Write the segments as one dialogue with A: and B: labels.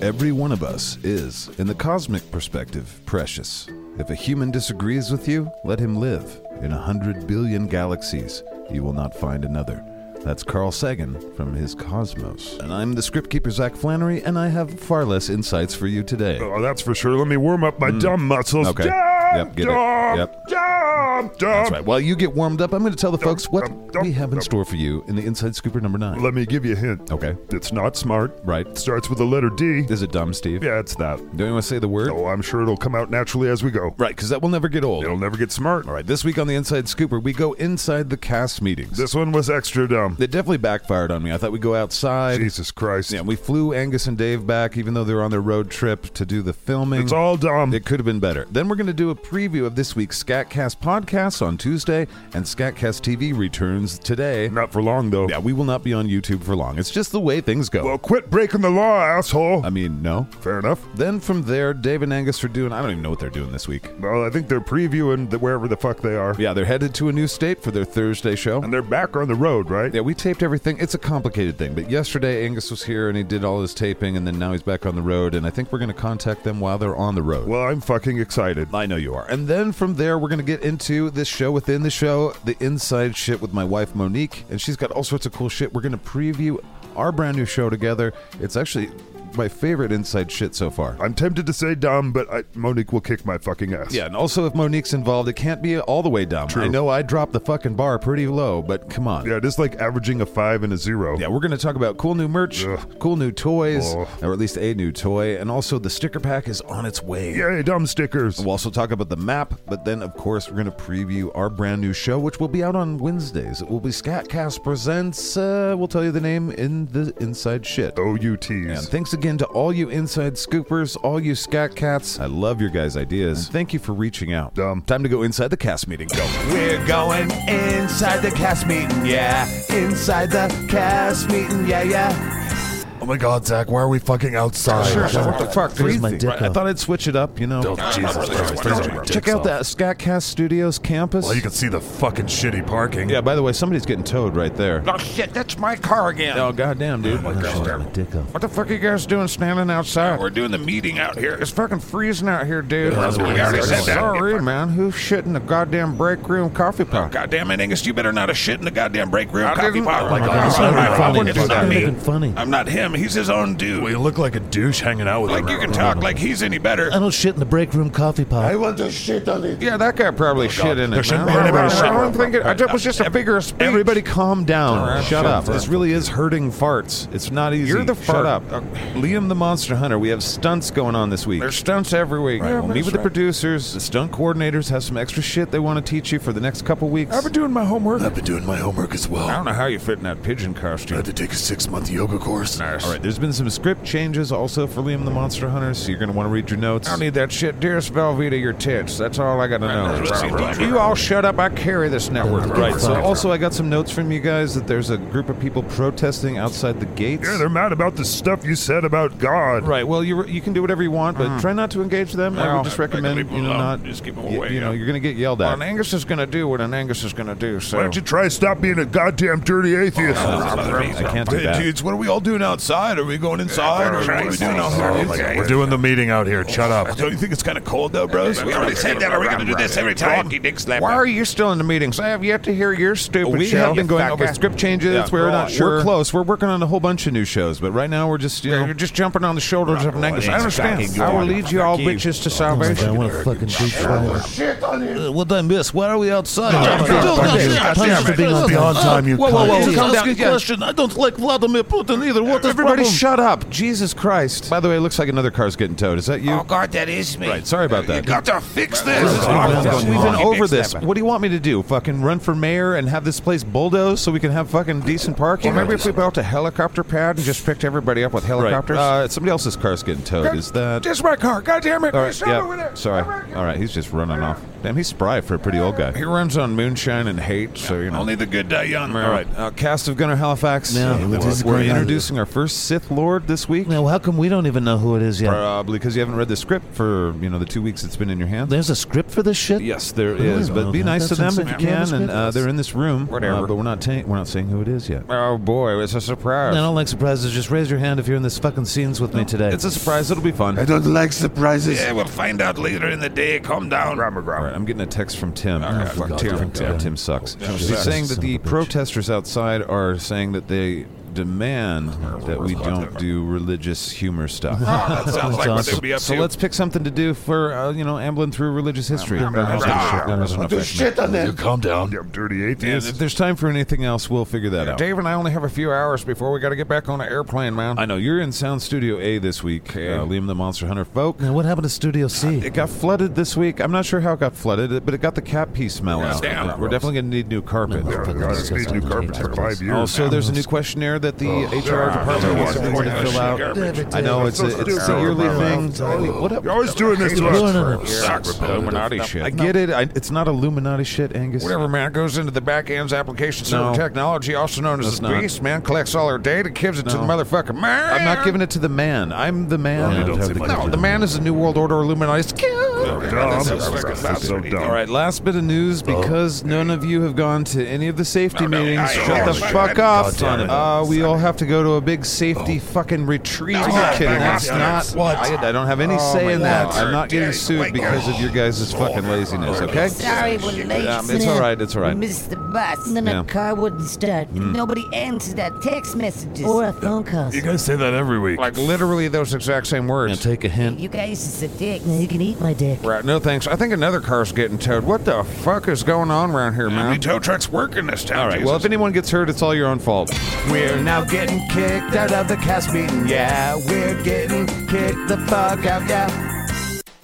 A: Every one of us is, in the cosmic perspective, precious. If a human disagrees with you, let him live. In a hundred billion galaxies, you will not find another. That's Carl Sagan from his Cosmos. And I'm the script keeper, Zach Flannery, and I have far less insights for you today.
B: Oh, that's for sure. Let me warm up my dumb muscles.
A: Mm. Okay.
B: Dumb,
A: Yep, get it.
B: dumb,
A: Yep.
B: dumb, dumb.
A: That's right. While you get warmed up, I'm going to tell the folks what
B: dum, dum,
A: we have in
B: dum.
A: store for you in the Inside Scooper number nine.
B: Let me give you a hint.
A: Okay.
B: It's not smart.
A: Right.
B: It starts with the letter D.
A: Is it dumb, Steve?
B: Yeah, it's that.
A: Don't you want to say the word?
B: Oh, I'm sure it'll come out naturally as we go.
A: Right, because that will never get old.
B: It'll never get smart.
A: All right, this week on the Inside Scooper, we go inside the cast meetings.
B: This one was extra dumb.
A: They definitely backfired on me. I thought we'd go outside.
B: Jesus Christ.
A: Yeah, we flew Angus and Dave back, even though they were on their road trip to do the filming.
B: It's all dumb.
A: It could have been better. Then we're going to do a preview of this week's Scatcast podcast on Tuesday, and Scatcast TV returns today.
B: Not for long, though.
A: Yeah, we will not be on YouTube for long. It's just the way things go.
B: Well, quit breaking the law, asshole.
A: I mean, no.
B: Fair enough.
A: Then from there, Dave and Angus are doing, I don't even know what they're doing this week.
B: Well, I think they're previewing the, wherever the fuck they are.
A: Yeah, they're headed to a new state for their Thursday show.
B: And they're back on the road, right?
A: Yeah, we taped everything. It's a complicated thing, but yesterday Angus was here and he did all his taping, and then now he's back on the road, and I think we're going to contact them while they're on the road.
B: Well, I'm fucking excited.
A: I know you are. And then from there, we're going to get into this show within the show, the inside shit with my wife, Monique. And she's got all sorts of cool shit. We're going to preview our brand new show together. It's actually my favorite inside shit so far.
B: I'm tempted to say dumb, but I, Monique will kick my fucking ass.
A: Yeah, and also if Monique's involved, it can't be all the way dumb.
B: True.
A: I know I dropped the fucking bar pretty low, but come on.
B: Yeah, just like averaging a five and a zero.
A: Yeah, we're going to talk about cool new merch,
B: Ugh.
A: cool new toys,
B: Oh.
A: or at least a new toy, and also the sticker pack is on its way.
B: Yay, dumb stickers.
A: We'll also talk about the map, but then, of course, we're going to preview our brand new show, which will be out on Wednesdays. It will be Scatcast Presents. Uh, we'll tell you the name in the inside shit.
B: OUTs.
A: And thanks again to all you inside scoopers, all you scat cats. I love your guys' ideas. And thank you for reaching out.
B: Dumb.
A: Time to go inside the cast meeting. Go. We're going inside the cast meeting, yeah. Inside the cast meeting, yeah, yeah.
B: oh my god, Zach, why are we fucking outside?
A: Sure, sure. What the fuck?
C: Freeze my
A: Crazy.
C: dick
A: Right, I
C: off.
A: thought I'd switch it up, you know.
B: Oh, Jesus Christ.
A: Check out that Scatcast Studios campus.
B: Well, you can see the fucking shitty parking.
A: Yeah, by the way, somebody's getting towed right there.
D: Oh shit, that's my car again.
A: Oh, goddamn, dude.
C: my dick off.
A: What the fuck are you guys doing standing outside?
D: We're doing the meeting out here.
A: It's fucking freezing out here, dude.
D: we already said that.
A: Sorry, man. Who's shit in the goddamn break room coffee pot?
D: Oh, God damn it, Angus, you better not have shit in the goddamn break room
A: I
D: coffee
A: didn't-
D: pot.
A: Oh my God,
D: It's
C: it's
D: not
C: not
D: my
C: even
D: problem.
C: funny.
D: It's not
C: It's not
D: me.
C: even funny.
D: I'm not him. He's his own dude.
B: You look like a douche hanging out with
D: like you can talk like he's any better.
C: I don't shit in the break room coffee pot.
D: want to shit on it.
A: Yeah, that guy probably shit in
B: There
A: it.
B: shouldn't
A: man.
B: be anybody
A: I don't
B: shitting.
A: think it. I just- It was just a bigger speech. Everybody calm down. Shut up. This really is hurting farts. It's not easy.
D: You're the
A: Shut
D: fart-
A: up. Liam the Monster Hunter, we have stunts going on this week. There's stunts every week. we'll meet with the producers. The stunt coordinators have some extra shit they want to teach you for the next couple weeks.
B: I've been doing my homework.
E: I've been doing my homework as well.
A: I
E: I
A: don't know how you fit in that pigeon costume.
E: had to take a six month yoga course.
A: All right, there's been some script changes also for Liam the Monster Hunter, so you're going to want to read your notes. I don't need that shit. Dearest Velveeta, your tits. That's all I got to
D: that's what it seems like.
A: You all shut up. I carry this network. Right, so
C: Fine.
A: also I got some notes from you guys that there's a group of people protesting outside the gates.
B: Yeah, they're mad about the stuff you said about God.
A: Right. Well, you you can do whatever you want, but try not to engage them. I
D: Well,
A: would just
D: I think
A: recommend
D: people
A: you know
D: love-
A: not
D: just keep 'em
A: y-
D: away,
A: You know,
D: yeah.
A: you're gonna get yelled at.
D: An Angus is gonna do what an Angus is gonna do. So
B: Why don't you try stop being a goddamn dirty atheist?
A: Oh, I can't do that.
E: Dudes, what are we all doing outside? Are we going inside? Or what are we doing
D: Oh,
E: outside?
D: my God.
B: We're doing the meeting out here. Shut up.
E: Don't you think it's kind of cold though, bros?
D: We already said that. Are we gonna do this every time? You dick slap.
F: Why are you still in the meetings? I have yet to hear your stupid
A: we
F: show.
A: have been
F: you
A: going
F: fucker.
A: over script changes.
E: Yeah,
A: we're
E: we're
A: not
E: all-
A: sure. We're
E: we're
A: close. We're working on a whole bunch of new shows, but right now we're just you know
F: You're just jumping on the shoulders of an Angus. I
D: it's
F: understand.
D: fucking
F: I will
D: good.
F: lead you all
D: Fuck you.
F: bitches to
C: Oh I
F: salvation.
C: want to fucking deep fry. Uh,
A: What did I miss? Why are we outside?
C: Tons of being on
E: Beyond
C: time.
E: time, you
A: Whoa, whoa, whoa.
E: cunt.
F: Jesus,
A: Calm
F: ask
A: down.
F: a question.
A: I don't like Vladimir Putin either. What
F: Everybody shut up. Jesus Christ.
A: By the way, it looks like another car's getting towed. Is that you?
D: Oh God, that is me.
A: Right, sorry about that.
D: You got to fix this. This is
A: We've
D: awful.
A: been
D: You
A: over
D: dick
A: this.
D: slapper.
A: What do you want me to do? Fucking run for mayor and have this place bulldozed so we can have fucking decent parking?
F: Well, maybe if we built a helicopter pad and just picked everybody up with helicopters.
A: Uh, somebody else's car's getting towed. Is that?
F: Just my car. God damn it.
A: All right,
F: Stop over
A: yeah.
F: there.
A: Sorry. All right, he's just running off. Damn, he's spry for a pretty old guy. He runs on moonshine and hate, so you know.
E: Only the good die young.
A: All right, uh, cast of Gunnar Halifax.
C: No,
A: Uh,
C: it
A: we're,
C: is
A: we're
C: great.
A: introducing our first Sith Lord this week.
C: Now, how come we don't even know who it is yet?
A: Probably because you haven't read the script for you know the two weeks it's been in your hands.
C: There's a script for this shit?
A: Yes, there
C: I
A: is.
C: don't
A: But
C: know
A: be
C: that.
A: nice to them
C: That's
A: if you
C: insane.
A: can. And uh,
C: Goodness.
A: they're in this room.
F: Whatever.
A: uh, but we're not ta- we're not saying who it is yet.
F: Oh boy, it's a surprise.
C: I don't like surprises. Just raise your hand if you're in this fucking scenes with me today.
A: It's a surprise. It'll be fun.
E: I don't like surprises.
D: Yeah, we'll find out later in the day. Calm down.
A: All right, I'm getting a text from Tim. Oh,
C: for
A: fuck
C: God's
A: Tim,
C: sake.
A: Tim, Tim sucks.
C: shit.
A: He's saying that
C: Son
A: the
C: of a bitch.
A: protesters outside are saying that they demand that we don't do religious humor stuff.
D: That sounds like what
C: awesome.
D: they'll be up
A: Ah, so
D: to.
A: let's pick something to do for uh, you know ambling through religious history. That doesn't affect me.
E: You calm down.
B: Damn dirty
A: Yeah,
B: atheist.
A: if there's time for anything else, we'll figure that out.
F: Dave and I only have a few hours before we got to get back on an airplane, man.
A: I know you're in Sound Studio A this week, uh, Liam the Monster Hunter folk.
C: now, what happened to Studio C?
A: It got flooded this week. I'm not sure how it got flooded, but it got the cat pee smell out.
D: damn.
A: We're definitely going to need new carpet.
B: Yeah, God, I just need new carpets for five years.
A: Also, there's a new questionnaire that the
F: Oh,
A: HR department wants everybody to fill out. I know it's a, it's a yearly thing. What
B: You're
A: up?
B: always doing this to us.
D: Sucks.
F: Illuminati shit.
A: I get it. I, it's not Illuminati shit, Angus.
F: Whatever, man. It goes into the back end's application server
A: No.
F: technology, also known as the
A: not.
F: beast, man. Collects all our data, gives it to the
A: No.
F: motherfucking man.
A: I'm not giving it to the man. I'm the man.
B: don't seem like
F: No, the man is the New World Order Illuminati.
B: Dumb. so dumb.
A: All right, last bit of news because none of you have gone to any of the safety meetings.
D: I-
A: Shut
D: I-
A: the
D: I-
A: fuck
D: I-
A: up.
D: God damn it.
A: Uh, we all have to go to a big safety fucking retreat. Are you
D: back
A: kidding?
D: up,
A: That's
D: back
A: not.
D: up.
A: What? I, I don't have any say in that.
D: Oh, God.
A: I'm not getting
D: Wait,
A: sued
D: wait.
A: because of your guys' fucking laziness, okay?
G: Sorry, we're late.
A: Um, it's all right, it's all right.
G: We missed the bus. And then
A: Yeah. Hmm.
G: our car wouldn't start. Nobody answered our text messages or our phone calls.
E: You guys say that every week.
F: Like literally those exact same
C: Now,
F: words.
C: take a hint.
G: You guys is a dick. Now you can eat my dick.
F: Right, no thanks. I think another car's getting towed. What the fuck is going on around here,
D: How many
F: man?
D: tow trucks work in this town?
A: All right, well, if anyone gets hurt, it's all your own fault.
H: We're now getting kicked out of the cast meeting. Yeah, we're getting kicked the fuck out. Yeah.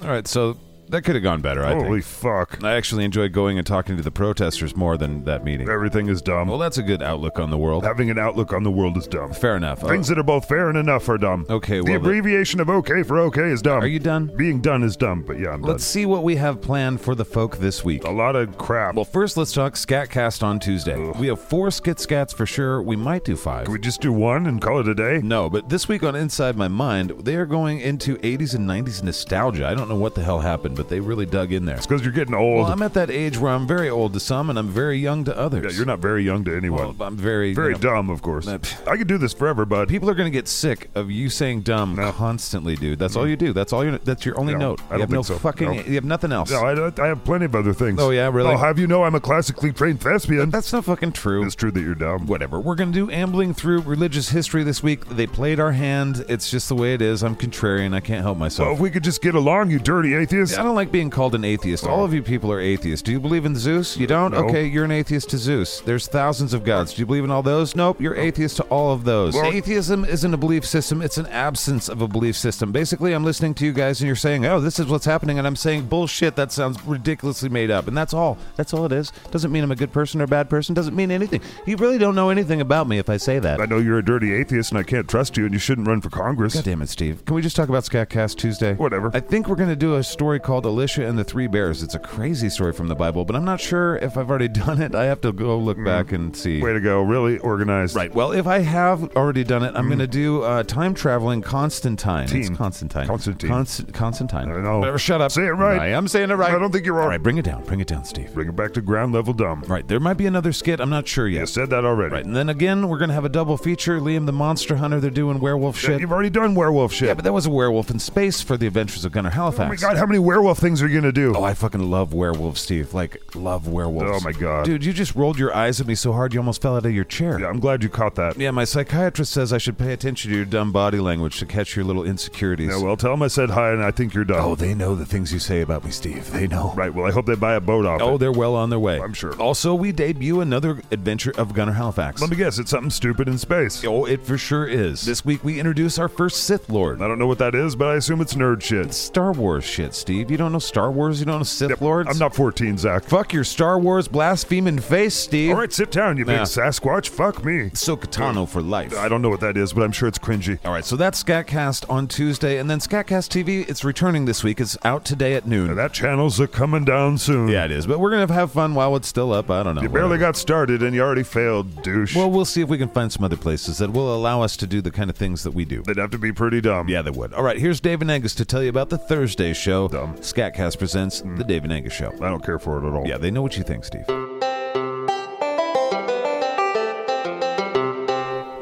A: All right, so that could have gone better, I
B: Holy
A: think.
B: fuck.
A: I actually enjoyed going and talking to the protesters more than that meeting.
B: Everything is dumb.
A: Well, that's a good outlook on the world.
B: Having an outlook on the world is dumb.
A: Fair enough. Uh,
B: Things that are both fair and enough are dumb.
A: Okay,
B: The
A: well, but-
B: abbreviation of okay for okay is dumb.
A: Are you done?
B: Being done is dumb, but yeah, I'm
A: Uh, Let's see what we have planned for the folk this week.
B: done. A lot of crap.
A: Well, first, let's talk Scatcast on Tuesday. We have four Skit Scats for sure. We might do five.
B: Can we just do one and call it a day?
A: no, but this week on Inside My Mind, they are going into 80s and 90s nostalgia. I don't know what the hell happened, but they really dug in there.
B: Because you're getting old.
A: Well, I'm at that age where I'm very old to some and I'm very young to others.
B: yeah, you're not very young to anyone.
A: Well, I'm very. you
B: very
A: know,
B: dumb, of course.
A: uh,
B: I could do this forever, bud.
A: People are going to get sick of you saying dumb
B: No.
A: constantly, dude. That's all you do. That's all you. That's your only
B: No,
A: note.
B: I
A: you
B: don't
A: have no
B: think so.
A: fucking.
B: No.
A: You have nothing else.
B: No, I, don't- I have plenty of other things.
A: Oh, yeah, really?
B: I'll have you know I'm a classically trained thespian.
A: That's not fucking true.
B: It's true that you're dumb.
A: whatever. We're going to do ambling through religious history this week. They played our hand. It's just the way it is. I'm contrarian. I can't help
B: Well,
A: myself.
B: if we could just get along, you dirty atheist.
A: I don't like being called an atheist. All of you people are atheists. Do you believe in Zeus? You don't?
B: No.
A: Okay, you're an atheist to Zeus. There's thousands of gods. Do you believe in all those? Nope, you're atheist to all of those.
B: Well-
A: Atheism isn't a belief system, it's an absence of a belief system. Basically, I'm listening to you guys and you're saying, oh, this is what's happening. And I'm saying, bullshit, that sounds ridiculously made up. And that's all. That's all it is. Doesn't mean I'm a good person or a bad person. Doesn't mean anything. You really don't know anything about me if I say that.
B: I know you're a dirty atheist and I can't trust you and you shouldn't run for Congress.
A: God damn it, Steve. Can we just talk about Scatcast Tuesday?
B: Whatever.
A: I think we're going to do a story called Alicia and the Three Bears. It's a crazy story from the Bible, but I'm not sure if I've already done it. I have to go
B: Mm.
A: look back and see.
B: Way to go. Really organized.
A: Right. Well, if I have already done it, I'm
B: Mm.
A: going to do uh, time traveling Constantine. It's
B: Team.
A: Constantine.
B: Constantine.
A: Const- Constantine.
B: I know.
A: Whatever, shut up.
B: Say it right.
A: I am saying it right.
B: I don't think you're
A: All
B: all
A: right, bring it down. Bring it down, Steve.
B: Bring it back to ground level dumb.
A: Right. There might be another skit. I'm not sure yet.
B: You said that already.
A: Right. And then again, we're going to have a double feature. Liam the Monster Hunter. They're doing werewolf shit.
B: You've already done werewolf shit.
A: Yeah, but that was a werewolf in space for the adventures of Gunnar Halifax.
B: oh my god, how many werewolf things are you gonna do?
A: Oh, I fucking love werewolves, Steve. Like, love werewolves.
B: Oh my God.
A: Dude, you just rolled your eyes at me so hard you almost fell out of your chair.
B: yeah, I'm glad you caught that.
A: Yeah, my psychiatrist says I should pay attention to your dumb body language to catch your little insecurities.
B: Yeah, well tell him I said hi and I think you're dumb.
A: oh, they know the things you say about me, Steve. They know.
B: Right, well I hope they buy a boat off.
A: Oh,
B: it.
A: they're well on their way.
B: I'm sure.
A: Also, we debut another adventure of Gunnar Halifax.
B: Let me guess, it's something stupid in space.
A: oh, it for sure is. This week we introduce our first Sith Lord.
B: I don't know what that is, but I assume it's nerd shit.
A: Star Wars shit, Steve. You
I: don't know Star Wars? You don't know Sith Lords?
B: I'm not 14, Zach.
I: Fuck your Star Wars blaspheming face, Steve.
B: All right, sit down, you
I: Yeah.
B: big Sasquatch. Fuck me.
I: Sokatano for life.
B: I don't know what that is, but I'm sure it's cringy.
I: All right, so that's Scatcast on Tuesday, and then Scatcast TV. It's returning this week. It's out today at noon.
B: That channel's a coming down soon.
I: yeah, it is. But we're gonna have fun while it's still up. I don't know.
B: You barely
I: whatever.
B: got started and you already failed, douche.
I: Well, we'll see if we can find some other places that will allow us to do the kind of things that we do.
B: They'd have to be pretty dumb.
I: Yeah, they would. All right, here's Dave and Angus to tell you about the Thursday show.
B: Dumb. Mm.
I: Scatcast presents the Dave and Angus show.
B: I don't care for it at all.
I: Yeah, they know what you think, Steve.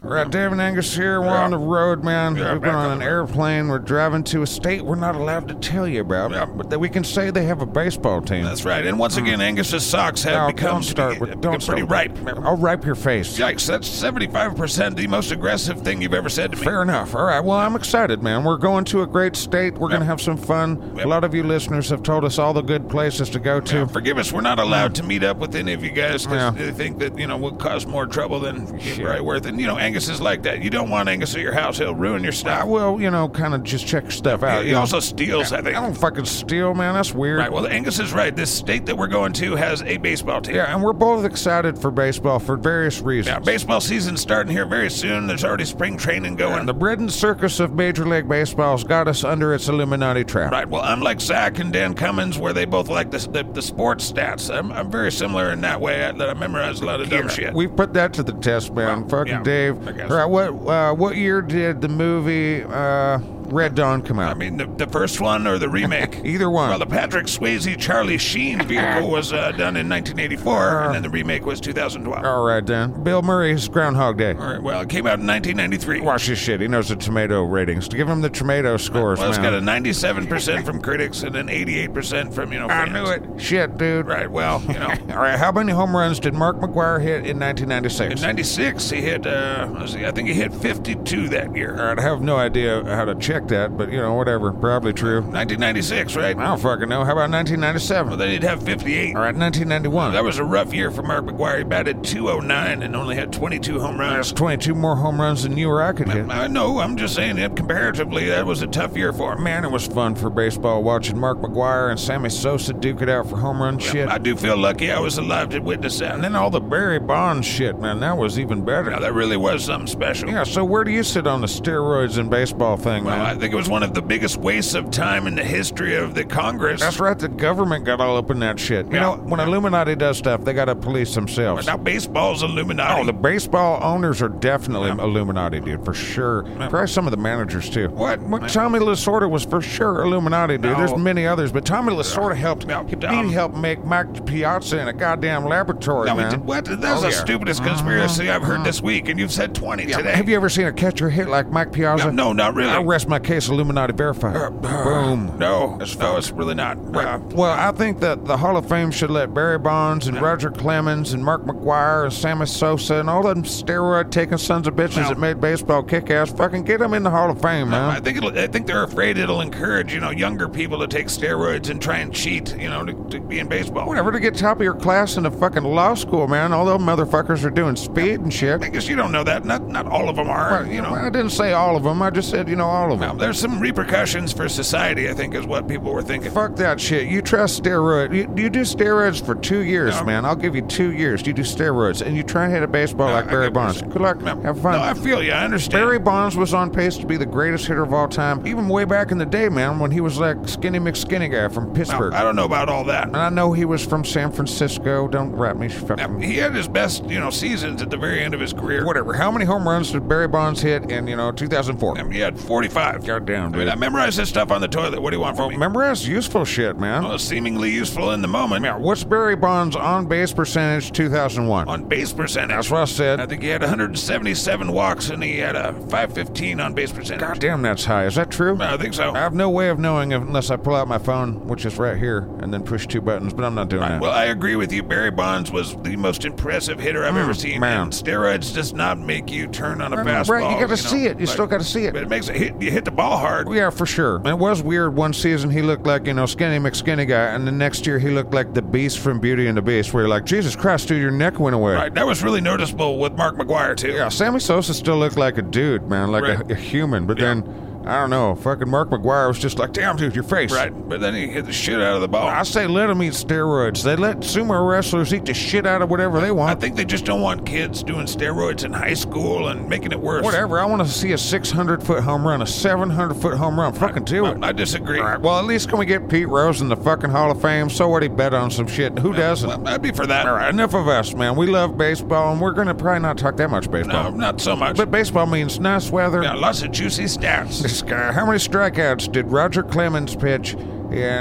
A: Right, Dave and Angus here. We're on the road, man. We've been on an airplane. We're driving to a state we're not allowed to tell you about, but that we can say they have a baseball team.
D: That's right. And once again, Angus's socks have
A: No,
D: become
A: hmm. don't start with- don't
D: become pretty
A: start.
D: ripe.
A: I'll wipe your face.
D: Yikes! That's seventy-five percent the most aggressive thing you've ever said to me.
A: Fair enough. All right. Well, I'm excited, man. We're going to a great state. We're going to have some fun. A lot of you listeners have told us all the good places to go to.
D: Forgive us. We're not allowed to meet up with any of you guys
A: Hmm. Yeah.
D: because they think that you know we'll cause more trouble than it's probably worth. And you know, Angus is like that. You don't want Angus at your house; he'll ruin your
A: I
D: stuff.
A: will, you know, kind of just check stuff out.
D: He
A: you know.
D: also steals. I
A: I
D: think.
A: don't fucking steal, man. That's weird.
D: Right. Well, Angus is right. This state that we're going to has a baseball team.
A: Yeah, and we're both excited for baseball for various
D: Now,
A: reasons.
D: baseball season's starting here very soon. There's already spring training going.
A: The bread and circus of Major League Baseball's got us under its Illuminati trap.
D: Right. Well, I'm like Zach and Dan Cummins, where they both like the the, the sports stats. I'm, I'm very similar in that way I, that I memorize a lot of dumb shit.
A: We put that to the test, man.
D: Well,
A: Fucking
D: yeah,
A: Dave.
D: I guess.
A: All right, what uh, what year did the movie uh, Red Dawn come out?
D: I mean, the, the first one or the remake?
A: Either one.
D: Well, the Patrick Swayze Charlie Sheen vehicle was uh, done in 1984, and then the remake was 2012.
A: All right, then. Bill Murray's Groundhog Day.
D: All right, well, it came out in 1993. Well,
A: Watch this shit. He knows the tomato ratings. To give him the tomato scores,
D: it's got a
A: man.
D: 97% from critics and an 88% from, you know,
A: I
D: fans.
A: knew it. Shit, dude.
D: Right, well, you know.
A: All right, how many home runs did Mark McGuire hit in 1996?
D: In 96, he hit, uh, let's see, I think he hit 52 that year.
A: All right, I have no idea how to check that, but you know, whatever. Probably true.
D: 1996, right?
A: I don't fucking know. How about 1997?
D: Well, then he'd have 58.
A: All right, 1991.
D: That was a rough year for Mark McGuire. He batted 209 and only had 22 home runs.
A: That's 22 more home runs than you or I could hit.
D: I know, I'm just saying it comparatively, that was a tough year for him.
A: Man, it was fun for baseball watching Mark McGuire and Sammy Sosa duke it out for home run shit.
D: I do feel lucky I was alive to witness that.
A: And then all the Barry Bonds shit, man, that was even
D: Now,
A: better.
D: that really was something special.
A: Yeah, so where do you sit on the steroids and baseball thing,
D: Well, I
A: man?
D: think it was one of the biggest wastes of time in the history of the Congress.
A: That's right, the government got all up in that shit. You
D: Yeah.
A: know, when Illuminati does stuff, they gotta police themselves.
D: Now baseball's Illuminati.
A: Oh, the baseball owners are definitely Illuminati, dude, for sure. Probably some of the managers too.
D: What?
A: Well, Tommy Lasorda was for sure Illuminati, dude. There's
D: No.
A: many others, but Tommy Lasorda helped.
D: No,
A: He
D: um,
A: helped make Mike Piazza in a goddamn laboratory,
D: Now, we
A: man.
D: did- what? That's
A: Oh,
D: the
A: yeah. Uh-huh.
D: stupidest conspiracy I've heard this week, and you've said 20 today.
A: Have you ever seen a catcher hit like Mike Piazza?
D: No, no, not really. Uh,
A: I rest my case, Illuminati verified. Boom.
D: no, no, it's really not. Uh,
A: Well, I think that the Hall of Fame should let Barry Bonds and Roger Clemens and Mark McGuire and Sammy Sosa and all them steroid taking sons of bitches
D: No.
A: that made baseball kick ass fucking get them in the Hall of Fame, man.
D: I think it'll, I think they're afraid it'll encourage you know younger people to take steroids and try and cheat you know to, to be in baseball.
A: Whatever to get top of your class into fucking law school, man. All those motherfuckers are doing speed and shit.
D: I guess you don't know that. Not not all of them are. You know,
A: I didn't say all of them. I just said, you know, all of
D: Well,
A: them.
D: there's some repercussions for society. I think is what people were thinking.
A: Fuck that shit. You try steroid. You, you do steroids for two years,
D: No.
A: man. I'll give you two years. You do steroids, and you try and hit a baseball like
D: I
A: Barry
D: get what you're
A: Bonds.
D: saying.
A: Good luck.
D: No,
A: Have fun.
D: No, I feel you. I understand.
A: Barry Bonds was on pace to be the greatest hitter of all time, even way back in the day, man, when he was like Skinny McSkinny guy from Pittsburgh.
D: I don't know about all that.
A: and I know he was from San Francisco. Don't rap me. Fucking
D: Now, he had his best, you know, seasons at the very end of his career.
A: whatever. How many home runs did Barry Bonds hit in, you know, 2004?
D: I mean, he had 45.
A: Goddamn,
D: I mean,
A: dude.
D: I memorized this stuff on the toilet. What do you want from me?
A: Remember, that's useful shit, man.
D: Well, seemingly useful in the moment.
A: What's Barry Bonds' on base percentage 2001?
D: On base percentage.
A: That's what I
D: I
A: said.
D: think he had 177 walks and he had a 515 on base percentage.
A: Goddamn, that's high. Is that true?
D: I think so.
A: I have no way of knowing unless I pull out my phone, which is right here, and then push two buttons, but I'm not doing that.
D: Well, I agree with you. Barry Bonds was the most impressive hitter I've ever seen.
A: Mm, man.
D: And steroids does not make you turn on a
A: Right,
D: fastball.
A: right, you gotta
D: know,
A: see it. You
D: like-
A: still gotta see
D: But
A: it. Oh,
D: it makes it hit. You hit the ball hard.
A: Yeah, for sure. It was weird. One season he looked like, you know, skinny McSkinny guy, and the next year he looked like the beast from Beauty and the Beast, where you're like, Jesus Christ, dude, your neck went away.
D: Right. That was really noticeable with Mark McGuire too.
A: Yeah, Sammy Sosa still looked like a dude, man, like
D: Right.
A: a, a human. But then I don't know. Fucking Mark McGuire was just like, damn, dude, your face.
D: Right, but then he hit the shit out of the ball.
A: I say let them eat steroids. They let sumo wrestlers eat the shit out of whatever they
D: I
A: want.
D: think they just don't want kids doing steroids in high school and making it worse.
A: Whatever. I want to see a 600 foot home run, a 700 foot home run. Fucking do it.
D: I, I disagree.
A: All right, well, at least can we get Pete Rose in the fucking Hall of Fame? So what he bet on some shit. Who doesn't?
D: Well, I'd be for that.
A: All right, enough of us, man. We love baseball, and we're going to probably not talk that much
D: No,
A: baseball.
D: not so much.
A: But baseball means nice weather.
D: yeah, lots of juicy stats.
A: This guy, how many strikeouts did Roger Clemens pitch in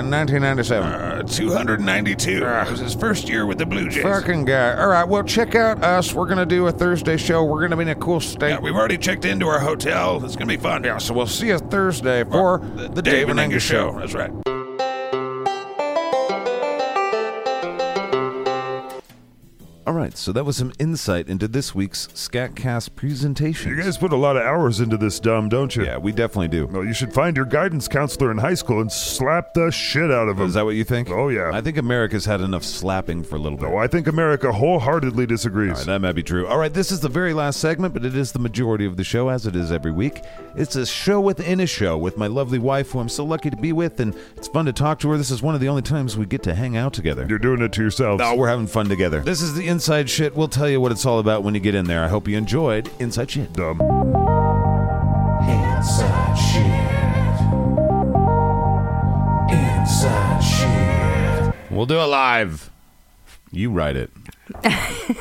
A: 1997?
D: Uh, 292. It was his first year with the Blue Jays.
A: Fucking guy. All right, well, check out us. We're going to do a Thursday show. We're going to be in a cool state.
D: Yeah, we've already checked into our hotel. It's gonna be fun. Yeah,
A: so we'll see you Thursday for the, Dave and Angus show.
D: That's right.
C: All right, so that was some insight into this week's Scatcast presentation.
B: You guys put a lot of hours into this, dumb, don't you?
C: Yeah, we definitely do.
B: Well, you should find your guidance counselor in high school and slap the shit out of him.
C: Is that what you think?
B: Oh, yeah.
C: I think America's had enough slapping for a little bit.
B: No, I think America wholeheartedly disagrees.
C: All right, that might be true. All right, this is the very last segment, but it is the majority of the show, as it is every week. It's a show within a show with my lovely wife, who I'm so lucky to be with, and it's fun to talk to her. This is one of the only times we get to hang out together.
B: You're doing it to yourselves.
C: Oh, we're having fun together. This is the inside shit. We'll tell you what it's all about when you get in there. I hope you enjoyed Inside Shit.
B: Dumb.
J: Inside shit. Inside shit.
C: We'll do it live. You write it.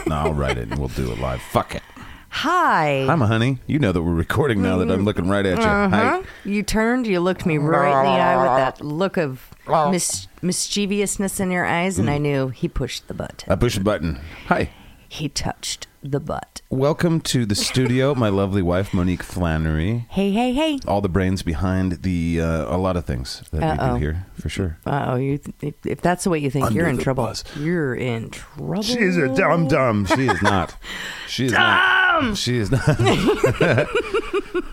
C: no, I'll write it and we'll do it live. Fuck it.
K: Hi.
C: Hi, my honey. You know that we're recording now that
J: Mm-hmm.
C: I'm looking right at you.
K: Uh-huh.
C: Hi.
K: You turned, you looked me right in the eye with that look of
B: Oh.
K: mis- mischievousness in your eyes,
B: Mm.
K: and I knew he pushed the butt.
C: I push a button. Hi.
K: He touched the butt.
C: Welcome to the studio, my lovely wife, Monique Flannery.
K: Hey, hey, hey.
C: All the brains behind the uh, a lot of things that we do
K: Uh-oh.
C: here, for sure.
K: Oh, you if, if that's the way you think, you're in
C: the
K: trouble.
C: bus.
K: You're in trouble.
B: She's a dumb dumb.
C: She is not. She is not. She is not.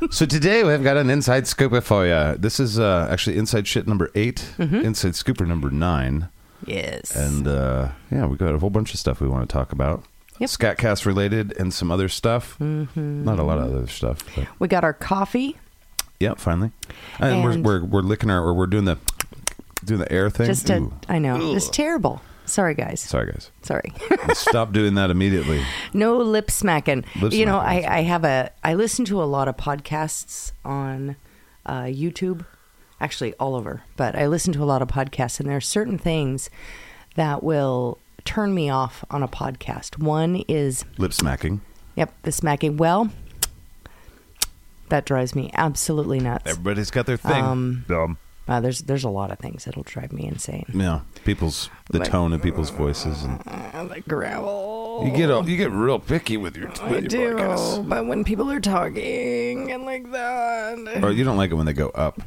C: so today we've got an inside scooper for you. This is uh, actually inside shit number 8
D: Mm-hmm.
C: inside scooper number nine,
K: Yes.
C: and uh, yeah, we got a whole bunch of stuff we want to talk about.
K: Yep. Mm-hmm.
C: Scatcast related and some other stuff. Not a lot of other stuff. But
K: we got our coffee.
C: yeah, finally, and,
K: And-
C: we're, we're we're licking our or we're doing the doing the air thing.
K: Just a,
C: Ooh.
K: I know, it's terrible. Sorry, guys.
C: Sorry, guys.
K: Sorry.
C: Stop doing that immediately.
K: no lip smacking.
C: Lip
K: you know,
C: smacking.
K: I, I have a I listen to a lot of podcasts on uh, YouTube, actually all over. But I listen to a lot of podcasts, and there are certain things that will turn me off on a podcast. One is
C: Lip smacking.
K: yep, the smacking. Well, that drives me absolutely nuts.
C: Everybody's got their thing.
B: Dumb.
K: Uh, there's there's a lot of things that'll drive me insane.
C: Yeah, people's the
K: Like-
C: tone of people's voices, and
K: Uh, like gravel.
C: you get all, you get real picky with your. With
K: I
C: your
K: Oh. do,
C: podcasts.
K: but when people are talking and like that,
C: Or you don't like it when they go up.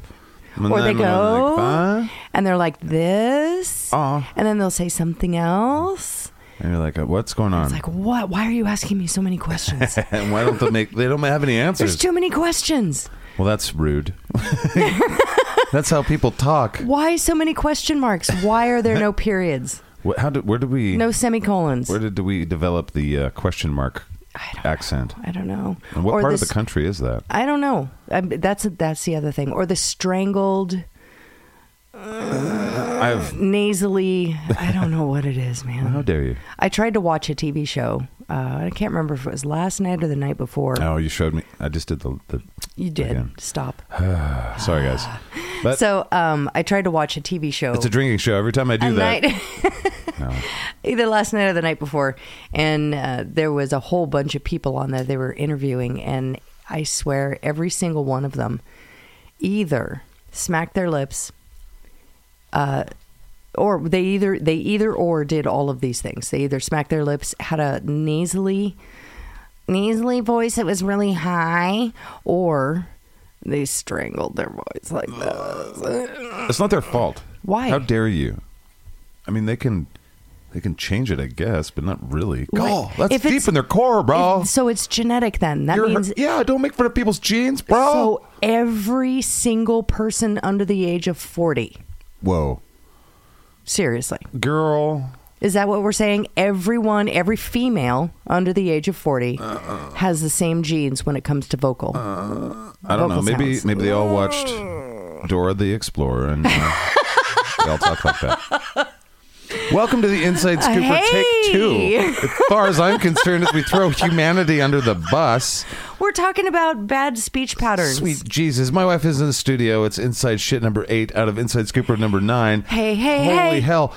C: When
K: or they
C: I'm like,
K: go
C: "Huh?"
K: and they're like this,
C: Aw.
K: and then they'll say something else.
C: and you're
A: "Uh,
C: like, what's going on?
K: It's like, what? Why are you asking me so many questions?
C: and why don't they make? They don't have any
K: There's
C: answers.
K: too many questions.
C: well, that's rude. that's how people talk.
K: Why so many question marks? Why are there no periods?
C: Wh- How did? Where did we?
K: No semicolons?
C: Where did we develop the uh, question mark
K: I don't know.
C: accent?
K: I don't know.
C: And what
K: Or
C: part of
K: this-
C: the country is that?
K: I don't know. I, that's that's the other thing. Or the strangled Uh.
C: I've.
K: nasally. I don't know what it is, man.
C: How dare you?
K: I tried to watch a TV show. Uh, I can't remember if it was last night or the night before.
C: Oh, you showed me. I just did the. the
K: you did.
C: again.
K: Stop.
C: Sorry, guys. But
K: So um, I tried to watch a TV show.
C: it's a drinking show. Every time I do
K: a
C: that,
K: night,
C: No.
K: either last night or the night before, and uh, there was a whole bunch of people on there they were interviewing, and I swear every single one of them either smacked their lips, uh, or they either they either or did all of these things. They either smacked their lips, had a nasally nasally voice that was really high, or they strangled their voice like this.
C: It's not their fault.
K: Why?
C: How dare you? I mean, they can they can change it, I guess, but not really. God, that's
K: If
C: deep
K: it's-
C: in their core, bro.
K: It- so it's genetic then. That
C: You're-
K: means
C: yeah, don't make fun of people's genes, bro.
K: so every single person under the age of 40.
C: Whoa,
K: Seriously.
C: girl,
K: Is that what we're saying? Everyone, every female under the age of 40
A: Uh-uh.
K: has the same genes when it comes to vocal.
A: Uh. I don't know.
K: vocal
A: Maybe
K: sounds.
A: maybe they all watched Dora the Explorer and uh, they all talk like that. Welcome to the Inside Scoop for Take
K: Hey!
A: Two. As far as I'm concerned, as we throw humanity under the bus,
K: We're talking about bad speech patterns.
A: sweet Jesus, my wife is in the studio. It's Inside Shit number eight out of Inside Scooper number nine.
K: Hey, hey,
A: Holy
K: hey.
A: hell.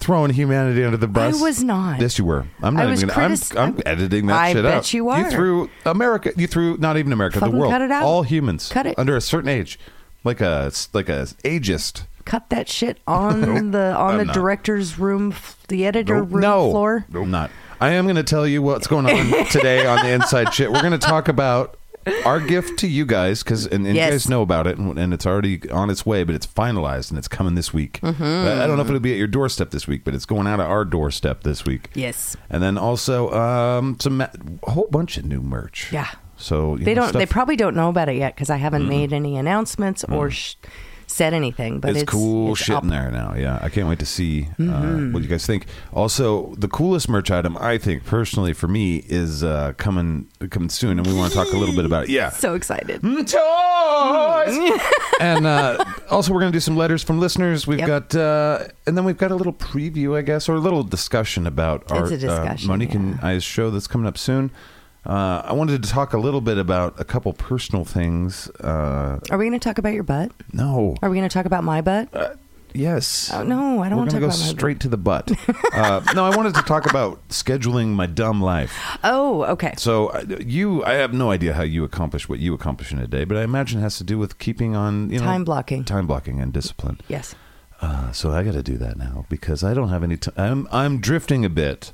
A: Throwing humanity under the bus.
K: was not.
A: Yes, you were. I'm
K: I
A: not
K: was
A: even. Gonna,
K: critic-
A: I'm, I'm editing that
K: I
A: shit
K: bet
A: out.
K: you
A: You
K: are.
A: threw America. You threw not even America. the
K: Fucking
A: world.
K: cut it out.
A: All humans.
K: Cut it.
A: under a certain age, like a like a ageist.
K: Cut that shit on the on
A: I'm
K: the
A: not.
K: director's room, f- the editor room
A: no,
K: floor.
A: Nope. not. I am going to tell you what's going on today on the inside shit. We're going to talk about our gift to you guys because and, and
K: Yes.
A: you guys know about it and, and it's already on its way, but it's finalized and it's coming this week.
K: Mm-hmm.
A: I, I don't know if it'll be at your doorstep this week, but it's going out at our doorstep this week.
K: Yes.
A: and then also um, some ma- a whole bunch of new merch.
K: Yeah.
A: So you
K: They
A: know,
K: don't. They
A: stuff- Mm-hmm.
K: probably don't know about it yet because I haven't made any announcements or sh- said anything. But
A: Mm. it's,
K: it's,
A: cool
K: it's
A: shit
K: up. Mm-hmm.
A: in there now. Yeah, I can't wait to see uh, what you guys think. Also, the coolest merch item I think personally for me is uh, coming coming soon, and we want to talk a little bit about it. Yeah,
K: So excited.
A: and uh, also we're going to do some letters from listeners. We've
K: Mm. Yep.
A: got uh, and then we've got a little preview, I guess, or a little discussion about our
K: a discussion,
A: uh, Monique and
K: yeah.
A: I's show that's coming up soon. Uh, I wanted to talk a little bit about a couple personal things. Uh,
K: Are we going to talk about your butt?
A: no,
K: Are we going to talk about my butt?
A: Uh, Yes.
K: Oh, no, I
A: We're
K: don't wanna
A: gonna
K: talk
A: go
K: about my-
A: straight to the butt. uh, no, I wanted to talk about scheduling my dumb life.
K: oh, okay.
A: So uh, you, I have no idea how you accomplish what you accomplish in a day, but I imagine it has to do with keeping on you know
K: Time blocking.
A: time blocking and discipline.
K: Yes.
A: Uh, so I got to do that now because I don't have any time. I'm I'm drifting a bit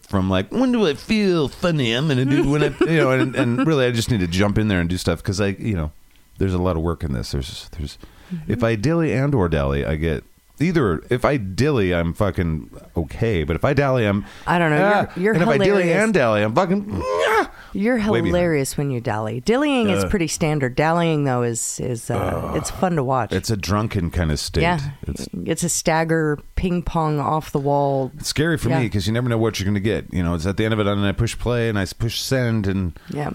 A: from like when do I feel funny? I'm gonna do when I you know, and, and really I just need to jump in there and do stuff because I you know there's a lot of work in this. There's there's
K: Mm-hmm.
A: if I dilly and or dally, I get either if I dilly I'm fucking okay, but if I dally I'm
K: I don't know, you're-
A: Ah,
K: you're
A: and if I dilly
K: hilarious.
A: and dally I'm fucking ah.
K: You're
A: Way behind. Uh,
K: hilarious when you dally. Dillying is pretty standard. Dallying though is is uh, it's fun to watch.
A: it's a drunken kind of state.
K: yeah,
A: It's
K: it's, a stagger ping pong off the wall.
A: It's scary for me 'cause
K: Yeah.
A: me because you never know what you're going to get. You know, it's at the end of it, and I push play and I push send, and
K: Yeah.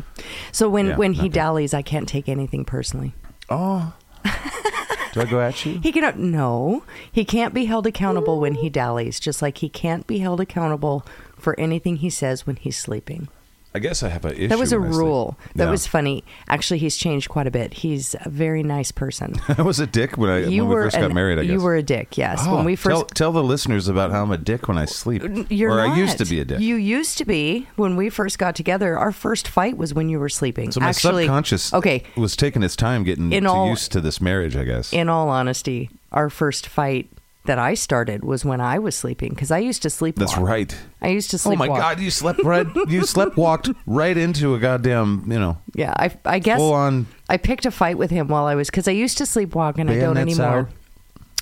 K: So when
A: Yeah,
K: when
A: not
K: he
A: bad.
K: dallies, I can't take anything personally.
A: Oh. Do I go at you?
K: He cannot. No, he can't be held accountable when he dallies. Just like he can't be held accountable for anything he says when he's sleeping.
A: I guess I have an issue.
K: That was a
A: when I sleep.
K: rule. That
A: Yeah.
K: was funny. Actually, he's changed quite a bit. He's a very nice person.
A: I was a dick when I
K: you
A: when
K: were
A: we first got
K: an-
A: married. I guess
K: you were a dick. Yes,
A: Oh,
K: when we
A: tell,
K: first
A: tell the listeners about how I'm a dick when I sleep.
K: You're
A: or I
K: not.
A: used to be a dick.
K: You used to be when we first got together. Our first fight was when you were sleeping.
A: so my
K: Actually,
A: subconscious
K: Okay.
A: was taking its time getting
K: In
A: to
K: all-
A: used to this marriage. I guess.
K: In all honesty, our first fight that I started was when I was sleeping because I used to sleep.
A: That's right.
K: I used to sleep.
A: Oh my God! You slept right. you slept walked right into a goddamn. You know.
K: Yeah, I, I guess
A: Full on-
K: I picked a fight with him while I was because I used to sleepwalk and I don't
A: Bayonets
K: anymore.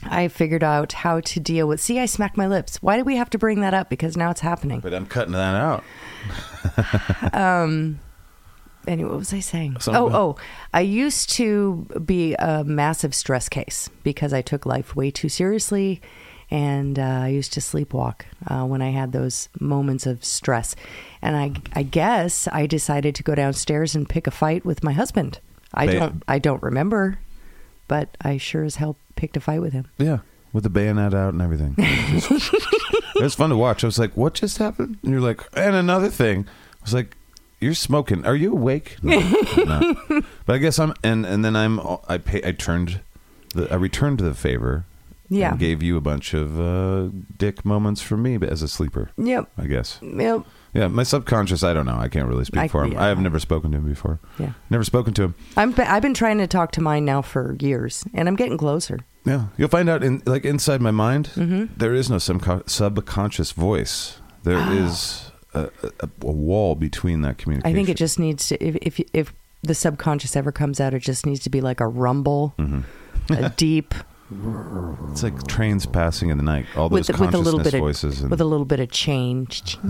A: out.
K: I figured out how to deal with. See, I smacked my lips. Why did we have to bring that up? Because now it's happening.
A: But I'm cutting that out.
K: anyway, what was I saying?
A: Something
K: oh,
A: about-
K: oh, I used to be a massive stress case because I took life way too seriously, and uh, I used to sleepwalk uh, when I had those moments of stress. And I, I guess I decided to go downstairs and pick a fight with my husband. I
A: Ba-
K: don't, I don't remember, but I sure as hell picked a fight with him.
A: Yeah, with the bayonet out and everything. It was just- it was fun to watch. I was like, "What just happened?" And you're like, "And another thing." I was like, "You're smoking. Are you awake?" No, I'm not. But I guess I'm. And and then I'm. I pay. I turned. The, I returned the favor.
K: Yeah.
A: And gave you a bunch of uh, dick moments for me, but as a sleeper.
K: Yep.
A: I guess.
K: Yep.
A: Yeah, my subconscious. I don't know. I can't really speak
K: I-
A: for him.
K: yeah.
A: I have never spoken to him before.
K: Yeah.
A: Never spoken to him.
K: I'm, I've been trying to talk to mine now for years, and I'm getting closer.
A: Yeah, you'll find out in like inside my mind,
K: Mm-hmm.
A: there is no subco- subconscious voice. There is a, a, a wall between that
K: Ah. I
A: communication.
K: think it just needs to if if if the subconscious ever comes out, it just needs to be like a rumble,
A: Mm-hmm.
K: a deep
A: it's like trains passing in the night. All those
K: with with a
A: consciousness
K: little bit of
A: voices and
K: with a little bit of change.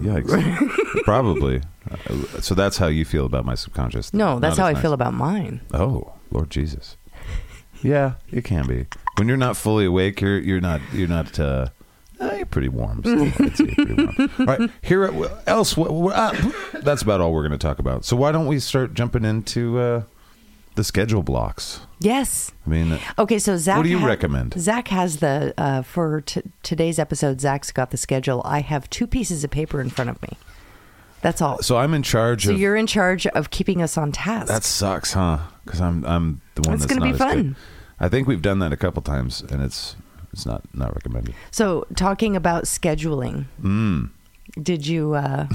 A: yikes, probably. Uh, So that's how you feel about my subconscious.
K: No,
A: Not Oh,
K: that's how I
A: as nice.
K: feel about mine.
A: Oh, Lord Jesus. Yeah, it can be. when you're not fully awake, you're you're not you're not. Uh, eh, you're pretty warm. still. I'd say you're pretty warm. All right, here at, else wh- we're up. That's about all we're going to talk about. So why don't we start jumping into uh, the schedule blocks?
K: Yes.
A: I mean,
K: Okay, so Zach.
A: What do you
K: ha-
A: recommend?
K: Zach has the uh, for t- today's episode. Zach's got the schedule. I have two pieces of paper in front of me. That's all. So,
A: so I'm in charge of.
K: you're in charge of keeping us on task.
A: That sucks, huh? Because I'm I'm the one
K: It's
A: that's
K: gonna be
A: not as good.
K: fun.
A: I think we've done that a couple times, and it's it's not not recommended.
K: so talking about scheduling.
A: Mm.
K: Did you? Uh,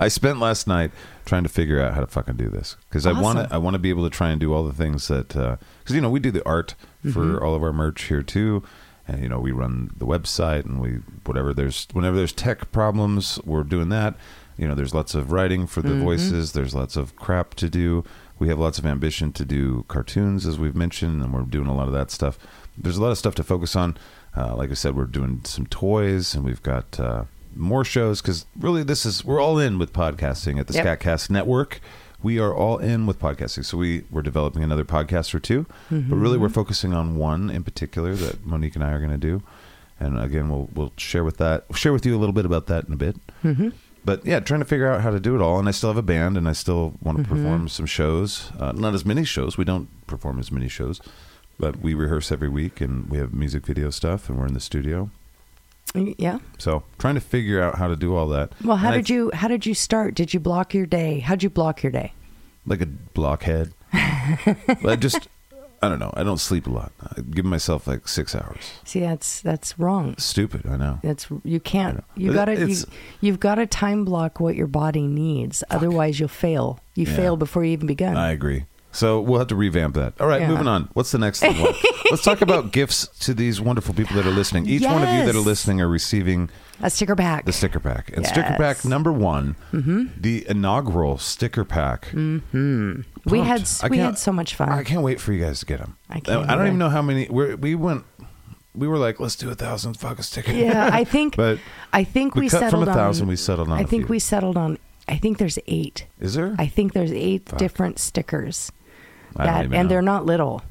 A: I spent last night trying to figure out how to fucking do this because I want to. I want to be able to try and do all the things that because you know we do the art for
K: Mm-hmm.
A: all of our merch here too, and you know we run the website and we whatever there's whenever there's tech problems we're doing that. You know there's lots of writing for
K: Mm-hmm.
A: the voices. There's lots of crap to do. We have lots of ambition to do cartoons as we've mentioned, and we're doing a lot of that stuff. There's a lot of stuff to focus on. Uh, like I said, we're doing some toys and we've got. Uh, more shows because really this is we're all in with podcasting at the
K: Yep.
A: Scatcast Network. We are all in with podcasting, so we we're developing another podcast or 2 but really we're focusing on one in particular that Monique and I are going to do. And again, we'll we'll share with that share with you a little bit about that in a bit. Mm-hmm. But yeah, trying to figure out how to do it all, and I still have a band, and I still want to
K: Mm-hmm.
A: perform some shows. Uh, not as many shows. We don't perform as many shows, but we rehearse every week, and we have music video stuff, and we're in the studio.
K: yeah.
A: So trying to figure out how to do all that.
K: Well, how
A: And I-
K: did you? How did you start? Did you block your day? How'd you block your day?
A: Like a blockhead. I just, I don't know. I don't sleep a lot. I give myself like six hours.
K: See, that's that's wrong.
A: Stupid, I know.
K: That's you can't.
A: I know.
K: You
A: But
K: gotta. You,
A: it's-
K: you've got to time block what your body needs. Otherwise, you'll fail. You
A: Yeah.
K: fail before you even begun.
A: I agree. So we'll have to revamp that. All right,
K: Yeah.
A: moving on. What's the next thing? Well, let's talk about gifts to these wonderful people that are listening. Each one of you that are
K: Yes.
A: listening are receiving
K: a sticker back.
A: the sticker pack. And sticker pack
K: Yes. Mm-hmm.
A: number one, the inaugural sticker pack.
K: we
A: pumped.
K: had
A: I
K: we
A: can't-
K: had so much fun.
A: I can't wait for you guys to get them.
K: I can't
A: I don't
K: either.
A: even know how many. We're, we went. We were like, let's do a thousand fucking stickers.
K: yeah, I think.
A: But
K: I think
A: we
K: we,
A: cut from
K: settled
A: a thousand,
K: On,
A: we settled on
K: I
A: a
K: think
A: few.
K: we settled on. I think there's eight.
A: Is there?
K: I think there's eight different stickers.
A: I don't even
K: and
A: know.
K: they're not little.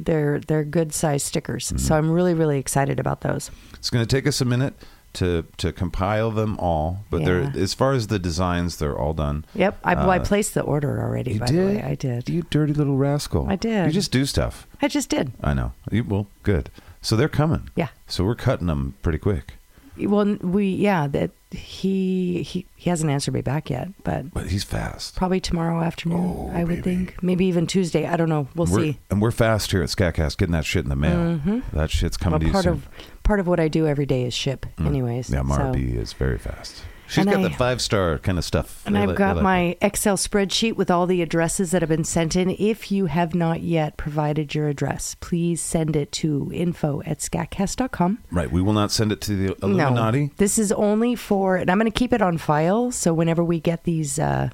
K: They're they're good sized stickers.
A: Mm-hmm.
K: So I'm really really excited about those.
A: It's going to take us a minute to to compile them all, but
K: Yeah.
A: they're as far as the designs, they're all done.
K: Yep, I, well, I
A: Uh,
K: placed the order already.
A: You
K: by
A: did?
K: the way, I did.
A: You dirty little rascal.
K: I did.
A: You just do stuff.
K: I just did.
A: I know. You, well, good. So they're coming.
K: Yeah.
A: So we're cutting them pretty quick.
K: Well, n- we yeah that he he he hasn't answered me back yet, but
A: But he's fast.
K: probably tomorrow afternoon. I would think maybe even Tuesday. I don't know. We'll
A: Oh, we're,
K: see.
A: And we're fast here at Scatcast, getting that shit in the mail. That shit's coming
K: Well,
A: to you
K: part
A: soon.
K: of part of what I do every day is ship, anyways.
A: Mm. yeah, Mara
K: so-
A: B is very fast. She's
K: And
A: got
K: I-
A: the five star kind of stuff.
K: And
A: They
K: I've
A: like-
K: got
A: they like
K: my Excel spreadsheet with all the addresses that have been sent in. If you have not yet provided your address, please send it to info at scatcast.com.
A: it. Right. We will not send it to the Illuminati.
K: No, this is only for, and I'm going to keep it on file. So whenever we get these uh,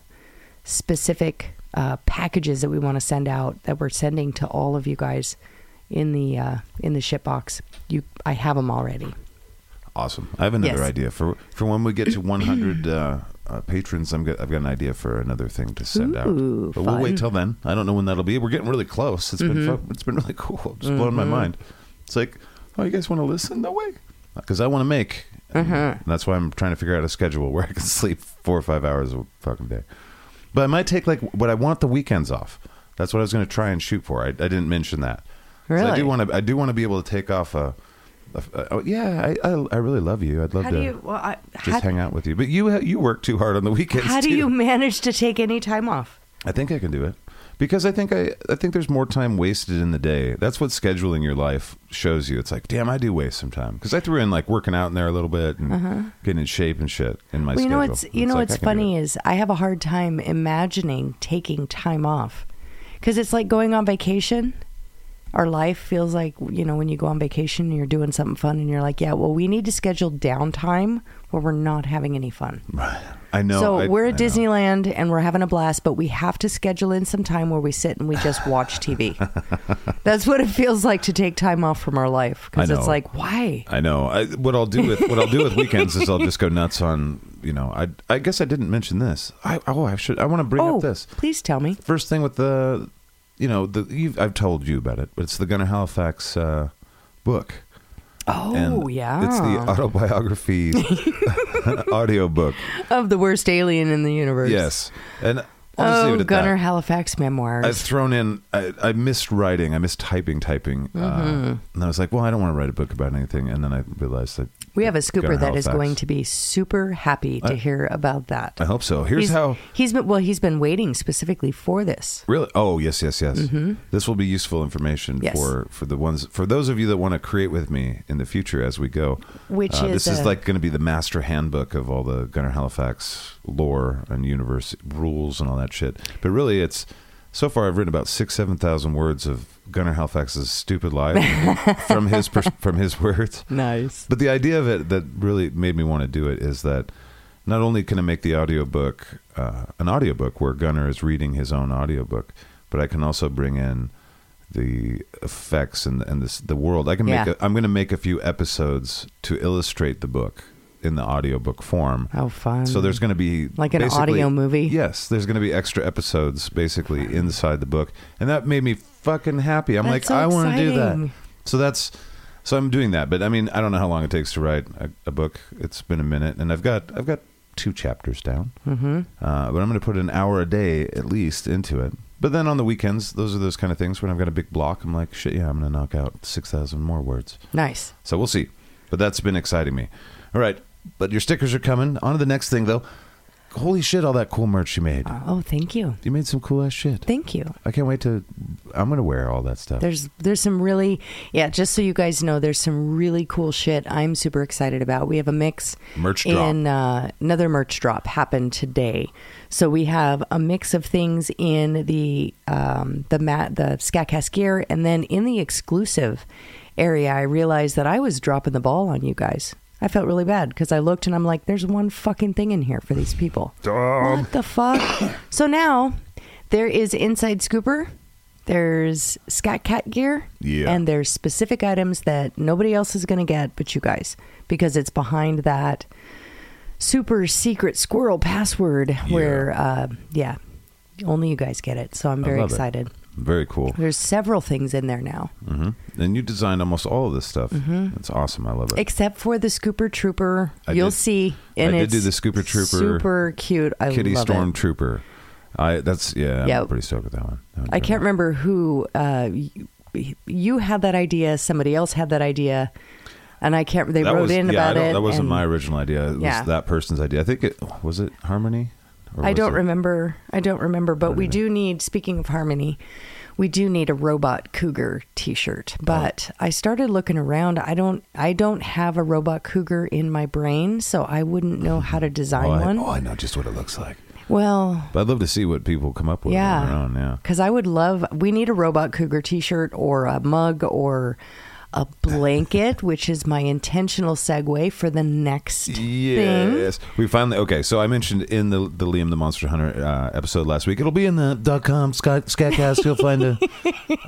K: specific uh, packages that we want to send out, that we're sending to all of you guys in the uh, in the ship box, you, I have them already.
A: Awesome. I have another
K: Yes.
A: idea for for when we get to 100 uh, uh, patrons. I'm got, I've got an idea for another thing to send
K: Ooh,
A: out, but we'll wait
K: fun. Mm-hmm.
A: till then. I don't know when that'll be. We're getting really close. It's been fun. it's been really cool. It's blowing my mind. It's like, oh, you guys want to listen? No way, because I want to make.
K: Uh-huh.
A: And that's why I'm trying to figure out a schedule where I can sleep four or five hours a fucking day. But I might take like what I want the weekends off. That's what I was going to try and shoot for. I, I didn't mention that. So I
K: Really?
A: do want to. I do want to be able to take off a. a- a- oh, yeah, I, I I really love you. I'd love
K: How
A: to
K: do you? Well, I,
A: just
K: how,
A: hang out with you. But you ha- you work too hard on the weekends.
K: how do
A: too.
K: you manage to take any time off?
A: I think I can do it because I think I I think there's more time wasted in the day. That's what scheduling your life shows you. It's like, damn, I do waste some time because I threw in like working out in there a little bit and getting in shape and shit in my
K: Uh-huh. Well, you
A: schedule.
K: know what's you know
A: like,
K: what's
A: I can do
K: funny
A: it.
K: is I have a hard time imagining taking time off because it's like going on vacation. Our life feels like you know when you go on vacation and you're doing something fun and you're like, yeah, well, we need to schedule downtime where we're not having any fun.
A: I know.
K: so
A: I-
K: we're
A: I
K: at
A: know.
K: Disneyland and we're having a blast, but we have to schedule in some time where we sit and we just watch TV. That's what it feels like to take time off from our life because
A: I
K: it's
A: know.
K: like, why?
A: I know. I, what I'll do with what I'll do with weekends is I'll just go nuts on. You know, I I guess I didn't mention this. I oh I should I want to bring
K: oh,
A: up this
K: please tell me.
A: first thing with the you know, the, you've, I've told you about it, but it's the Gunnar Halifax uh, book.
K: Oh
A: and
K: yeah,
A: It's the autobiography audiobook.
K: of the worst alien in the universe.
A: Yes. And I'll just leave it
K: Oh,
A: at
K: Gunnar
A: that.
K: Halifax memoirs.
A: I've thrown in. I, I missed writing. I missed typing. Typing.
K: Mm-hmm.
A: Uh, and I was like, well, I don't want to write a book about anything. And then I realized that
K: we have a scooper
A: Gunnar
K: that is
A: Halifax-
K: going to be super happy to hear about that.
A: I hope so. Here's
K: he's,
A: how.
K: he's been well. He's been waiting specifically for this.
A: Really? Oh, yes, yes, yes. This will be useful information
K: Mm-hmm. Yes.
A: for for the ones for those of you that want to create with me in the future as we go.
K: Which
A: Uh,
K: is
A: this is
K: a-
A: like going to be the master handbook of all the Gunnar Halifax lore and universe rules and all that shit. But really, it's so far I've written about six seven thousand words of Gunnar Halifax's stupid life from his pers- from his words.
K: Nice.
A: But the idea of it that really made me want to do it is that not only can I make the audiobook uh, an audiobook where Gunnar is reading his own audiobook, but I can also bring in the effects and and this, the world. I can make
K: Yeah.
A: a, I'm going to make a few episodes to illustrate the book in the audiobook form.
K: Oh, fun.
A: So there's going to be
K: Like an
A: basically-
K: audio movie?
A: Yes, there's going to be extra episodes basically inside the book, and that made me fucking happy. I'm
K: That's
A: like,
K: so
A: I want to do that.
K: exciting.
A: So that's so I'm doing that. But I mean, I don't know how long it takes to write a, a book. It's been a minute, and I've got I've got two chapters down. Mm-hmm. Uh, but I'm going to put an hour a day at least into it. But then on the weekends, those are those kind of things when I've got a big block. I'm like, shit, yeah, I'm going to knock out six thousand more words.
K: nice.
A: So we'll see. But that's been exciting me. All right. But your stickers are coming. On to the next thing, though. Holy shit, all that cool merch you made.
K: Oh, thank you.
A: You made some cool ass shit.
K: Thank you.
A: I can't wait to. I'm going to wear all that stuff.
K: There's there's some really yeah. Just so you guys know, there's some really cool shit I'm super excited about. We have a mix
A: Merch drop.
K: in uh, another merch drop happened today. So we have a mix of things in the um, the mat the Scatcast gear, and then in the exclusive area, I realized that I was dropping the ball on you guys. I felt really bad because I looked and I'm like, there's one fucking thing in here for these people.
A: Um,
K: What the fuck? so now there is Inside Scooper, there's Scat Cat gear,
A: Yeah.
K: and there's specific items that nobody else is going to get but you guys because it's behind that super secret squirrel password where, uh, yeah, only you guys get it. So I'm very
A: love it.
K: excited.
A: Very cool.
K: There's several things in there now,
A: hmm And you designed almost all of this stuff.
K: Mm-hmm.
A: That's awesome. I love it.
K: except for the Scooper Trooper.
A: I
K: You'll
A: did-
K: see.
A: I
K: And
A: did
K: it's
A: do the Scooper Trooper,
K: Super cute. I
A: Kitty
K: love it.
A: Stormtrooper. I. That's yeah.
K: Yeah.
A: I'm pretty stoked with that one. That one's
K: I
A: really
K: can't remember who uh, you, you had that idea. Somebody else had that idea, and I can't. They
A: That
K: wrote
A: was,
K: in
A: yeah, I
K: about
A: don't-
K: it.
A: That wasn't
K: and
A: my original idea. It was
K: Yeah.
A: that person's idea. I think it was it Harmony. Or
K: I
A: was
K: don't
A: it-
K: remember. I don't remember. But we do need. Speaking of harmony, we do need a robot cougar T-shirt.
A: Oh.
K: But I started looking around. I don't. I don't have a robot cougar in my brain, so I wouldn't know how to design
A: Oh, I,
K: one.
A: oh, I know just what it looks like.
K: Well,
A: But I'd love to see what people come up with on their own. Yeah.
K: Because I would love, we need a Robot Cougar t shirt or a mug or a blanket, which is my intentional segue for the next thing.
A: Yes, we finally okay. So I mentioned in the the Liam the Monster Hunter uh, episode last week. It'll be in the dot com scat- scatcast. You'll find a.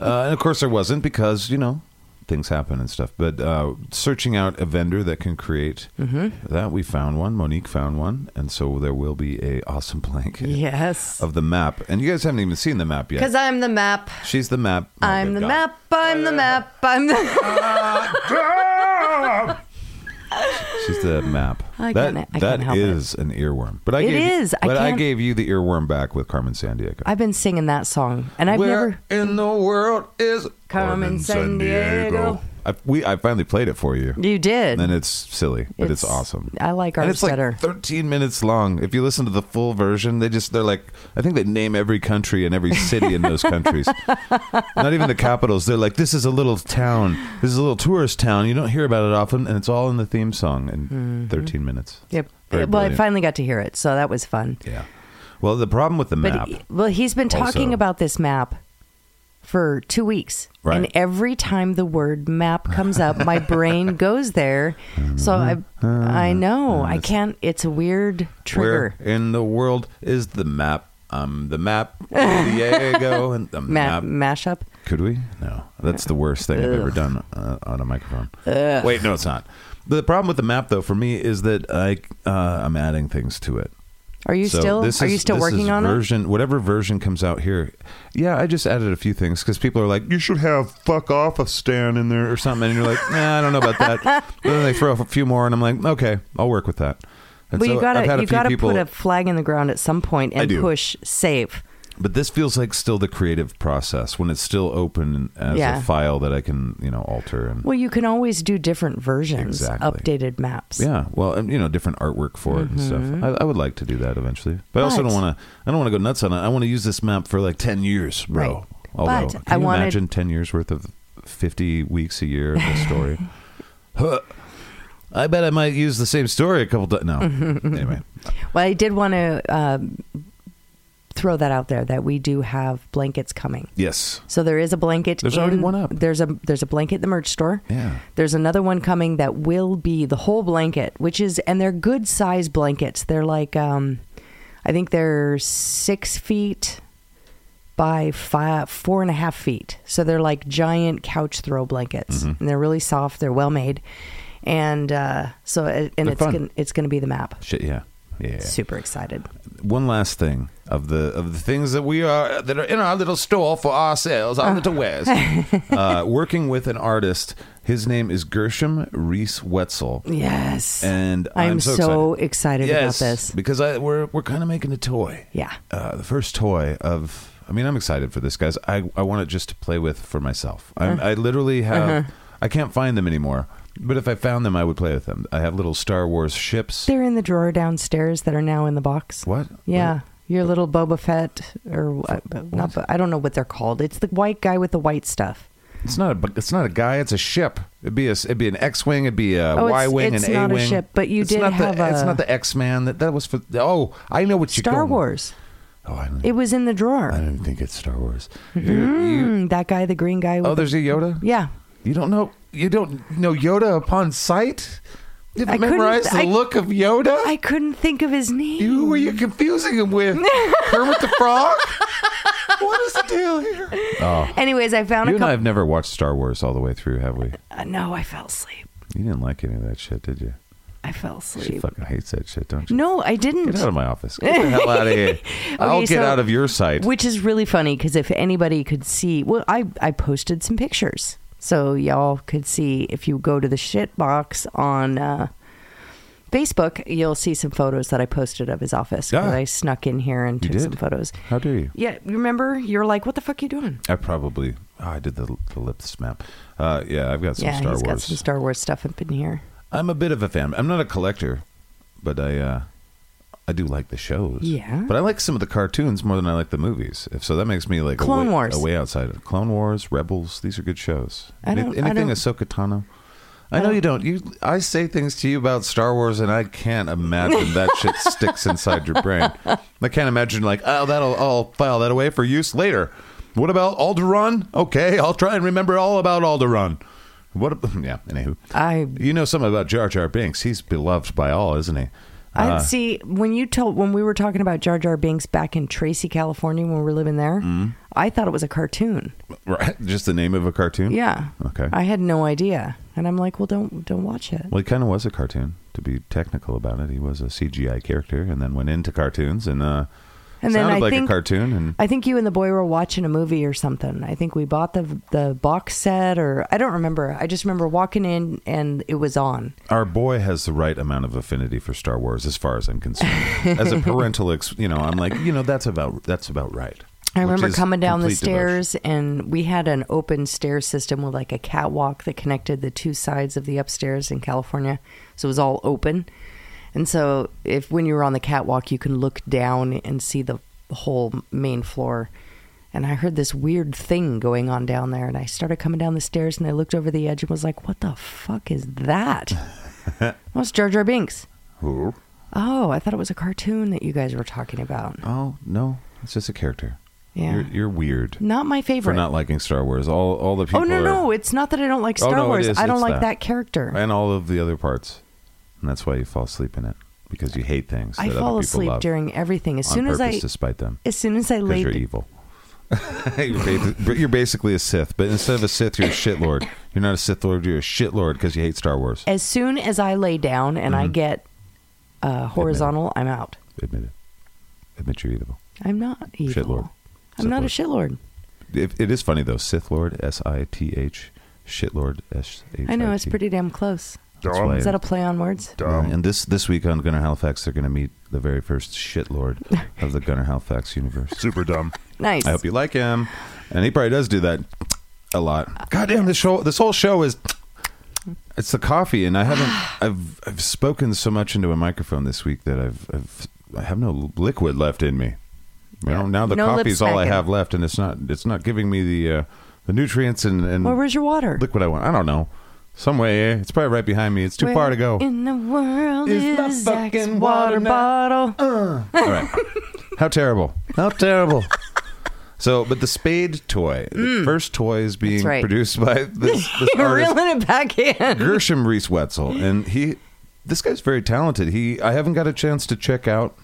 A: Uh, and of course, there wasn't because you know things happen and stuff. But uh, searching out a vendor that can create
K: Mm-hmm.
A: that, we found one. Monique found one, and so there will be a awesome blanket
K: Yes.
A: of the map. And you guys haven't even seen the map yet.
K: Because I'm the map.
A: She's the map. Oh,
K: I'm
A: good
K: the
A: God.
K: map. I'm the map. I'm the.
A: She's the map.
K: I
A: that
K: can't- I
A: that
K: can't help it.
A: is an earworm. But I
K: It
A: gave you-
K: is. I
A: but I
K: can't-
A: gave you the earworm back with Carmen Sandiego.
K: I've been singing that song, and I've never.
A: Where in the world is
K: Come in San Diego.
A: I, we? I finally played it for you,
K: You did.
A: and it's silly, but it's,
K: It's-
A: awesome.
K: I like
A: and
K: ours
A: it's like
K: better.
A: 13 minutes long. If you listen to the full version, they just they're like I think they name every country and every city in those countries. Not even the capitals. They're like this is a little town. This is a little tourist town. You don't hear about it often, and it's all in the theme song in
K: Mm-hmm.
A: 13 minutes.
K: Yep.
A: Very
K: well, I
A: brilliant.
K: finally got to hear it, so that was fun.
A: Yeah. Well, the problem with the map.
K: But well, he's been talking
A: also.
K: about this map for two weeks,
A: Right.
K: and every time the word map comes up, my brain goes there. So I, I know I can't. It's a weird trigger.
A: Where in the world is the map? Um, the map, Diego, and the
K: Ma-
A: map.
K: mashup.
A: Could we? No, that's the worst thing I've ever done uh, on a microphone. Wait, no, it's not. The problem with the map, though, for me is that I uh, I'm adding things to it.
K: Are you
A: So
K: still? Are
A: this
K: you
A: is-
K: still
A: this
K: working
A: is
K: on it?
A: version, Whatever version comes out here. Yeah, I just added a few things because people are like, you should have fuck off a stand in there or something. And you're like, nah, I don't know about that. But then they throw a few more and I'm like, okay, I'll work with that. And
K: Well,
A: so
K: you gotta
A: I've had
K: you
A: a few
K: gotta
A: people,
K: put a flag in the ground at some point and
A: do.
K: push save.
A: but this feels like still the creative process when it's still open as
K: Yeah.
A: a file that I can, you know, alter and
K: Well, you can always do different versions,
A: Exactly.
K: updated maps.
A: Yeah, well, and, you know, different artwork for it
K: Mm-hmm.
A: and stuff. I, I would like to do that eventually, but I also
K: But-
A: don't want to. I don't want to go nuts on it. I want to use this map for like ten years, bro.
K: Right.
A: Although,
K: But
A: can
K: I
A: you
K: wanted-
A: imagine ten years worth of fifty weeks a year of this story? Huh. I bet I might use the same story a couple times. No, anyway,
K: Well, I did want to um, throw that out there that we do have blankets coming.
A: yes,
K: So there is a blanket.
A: There's already
K: in-
A: one up.
K: There's a there's a blanket in the merch store.
A: Yeah.
K: There's another one coming that will be the whole blanket, which is and they're good size blankets. They're like um, I think they're six feet by five four and a half feet. So they're like giant couch throw blankets,
A: Mm-hmm.
K: and they're really soft. They're well made, and uh, so it, and
A: They're
K: it's
A: fun.
K: gonna, it's going to be the map.
A: shit, yeah, yeah.
K: Super excited.
A: One last thing of the of the things that we are that are in our little store for ourselves, our little wares. uh, working with an artist, his name is Gershom Reese Wetzel.
K: Yes.
A: and
K: I'm,
A: I'm,
K: so, excited,
A: yes,
K: about this.
A: because I, we're we're kind of making a toy.
K: Yeah.
A: uh, the first toy of. I mean, I'm excited for this, guys. I I want it just to play with for myself. I'm,
K: Uh-huh.
A: I literally have. I can't find them anymore. But if I found them, I would play with them. I have little Star Wars ships.
K: They're in the drawer downstairs that are now in the box.
A: What?
K: Yeah. Your little Boba Fett, or what, not, Bo- I don't know what they're called. It's the white guy with the white stuff.
A: It's not a. bu- It's not a guy. It's a ship. It'd be a. It'd be an X-wing. It'd be a
K: Oh, it's-
A: Y-wing.
K: it's
A: an
K: not a
A: A-wing.
K: ship, but you
A: it's
K: did
A: not
K: have
A: the, It's
K: a-
A: not the X-man. That that was for. Oh, I know what you.
K: Star Wars.
A: Oh, I don't,
K: It was in the
A: I
K: drawer.
A: don't even think it's Star Wars. You're- you-
K: Mm, that guy, the green guy. With
A: oh, there's a Yoda.
K: yeah.
A: You don't know. You don't know Yoda upon sight. You
K: I
A: haven't
K: couldn't-
A: memorized the
K: I-
A: look of Yoda.
K: I couldn't think of his name.
A: Who are you confusing him with? Kermit the Frog. what is the deal here?
K: Anyways, I found
A: You
K: a
A: and I
K: couple.
A: have never watched Star Wars all the way through, have we?
K: uh, no, I fell asleep.
A: You didn't like any of that shit, did you?
K: I fell
A: She
K: asleep.
A: fucking hates that shit, don't you?
K: No, I didn't.
A: Get out of my office. Get the hell out of here. I'll
K: Okay,
A: get
K: so-
A: out of your sight.
K: Which is really funny because if anybody could see, well, I, I posted some pictures. So y'all could see if you go to the shit box on uh, Facebook, you'll see some photos that I posted of his office. 'cause
A: Yeah.
K: I snuck in here and took
A: did.
K: some photos.
A: How dare you?
K: Yeah, remember? You're like, what the fuck you doing?
A: I probably. Oh, I did the, the lips map. Uh, yeah, I've got some
K: yeah,
A: Star
K: he's got
A: Wars.
K: some Star Wars stuff up in here.
A: I'm a bit of a fan. I'm not a collector, but I uh, I do like the shows.
K: Yeah.
A: But I like some of the cartoons more than I like the movies. If so, that makes me like
K: Clone
A: a way,
K: Wars.
A: a way outside. of Clone Wars, Rebels. These are good shows.
K: I don't- I
A: anything
K: don't-
A: Ahsoka Tano. I know you don't. You, I say things to you about Star Wars, and I can't imagine that shit sticks inside your brain. I can't imagine like, oh, that'll I'll file that away for use later. What about Alderaan? Okay, I'll try and remember all about Alderaan. What? ab- Yeah. Anywho,
K: I-
A: you know something about Jar Jar Binks? He's beloved by all, isn't he? Uh.
K: I see when you told when we were talking about Jar Jar Binks back in Tracy, California, when we were living there,
A: Mm-hmm.
K: I thought it was a cartoon.
A: Right. Just the name of a cartoon.
K: Yeah.
A: Okay.
K: I had no idea, and I'm like, well, don't don't watch it.
A: Well, he kind of was a cartoon, to be technical about it. He was a CGI character, and then went into cartoons, and uh,
K: And then
A: sounded
K: I
A: like
K: think
A: a cartoon. And
K: I think you and the boy were watching a movie or something. I think we bought the the box set, or I don't remember. I just remember walking in and it was on.
A: our boy has the right amount of affinity for Star Wars, as far as I'm concerned. as a parental, ex- you know, I'm like, you know, that's about that's about right.
K: I
A: Which
K: remember
A: is
K: coming down the
A: complete
K: stairs, and we had an open stair system with like a catwalk that connected the two sides of the upstairs in California. So it was all open. And so, if when you were on the catwalk, you can look down and see the whole main floor. And I heard this weird thing going on down there, and I started coming down the stairs, and I looked over the edge and was like, "What the fuck is that?" What's Jar Jar Binks?
A: devotion.
K: Oh, I thought it was a cartoon that you guys were talking about.
A: Oh no, it's just a character.
K: Yeah.
A: You're, you're weird
K: Not my
A: for
K: favorite.
A: not liking Star Wars. All all the people.
K: Oh no,
A: are-
K: no, it's not that I don't like
A: Oh,
K: Star
A: no, it
K: Wars.
A: is.
K: I don't
A: It's
K: like that,
A: that.
K: character.
A: and all of the other parts, and that's why you fall asleep in it because you hate things.
K: I
A: that
K: fall
A: other people
K: asleep
A: love
K: during everything. As
A: on
K: soon as
A: purpose
K: I,
A: to spite them.
K: as soon as I
A: Because
K: laid,
A: you're evil. you're, basically, you're basically a Sith, but instead of a Sith, you're a shitlord. You're not a Sith Lord, you're a shitlord because you hate Star
K: Eh.
A: Wars. Mm-hmm.
K: as soon as I lay down and I get uh, horizontal, I'm out.
A: Admit it. Admit you're evil.
K: I'm not evil.
A: Shitlord.
K: I'm not a shitlord.
A: It, it is funny though. Sith Lord, S I T H, shitlord, S H.
K: I know it's pretty damn close.
A: That's why-
K: Is that a play on words?
A: Yeah, and this this week on Gunnar Halifax, they're going to meet the very first shitlord of the Gunnar Halifax universe.
B: Super dumb.
K: Nice.
A: I hope you like him, and he probably does do that a lot. Goddamn, this show, this whole show is it's the coffee, and I haven't I've I've spoken so much into a microphone this week that I've, I've I have no liquid left in me. You know, now the
K: No lip
A: coffee's all I
K: smacking.
A: have left, and it's not it's not giving me the uh, the nutrients and and
K: Well, where's your water?
A: liquid I want. I don't know. Some way, eh? it's probably right behind me. It's too far to go.
K: In the world
A: Is
K: is,
A: my
K: Zach's
A: fucking
K: water
A: water now? Uh,
K: bottle.
A: All right. How terrible. How terrible. So, but the spade toy, the first toy is being
K: Mm. right.
A: produced by this, this
K: You're
A: artist,
K: reeling it back in.
A: Gershom Reese Wetzel. And he, this guy's very talented. He, I haven't got a chance to check out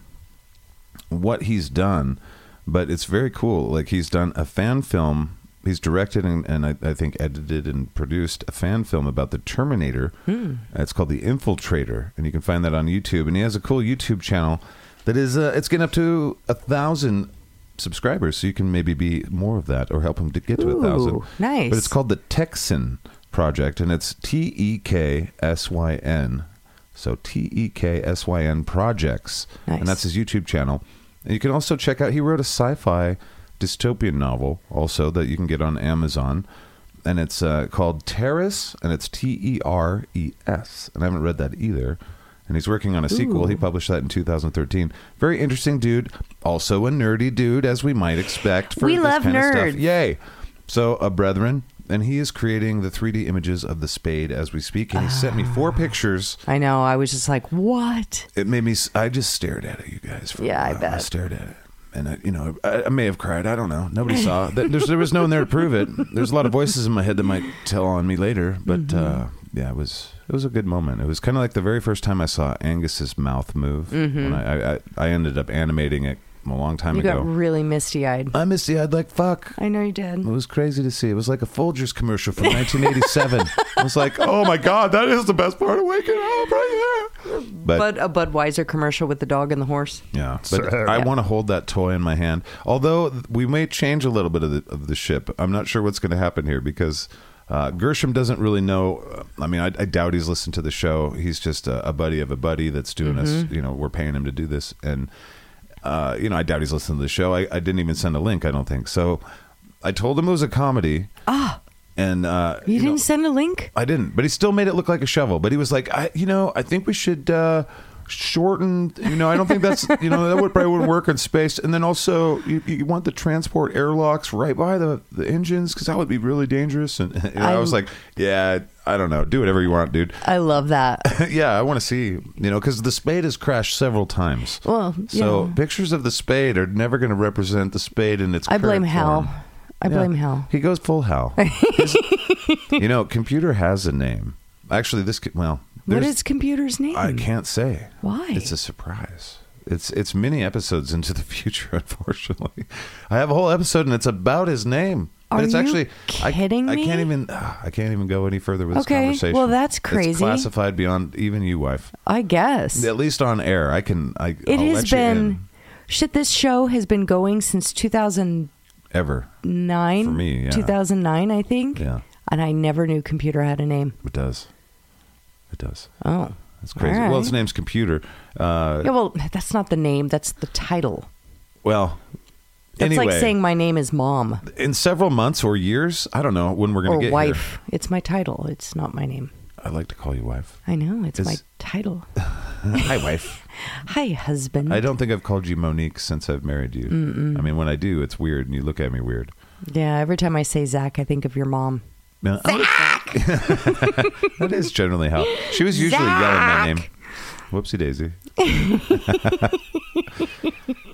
A: what he's done, but it's very cool. Like, he's done a fan film. He's directed and, and I, I think edited and produced a fan film about the Terminator.
K: Hmm.
A: It's called The Infiltrator, and you can find that on YouTube. And he has a cool YouTube channel that is uh, it's getting up to a thousand subscribers, so you can maybe be more of that or help him to get to a thousand.
K: Ooh, nice.
A: But it's called the Texan Project, and it's T E K S Y N. So T E K S Y N Projects,
K: Nice.
A: and that's his YouTube channel. And you can also check out. He wrote a sci-fi dystopian novel also that you can get on Amazon, and it's uh, called Terrace, and it's T E R E S. And I haven't read that either. And he's working on a sequel. He published that in 2013. Very interesting dude. Also a nerdy dude, as we might expect. For
K: We
A: this
K: love
A: kind of stuff.
K: nerds.
A: Yay! So, a brethren, and he is creating the 3D images of the spade as we speak. And he sent me
K: Ah.
A: four pictures.
K: I know. I was just like, what?
A: It made me. s- I just stared at it, you guys. For a
K: Yeah, I
A: while. I
K: bet.
A: stared at it, and I, you know, I, I may have cried. I don't know. Nobody saw. it. There- There's, there was no one there to prove it. There's a lot of voices in my head that might tell on me later, but
K: Mm-hmm.
A: uh, yeah, it was. It was a good moment. It was kind of like the very first time I saw Angus's mouth move. When I, I, I, I ended up animating it a long time
K: Mm-hmm. You
A: ago.
K: got really misty eyed.
A: I missed the. I'd like fuck.
K: I know you did.
A: It was crazy to see. It was like a Folgers commercial from 1987. I was like, "Oh my god, that is the best part of waking up right there." But,
K: But a Budweiser commercial with the dog and the horse.
A: yeah, but
B: Sir.
A: I want to hold that toy in my hand. Although th- we may change a little bit of the, of the ship. I'm not sure what's going to happen here because uh, Gershom doesn't really know. uh, I mean, I, I doubt he's listened to the show. He's just a, a buddy of a buddy that's doing us. You know, we're paying him to do this, and uh, you know, I doubt he's listened to the show. I, I didn't even send a link. I don't think so. I told him it was a comedy. Ah. And uh,
K: You,
A: know-
K: didn't send a link?
A: I didn't, but he still made it look like a shovel. But he was like, I, you know, I think we should uh, shorten. You know, I don't think that's, you know, that would probably wouldn't work in space. And then also, you, you want the transport airlocks right by the, the engines because that would be really dangerous. And, you know, I, was
K: I-
A: like, yeah, I don't know, do whatever you want, dude.
K: I love that.
A: yeah, I want to see, you know, because the spade has crashed several times.
K: Well,
A: so
K: yeah.
A: pictures of the spade are never going to represent the spade in its.
K: I blame
A: current
K: Hal.
A: form.
K: I
A: Yeah.
K: blame Hal.
A: He goes full Hal. His- you know, computer has a name. Actually, this could- well,
K: What
A: there's-
K: is computer's name?
A: I can't say.
K: Why?
A: It's a surprise. It's it's many episodes into the future. Unfortunately, I have a whole episode and it's about his name.
K: Are
A: but it's
K: you
A: actually
K: kidding
A: I, I can't
K: me?
A: even ah, I can't even go any further with
K: Okay,
A: this conversation.
K: well, that's
A: It's
K: crazy.
A: classified beyond even you, wife.
K: I guess.
A: At least on air, I can. I
K: it
A: I'll
K: has
A: let you in.
K: been. Shit, this show has been going since 2009.
A: ever. For me, yeah.
K: 2009, I think.
A: Yeah.
K: And I never knew computer had a name.
A: It does. It does.
K: Oh.
A: That's crazy.
K: All
A: Well, its
K: right.
A: name's computer. Uh,
K: Yeah, well, that's not the name. That's the title.
A: Well,
K: That's
A: anyway,
K: like saying my name is mom
A: in several months or years, I don't know when we're going
K: or
A: to get
K: wife. It's my title. It's not my name.
A: Here. I like to call you wife.
K: I know. It's, my
A: Is-
K: title.
A: Hi, wife.
K: Hi, husband.
A: I don't think I've called you Monique since I've married you. I mean, when I do, it's weird, and you look at me weird.
K: Yeah, every time I say Zach, I think of your mom.
A: Now, I'm gonna- that is generally how she was usually yelling my name. Whoopsie daisy.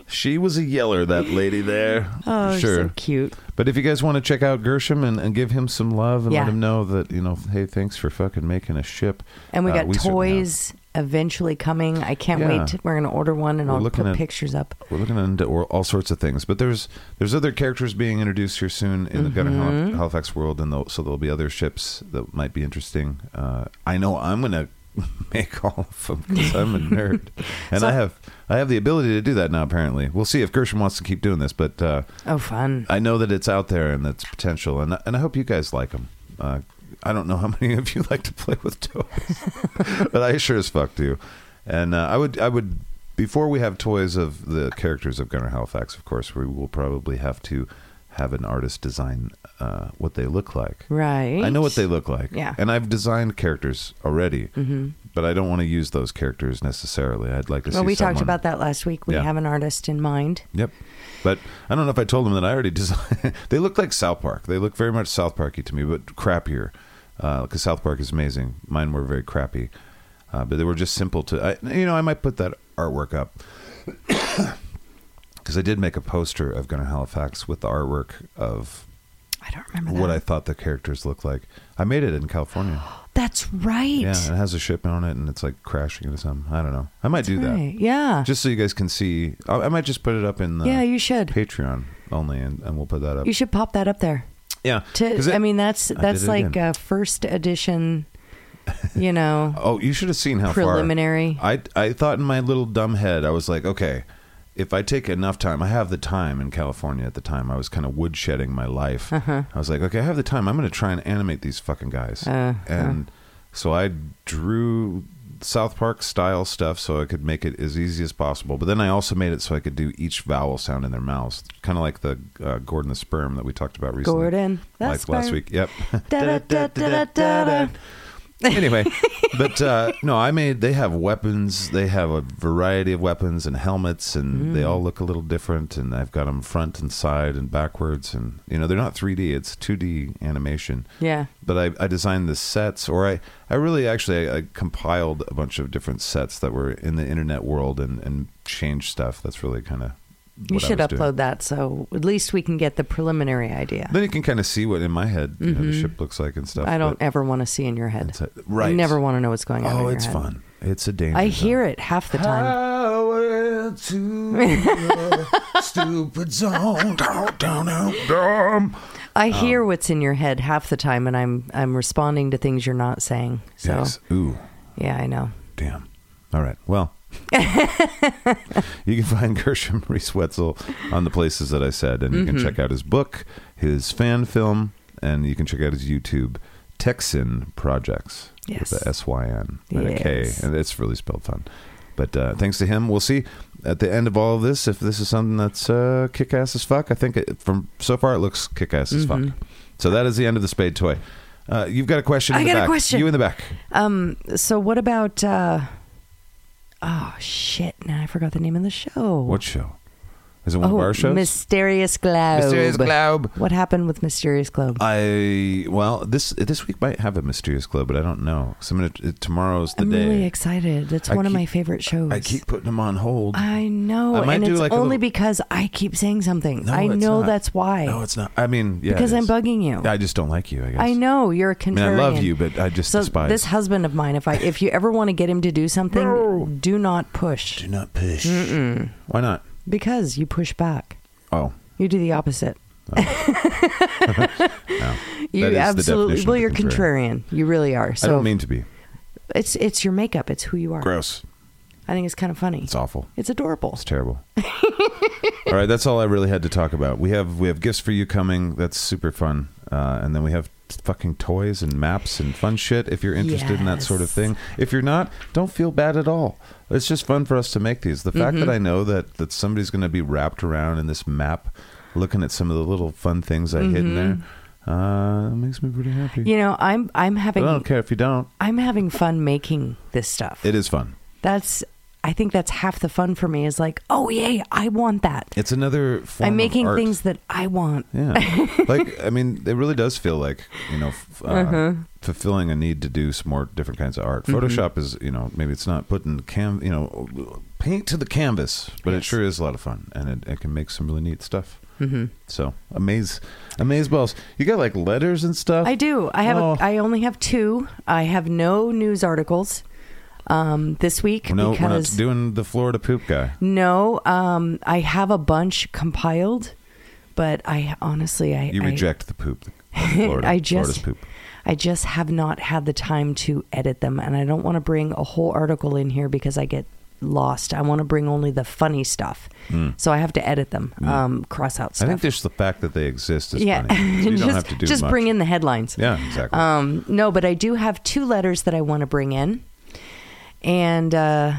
A: she was a yeller, that lady there.
K: Oh, you're
A: sure.
K: so cute.
A: But if you guys want to check out Gershom and, and give him some love and let
K: Yeah.
A: him know that, you know, hey, thanks for fucking making a ship.
K: And we
A: Uh,
K: got
A: certainly have.
K: toys eventually coming. I can't
A: Yeah.
K: wait. We're gonna order one, and
A: We're
K: I'll
A: looking
K: put
A: at-
K: pictures up.
A: We're looking into all all sorts of things, but there's there's other characters being introduced here soon in the Gunner
K: Mm-hmm.
A: Hal- Halifax world, and there'll- so there'll be other ships that might be interesting. Uh, I know I'm gonna make all of them because I'm a nerd, and I have I have the ability to do that now. Apparently, we'll see if Gershon wants to keep doing this, but uh,
K: Oh, fun.
A: I know that it's out there and that's potential, and and I hope you guys like them. Uh, I don't know how many of you like to play with toys, but I sure as fuck do. And uh, I would I would before we have toys of the characters of Gunnar Halifax, of course, we will probably have to have an artist design uh, what they look like.
K: Right.
A: I know what they look like.
K: Yeah. Mm-hmm.
A: And I've designed characters already, but I don't want to use those characters necessarily. I'd like to
K: Well,
A: see
K: we talked
A: someone-
K: about that last week. We
A: Yeah.
K: have an artist in mind.
A: Yep. But I don't know if I told them that I already designed. they look like South Park. They look very much South Parky to me, but crappier. Because South Park is amazing. Mine were very crappy, uh, but they were just simple to. I, you know, I might put that artwork up because I did make a poster of Gunnar Halifax with the artwork of
K: I don't remember that.
A: what I thought the characters looked like. I made it in California.
K: That's right.
A: Yeah, and it has a ship on it, and it's like crashing into something. I don't know. I might do
K: Right.
A: that.
K: Yeah.
A: Just uh, so you guys can see, I, I might just put it up in the
K: Yeah, you should.
A: Patreon only, and, and we'll put that up.
K: you should pop that up there.
A: yeah,
K: To,
A: 'Cause it-
K: I mean, that's
A: I did
K: that's
A: it
K: like
A: again.
K: a first edition. You know.
A: Oh, you should have seen how
K: Preliminary.
A: Far. I I thought in my little dumb head, I was like, okay, if I take enough time, I have the time in California at the time. I was kind of woodshedding my life.
K: Uh-huh.
A: I was like, okay, I have the time. I'm going to try and animate these fucking guys.
K: Uh-huh.
A: and so I drew South Park style stuff so I could make it as easy as possible. But then I also made it so I could do each vowel sound in their mouths, kind of like the uh, Gordon the sperm that we talked about recently.
K: Gordon the
A: like last
K: sperm.
A: week. Yep.
K: Da, da, da, da, da, da.
A: anyway, but uh, no, I made. They have weapons. They have a variety of weapons and helmets,
K: Mm.
A: and they all look a little different. And I've got them front and side and backwards, and you know they're not 3D. It's 2D animation.
K: Yeah.
A: But I, I designed the sets, or I, I really actually I, I compiled a bunch of different sets that were in the internet world and and changed stuff. That's really kind of
K: You should upload that so at least we can get the preliminary idea.
A: Then you can kind of see what in my head you know, the ship looks like and stuff.
K: Mm-hmm. I don't
A: but
K: ever want to see in your head.
A: that's it. Right.
K: I never want to know what's going on. in
A: Oh,
K: your
A: it's
K: head.
A: fun. It's a danger.
K: I
A: zone.
K: hear it half the time.
A: Power to your stupid zone. Down, down, down. Um,
B: Dumb.
K: I hear what's in your head half the time, and I'm I'm responding to things you're not saying. So
A: Yes. Ooh,
K: yeah, I know.
A: damn. All right. Well, you can find Gershom Reese Wetzel on the places that I said, and you
K: Mm-hmm.
A: can check out his book, his fan film, and you can check out his YouTube, Texan Projects
K: Yes.
A: with the S Y N and a K,
K: Yes.
A: and it's really spelled fun. But uh, thanks to him, we'll see at the end of all of this if this is something that's uh, kick ass as fuck. I think it, from so far it looks kick ass as fuck. So that is the end of the spade toy. Uh, you've got a question. In
K: Mm-hmm. I
A: the
K: got a
A: back.
K: question.
A: You in the back.
K: Um. So what about? uh Oh shit! Now I forgot the name of the show.
A: What show? Is it one
K: Oh,
A: of our shows?
K: Mysterious Globe.
A: Mysterious Globe. Uh,
K: What happened with Mysterious Globe?
A: I well this this week might have a mysterious glow, but I don't know. So I'm gonna, tomorrow's the
K: I'm
A: day.
K: really excited. That's
A: I
K: one of
A: keep-
K: my favorite shows.
A: I keep putting them on hold.
K: I know,
A: I might
K: and
A: do
K: it's
A: like a
K: only
A: little-
K: because I keep saying something.
A: No,
K: I
A: it's
K: know
A: not.
K: that's why.
A: No, it's not. I mean, yeah, it
K: Because I'm
A: is.
K: bugging you.
A: I just don't like you. I guess.
K: I know you're a
A: mean,
K: contrarian.
A: I love you, but I just
K: so
A: despise-
K: this husband of mine. If I, if you ever want to get him to do something, do not push
A: Do not push. Why not?
K: because you push back.
A: Oh,
K: You do the opposite. you
A: That is the
K: absolutely.
A: definition
K: well,
A: of a
K: you're
A: contrarian.
K: contrarian. You really are. So
A: I don't mean to be
K: it's it's your makeup. It's who you are.
A: gross.
K: I think it's kind of funny.
A: It's awful.
K: It's adorable.
A: It's terrible. all right, that's all I really had to talk about. We have we have gifts for you coming. That's super fun. Uh, and then we have fucking toys and maps and fun shit if you're interested in that sort of
K: Yes.
A: thing. If you're not, don't feel bad at all. It's just fun for us to make these. The fact
K: Mm-hmm.
A: that I know that that somebody's going to be wrapped around in this map looking at some of the little fun things I hid in there
K: Mm-hmm.
A: uh, makes me pretty happy.
K: You know, I'm I'm
A: but
K: having
A: I don't care if you don't.
K: I'm having fun making this stuff.
A: It is fun.
K: that's I think that's half the fun for me is like, oh yay, I want that.
A: It's another form
K: I'm
A: of
K: making
A: Oh, art.
K: things that I want.
A: Yeah. like, I mean, it really does feel like, you know, f- uh,
K: Uh-huh.
A: fulfilling a need to do some more different kinds of art.
K: Mm-hmm.
A: Photoshop is, you know, maybe it's not putting cam, you know, paint to the canvas, but it sure is a lot of fun and it, it can make some really neat stuff. Mm-hmm. So, amaze, amaze balls. You got like letters and stuff.
K: I do. I have.
A: Oh.
K: A, I only have two. I have no news articles um, this week
A: no, we're not
K: because
A: doing the Florida poop guy.
K: no. Um, I have a bunch compiled, but I honestly I
A: You
K: I-
A: reject the poop. Florida.
K: I
A: Florida's
K: just,
A: poop.
K: I just have not had the time to edit them, and I don't want to bring a whole article in here because I get lost. I want to bring only the funny stuff, so I have to edit them, um, cross out
A: Hmm. I
K: stuff.
A: think just the fact that they exist is
K: yeah,
A: funny. So you
K: just,
A: don't have to do
K: just
A: much.
K: bring in the headlines.
A: Yeah, exactly.
K: Um, no, but I do have two letters that I want to bring in, and uh,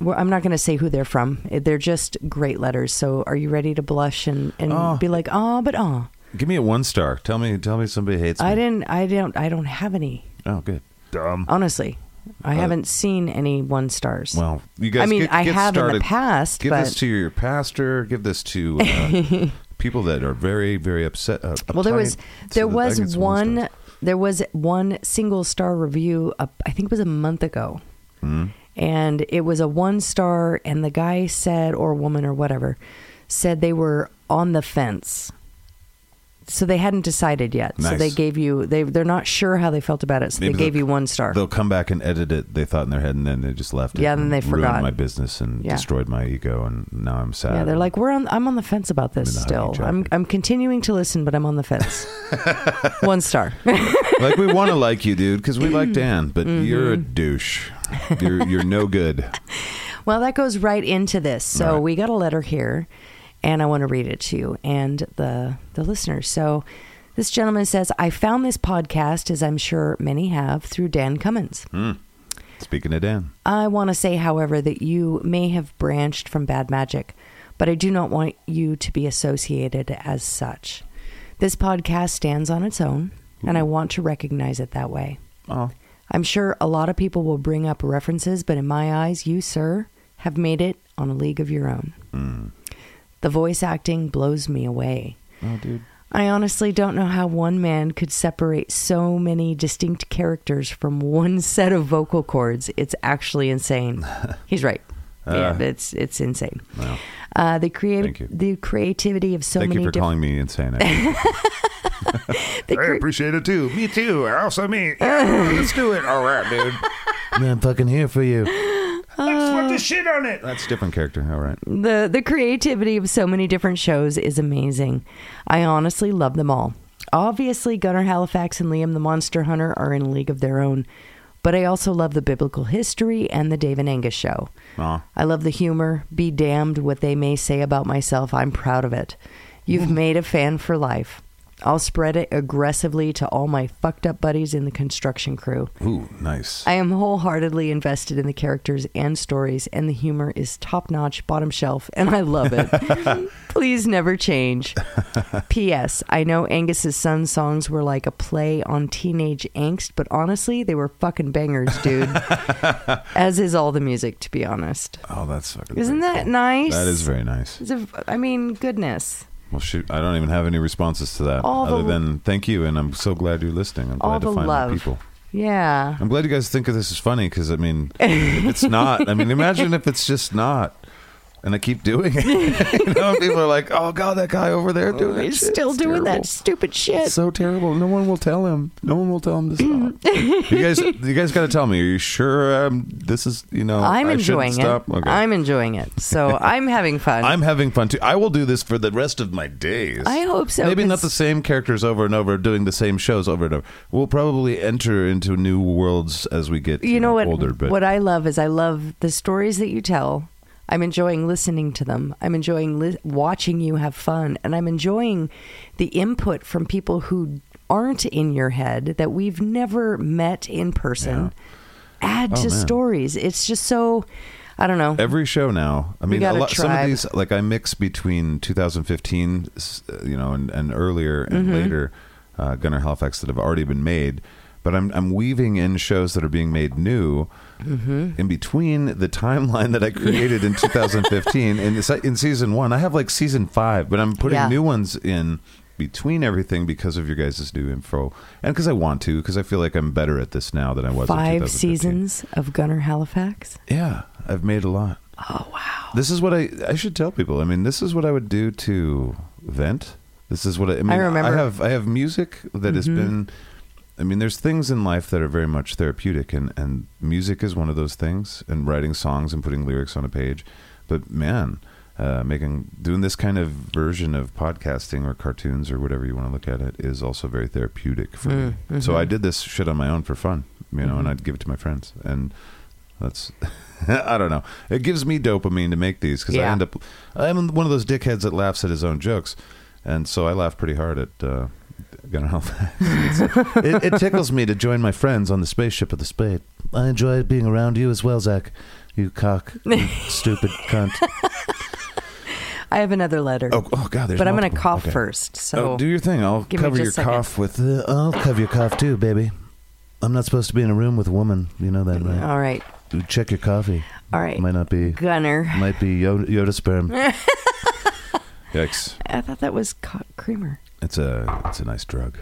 K: well, I'm not going to say who they're from. Eh, They're just great letters. So, are you ready to blush and, and
A: Oh.
K: be like, oh, but oh,
A: Give me a one star. Tell me, tell me somebody hates me.
K: I didn't, I don't, I don't have any.
A: Oh, good.
B: Dumb.
K: Honestly, I haven't seen any one stars.
A: Uh, Well, you guys.
K: I mean,
A: get,
K: I
A: get
K: have in the
A: started.
K: past,
A: Give this
K: but-
A: to your pastor. Give this to uh, people that are very, very upset. Uh,
K: well, there
A: uptight.
K: was
A: So
K: there
A: that- I
K: was
A: think it's
K: one
A: star.
K: there was one single star review. Up, I think it was a month ago,
A: Hmm.
K: and it was a one star. And the guy said, or woman, or whatever, said they were on the fence. So they hadn't decided yet. So
A: Nice.
K: they gave you they they're not sure how they felt about it. So
A: Maybe
K: they gave
A: they'll-
K: you one star.
A: They'll come back and edit it. They thought in their head, and then they just left.
K: Yeah,
A: it
K: then they
A: ruined
K: forgot.
A: my business and
K: Yeah.
A: destroyed my ego, and now I'm sad.
K: Yeah, they're like we're on. I'm on the fence about this
A: I'm in a
K: still.
A: hiding
K: I'm
A: jacket.
K: I'm continuing to listen, but I'm on the fence. one star.
A: like we want to like you, dude, because we like Dan, but you're
K: Mm-hmm.
A: a douche. You're you're no good.
K: Well, that goes right into this. So
A: Right.
K: we got a letter here, and I want to read it to you and the the listeners. So this gentleman says, "I found this podcast, as I'm sure many have, through Dan Cummins.
A: Speaking of Dan,
K: I want to say, however, that you may have branched from bad magic, but I do not want you to be associated as such. This podcast stands on its own, and I want to recognize it that way.
A: oh,
K: I'm sure a lot of people will bring up references, but in my eyes, you, sir, have made it on a league of your own.
A: Hmm.
K: The voice acting blows me away.
A: oh, dude.
K: I honestly don't know how one man could separate so many distinct characters from one set of vocal cords. It's actually insane. He's right. yeah, it's it's insane.
A: Uh.
K: Uh, the
A: Thank you.
K: creative the creativity of so
A: Thank
K: many
A: you for
K: diff-
A: calling me insane. I-
K: the
B: I
K: cre-
B: appreciate it too. Me too. Also me.
D: Let's do it. All right, dude.
C: I'm fucking here for you.
K: Uh,
B: Slap the shit on it.
A: That's a different character. All right.
K: The the creativity of so many different shows is amazing. I honestly love them all. Obviously, Gunnar Halifax and Liam the Monster Hunter are in a league of their own, but I also love the biblical history and the Dave and Angus show.
A: Aw.
K: I love the humor. Be damned what they may say about myself. I'm proud of it. You've made a fan for life. I'll spread it aggressively to all my fucked up buddies in the construction crew.
A: Ooh, nice.
K: I am wholeheartedly invested in the characters and stories, and the humor is top notch, bottom shelf, and I love it. Please never change. P.S. I know Angus's son songs were like a play on teenage angst, but honestly, they were fucking bangers, dude. As is all the music, to be honest.
A: oh, that's fucking.
K: Isn't
A: very
K: that
A: cool.
K: nice?
A: That is very nice.
K: It's a- I mean, goodness.
A: Well, shoot, I don't even have any responses to that
K: All the
A: other
K: lo-
A: than thank you, and I'm so glad you're listening. I'm glad
K: All
A: to
K: the
A: find
K: love.
A: more people.
K: Yeah.
A: I'm glad you guys think of this as funny because I mean, if it's not. I mean, imagine if it's just not, and I keep doing it. you know, and people are like, "Oh God, that guy over there doing that
K: Oh, He's
A: shit.
K: still
A: It's
K: doing
A: terrible.
K: that stupid shit.
A: It's so terrible. No one will tell him. No one will tell him to stop. you guys, you guys got to tell me. Are you sure um, this is? You know,
K: I'm
A: I shouldn't
K: enjoying it.
A: stop? Okay.
K: I'm enjoying it. So I'm having fun.
A: I'm having fun too. I will do this for the rest of my days.
K: I hope so,
A: Maybe not
K: 'cause-
A: the same characters over and over, doing the same shows over and over. We'll probably enter into new worlds as we get
K: you know what
A: older. But
K: what i love is i love the stories that you tell i'm enjoying listening to them i'm enjoying li- watching you have fun and i'm enjoying the input from people who aren't in your head that we've never met in person
A: Oh,
K: add to stories it's just so i don't know
A: every show now, I mean, a
K: got a
A: lot, some of
K: tribe.
A: these, like I mix between 2015, s- uh, you know, and, and earlier
K: Mm-hmm.
A: and later, uh, Gunnar Halifax that have already been made. But I'm, I'm weaving in shows that are being made new
K: Mm-hmm.
A: in between the timeline that I created in 2015 and the se- in season one. I have like season five, but I'm putting
K: Yeah.
A: new ones in between everything because of your guys' new info and because I want to because I feel like I'm better at this now than I was in
K: five
A: 2015.
K: seasons of gunnar halifax
A: Yeah, I've made a lot.
K: oh wow
A: This is what I I should tell people. I mean, this is what I would do to vent. This is what I, I mean.
K: remember-
A: have I have music that has been. I mean, there's things in life that are very much therapeutic, and and music is one of those things. And writing songs and putting lyrics on a page, but man, uh, making doing this kind of version of podcasting or cartoons or whatever you want to look at it is also very therapeutic for me. So I did this shit on my own for fun, you know, and I'd give it to my friends, and that's I don't know. It gives me dopamine to make these because I
K: Yeah.
A: end up I'm one of those dickheads that laughs at his own jokes, and so I laugh pretty hard at. Uh, Gunnar Halifax. It's- it, it tickles me to join my friends on the spaceship of the spade. I enjoy being around you as well, Zach. You cock, you stupid cunt.
K: I have another letter.
A: Oh, oh God, there's.
K: but I'm going to
A: multiple.
K: cough
A: Okay.
K: first. So
A: Oh, do your thing. I'll
K: Give me
A: cover
K: just
A: your
K: a second.
A: cough with. Uh, I'll cover your cough too, baby.
C: I'm not supposed to be in a room with a woman. You know that,
A: Oh.
C: right?
K: all right.
C: Check your coffee.
K: All right.
C: Might not be.
K: Gunner.
C: Might be
A: uh,
C: Yoda, Yoda sperm.
A: Yikes!
K: I thought that was co- creamer.
A: It's a it's a nice drug.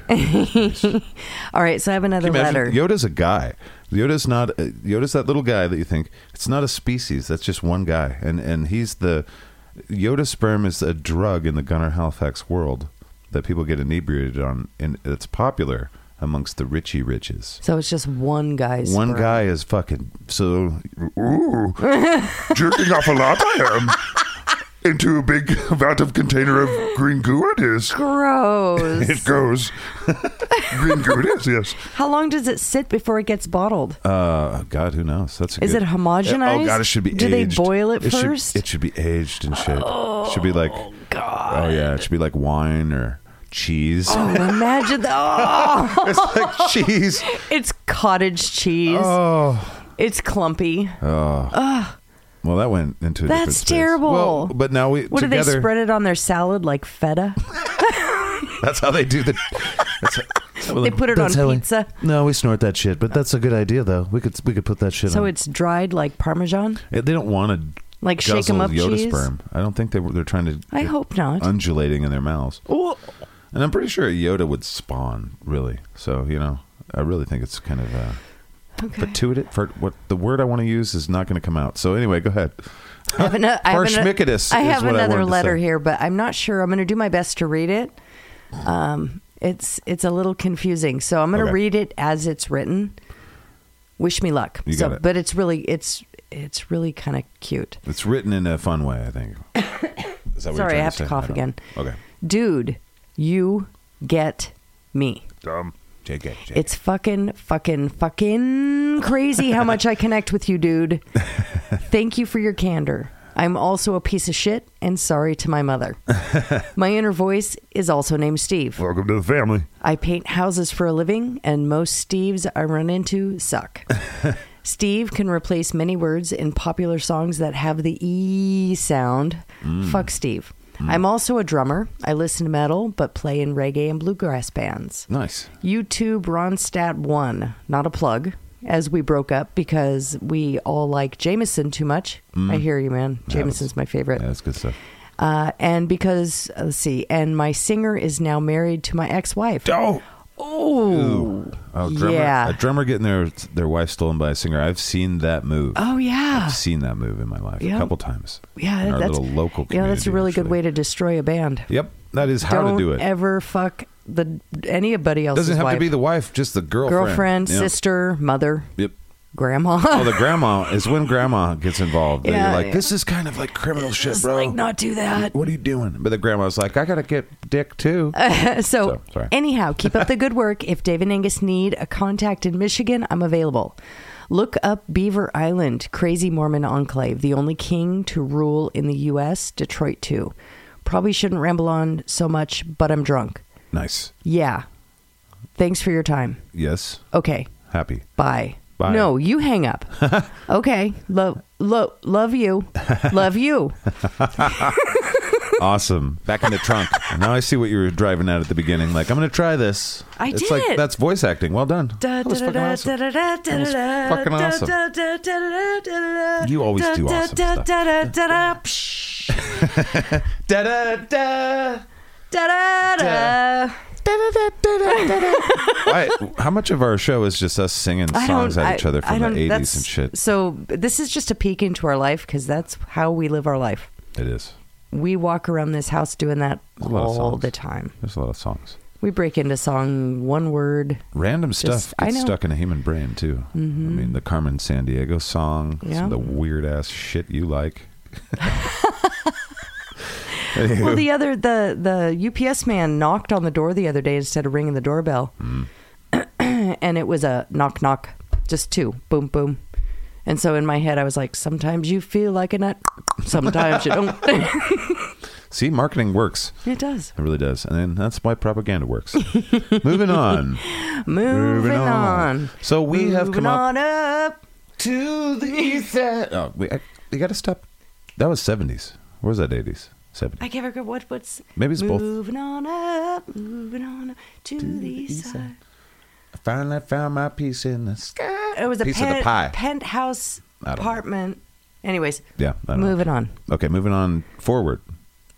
K: All right, so I have another
A: Can you
K: letter.
A: imagine- Yoda's a guy. Yoda's not. uh, Yoda's that little guy that you think it's not a species. That's just one guy, and and he's the Yoda sperm is a drug in the Gunnar Halifax world that people get inebriated on, and it's popular amongst the richy riches.
K: So it's just one guy's.
A: One
K: sperm.
A: guy is fucking so.
B: Ooh, jerking off a lot I am. Into a big vat of container of green goo it is.
K: Gross.
B: It goes. green goo it is, yes.
K: How long does it sit before it gets bottled?
A: Uh, God, who knows? That's a
K: Is
A: good-
K: it homogenized?
A: Oh God, it should be.
K: Do
A: aged.
K: they boil it,
A: should-
K: first?
A: it should be aged and shit. It should be like. Oh yeah, it should be like wine or cheese.
K: oh, imagine the. Oh,
A: it's like cheese.
K: it's cottage cheese.
A: Oh.
K: It's clumpy.
A: Well, that went into a different
K: That's
A: space.
K: terrible.
A: Well, but now we
K: What do they
A: together.
K: spread it on their salad like feta?
A: That's how they do the. That's
K: they put it on
C: That's how we-
K: pizza,
C: No, we snort that shit, but that's a good idea though. We could we could put that shit
K: so
C: on.
K: it's dried like parmesan.
A: they don't want to
K: Like shake 'em
A: guzzle
K: up
A: Yoda
K: cheese?
A: sperm. I don't think they were, they're trying to.
K: I hope not.
A: Undulating in their mouths.
K: Ooh.
A: And I'm pretty sure Yoda would spawn, really. So you know, I really think it's kind of. Uh,
K: Okay.
A: Fortuitous. For what the word I want to use is not going to come out. So anyway, go ahead.
K: I have, ano- I have, ano-
A: Parshmicotous
K: I
A: is
K: have
A: what I
K: another
A: wanted to
K: letter
A: say.
K: here, but I'm not sure. I'm going to do my best to read it. Um, it's it's a little confusing, so I'm going to
A: Okay.
K: read it as it's written. Wish me luck.
A: You
K: so,
A: got it.
K: but it's really it's it's really kind of cute.
A: It's written in a fun way, I think. Is that what you're
K: Sorry, I
A: trying
K: have to
A: say?
K: cough
A: don't-
K: again.
A: Okay.
K: Dude, you get me.
B: Dumb.
A: JK. JK.
K: It's fucking, fucking, fucking crazy how much I connect with you, dude. Thank you for your candor. I'm also a piece of shit and sorry to my mother. My inner voice is also named Steve.
B: Welcome to the family.
K: I paint houses for a living, and most Steves I run into suck. Steve can replace many words in popular songs that have the E sound. Fuck Steve. I'm also a drummer. I listen to metal, but play in reggae and bluegrass bands.
A: nice.
K: YouTube Ronstadt one, not a plug, as we broke up because we all like Jameson too much.
A: Mm.
K: I hear you, man. Jameson's my favorite.
A: Yeah, that's good stuff.
K: Uh, and because uh, let's see, and my singer is now married to my ex-wife.
A: Oh.
K: Oh,
A: Oh, drummer,
K: Yeah.
A: a drummer getting their their wife stolen by a singer. I've seen that move.
K: oh yeah,
A: I've seen that move in my life
K: Yeah.
A: a couple times.
K: yeah.
A: in our
K: that's
A: little local.
K: You know, that's a really good way to destroy a band.
A: Yep, that is how to
K: Don't
A: do it.
K: ever fuck the anybody else's
A: Doesn't have
K: wife.
A: to be the wife, just the girlfriend.
K: girlfriend,
A: Yeah.
K: sister, mother,
A: Yep.
K: grandma.
A: Oh, the grandma is when grandma gets involved. Yeah,
K: Yeah,
A: you're like,
K: yeah.
A: this is kind of like criminal shit,
K: Just
A: bro.
K: like not do that.
A: what are you doing? But the grandma's like, I gotta get dick too.
K: So,
A: So, sorry.
K: anyhow, keep up the good work. If Dave and Angus need a contact in Michigan, I'm available. Look up Beaver Island, crazy Mormon enclave, the only king to rule in the U.S., Detroit, too. Probably shouldn't ramble on so much, but I'm drunk.
A: nice.
K: Yeah. Thanks for your time.
A: Yes.
K: Okay.
A: Happy.
K: Bye.
A: Bye.
K: No, you hang up. okay. Love, love, love you. Love you.
A: Awesome. Back in the trunk. now I see what you were driving at at the beginning. Like, I'm gonna try this.
K: I
A: it's
K: did
A: like
K: it.
A: that's voice acting. Well done.
K: Da-
A: that was
K: da-
A: fucking
K: da-
A: awesome.
K: da- da- da-
A: That was
K: da-
A: fucking
K: da-
A: awesome.
K: da- da- da- da- da- da-
A: You always
K: da-
A: do
K: da-
A: awesome
K: da-
A: stuff.
K: da- da- da- da- psh.
A: Da da da.
K: Da- da- da.
A: Why, how much of our show is just us singing
K: I don't-
A: songs at each
K: I-
A: other
K: I
A: from the
K: don't-
A: 80s
K: that's-
A: and shit?
K: So this is just a peek into our life because that's how we live our life.
A: It is.
K: We walk around this house doing that
A: A lot of
K: all
A: songs.
K: the time.
A: There's a lot of songs.
K: We break into song one word.
A: Random
K: Just-
A: stuff
K: I
A: gets
K: know.
A: stuck in a human brain too. I
K: Mm-hmm.
A: mean, the Carmen San Diego song, some
K: Yeah.
A: of the weird ass shit you like.
K: well, the other the the UPS man knocked on the door the other day instead of ringing the doorbell, and it was a knock knock, just two, boom boom. And so in my head, I was like, sometimes you feel like a nut, sometimes you don't.
A: See, marketing works.
K: it does.
A: It really does. And then that's why propaganda works. Moving on.
K: Moving, on.
A: So we have
K: Moving
A: come up.
K: on up.
A: to the east side. Oh, wait, I, you got to stop. That was 70s. Or was that 80s? 70s.
K: I can't remember what what's.
A: Maybe it's both.
K: Moving on up, moving on up to, the east side.
A: I finally found my piece in the sky.
K: It was a
A: Piece of the
K: pen-
A: pie.
K: penthouse
A: I don't know.
K: apartment. Anyways,
A: Yeah. I don't know.
K: moving on.
A: Okay, moving on forward.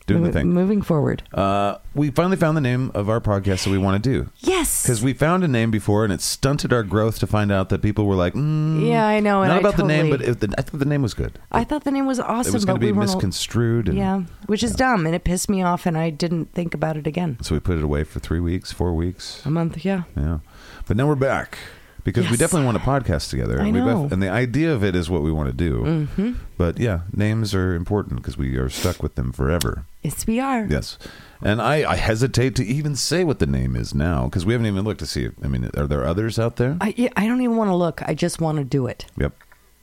A: Doing
K: Mo-
A: the thing.
K: Moving forward.
A: Uh, we finally found the name of our podcast that we want to do.
K: Yes.
A: Because we found a name before and it stunted our growth to find out that people were like, mm,
K: Yeah, I know, and
A: Not
K: I
A: about the name, but
K: totally-
A: it, the, I thought the name was good.
K: I thought the name was awesome,
A: it was
K: but
A: going to be
K: we weren't al-
A: misconstrued. And,
K: Yeah, which is dumb, and it pissed me off, and I didn't think about it again.
A: So we put it away for three weeks, four weeks.
K: A month, yeah.
A: Yeah. But now we're back because we
K: Yes.
A: definitely want to podcast together.
K: I
A: and, we
K: know.
A: and the idea of it is what we want to do. Mm-hmm. But yeah, names are important because we are stuck with them forever.
K: Yes, we are.
A: Yes. And I, I hesitate to even say what the name is now because we haven't even looked to see. If, I mean, are there others out there?
K: I, yeah, I don't even want to look. I just want to do it.
A: yep.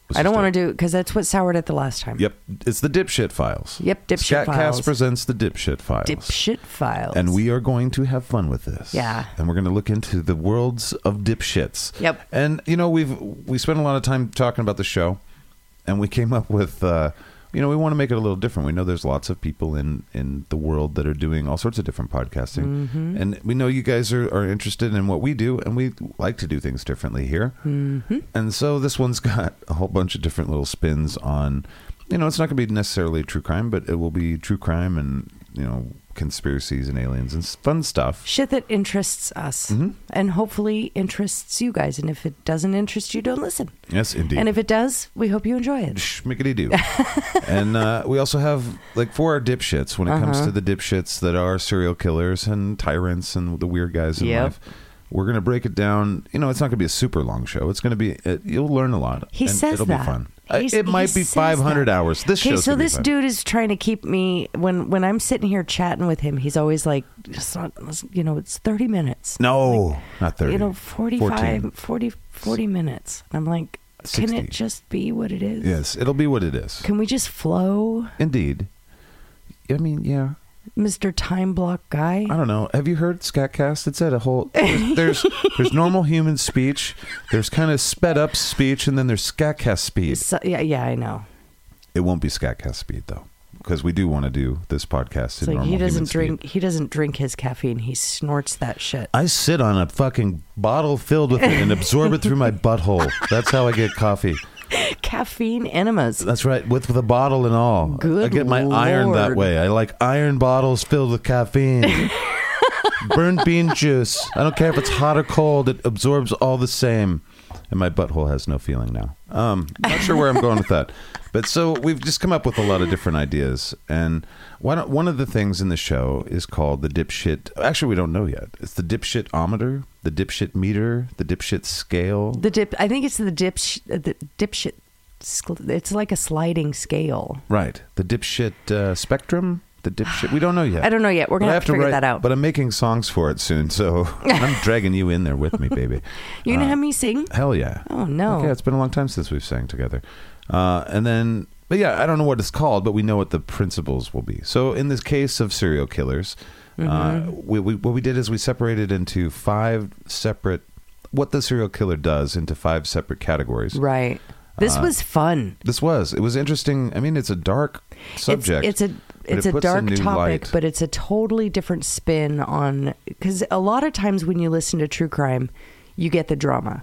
A: Let's
K: I don't
A: just
K: want to do it because that's what soured it the last time.
A: it. Yep. It's the Dipshit Files.
K: Yep, Dipshit Files.
A: Scatcast presents the Dipshit Files.
K: Dipshit files.
A: And we are going to have fun with this.
K: Yeah.
A: And we're going to look into the worlds of dipshits.
K: Yep.
A: And you know we've we spent a lot of time talking about the show, and we came up with uh, you know we want to make it a little different. We know there's lots of people in in the world that are doing all sorts of different podcasting,
K: Mm-hmm.
A: and we know you guys are are interested in what we do, and we like to do things differently here. Mm-hmm. And so this one's got a whole bunch of different little spins on. You know, it's not going to be necessarily true crime, but it will be true crime and you know conspiracies and aliens and s- fun stuff.
K: Shit that interests us
A: Mm-hmm.
K: and hopefully interests you guys. And if it doesn't interest you, don't listen.
A: Yes, indeed.
K: And if it does, we hope you enjoy it.
A: schmickety doo. and uh, we also have like for our dipshits when it comes
K: Uh-huh.
A: to the dipshits that are serial killers and tyrants and the weird guys in
K: Yep.
A: life. We're gonna break it down. You know, it's not gonna be a super long show. It's gonna be it, you'll learn a lot.
K: He
A: and
K: says
A: it'll
K: that.
A: be fun.
K: He's-
A: Uh, it
K: he
A: might be
K: says
A: 500
K: that.
A: hours. This
K: Okay,
A: show's
K: so
A: gonna be
K: this
A: fun.
K: dude is trying to keep me when when I'm sitting here chatting with him. He's always like, it's not, it's- you know, it's thirty minutes.
A: No, not 30.
K: you know,
A: 14.
K: 45, 40, 40 minutes. And I'm like, can
A: 60.
K: it just be what it is?
A: Yes, it'll be what it is.
K: Can we just flow,
A: Indeed. I mean, yeah.
K: Mister Time Block guy?
A: I don't know. Have you heard Scatcast? It's at a whole there's there's, there's normal human speech, there's kind of sped up speech, and then there's Scatcast speed.
K: So, yeah, yeah, I know.
A: It won't be Scatcast speed though, because we do want to do this podcast
K: It's
A: in
K: like
A: normal
K: he
A: human
K: doesn't
A: speed.
K: drink. He doesn't drink his caffeine. He snorts that shit.
A: I sit on a fucking bottle filled with it and absorb it through my butthole. That's how I get coffee.
K: Caffeine enemas.
A: That's right, with the bottle and all.
K: Good
A: I get my iron that
K: lord.
A: way. I like iron bottles filled with caffeine. Burned bean juice. I don't care if it's hot or cold, it absorbs all the same. And my butthole has no feeling now. Um, not sure where I'm going with that. But so we've just come up with a lot of different ideas. And why don't, one of the things in the show is called the dipshit. Actually, we don't know yet. It's the dipshitometer, the dipshit meter, the dipshit scale.
K: The dip. I think it's the dip. Sh- uh, the dipshit. sc- It's like a sliding scale.
A: Right. The dipshit uh, spectrum. The dipshit. We don't know yet.
K: I don't know yet. We're
A: But
K: gonna
A: I
K: have to figure
A: write-
K: that out.
A: But I'm making songs for it soon, so I'm dragging you in there with me, baby.
K: You gonna
A: Uh,
K: have me sing?
A: Hell yeah.
K: Oh, no.
A: Yeah, it's been a long time since we've sang together. Uh, and then, but yeah, I don't know what it's called, but we know what the principles will be. So in this case of serial killers, uh,
K: Mm-hmm.
A: we, we, what we did is we separated into five separate. What the serial killer does into five separate categories.
K: Right.
A: uh,
K: This was fun.
A: This was. It was interesting. I mean, it's a dark subject.
K: It's, it's a
A: but
K: it's
A: it
K: a
A: puts
K: dark
A: new
K: topic,
A: light.
K: but it's a totally different spin on because a lot of times when you listen to true crime, you get the drama,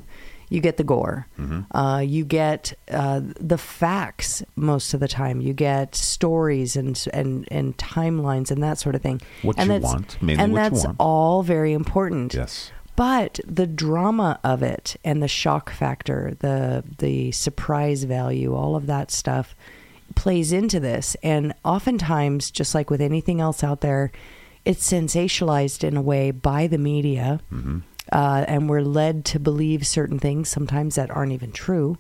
K: you get the gore,
A: Mm-hmm.
K: uh, you get uh, the facts most of the time, you get stories and and and timelines and that sort of thing.
A: What
K: and
A: you
K: that's-
A: want, mainly
K: and
A: what you
K: that's
A: want.
K: all very important.
A: Yes.
K: But the drama of it and the shock factor, the the surprise value, all of that stuff plays into this. And oftentimes, just like with anything else out there, it's sensationalized in a way by the media. Uh, and we're led to believe certain things, sometimes that aren't even true,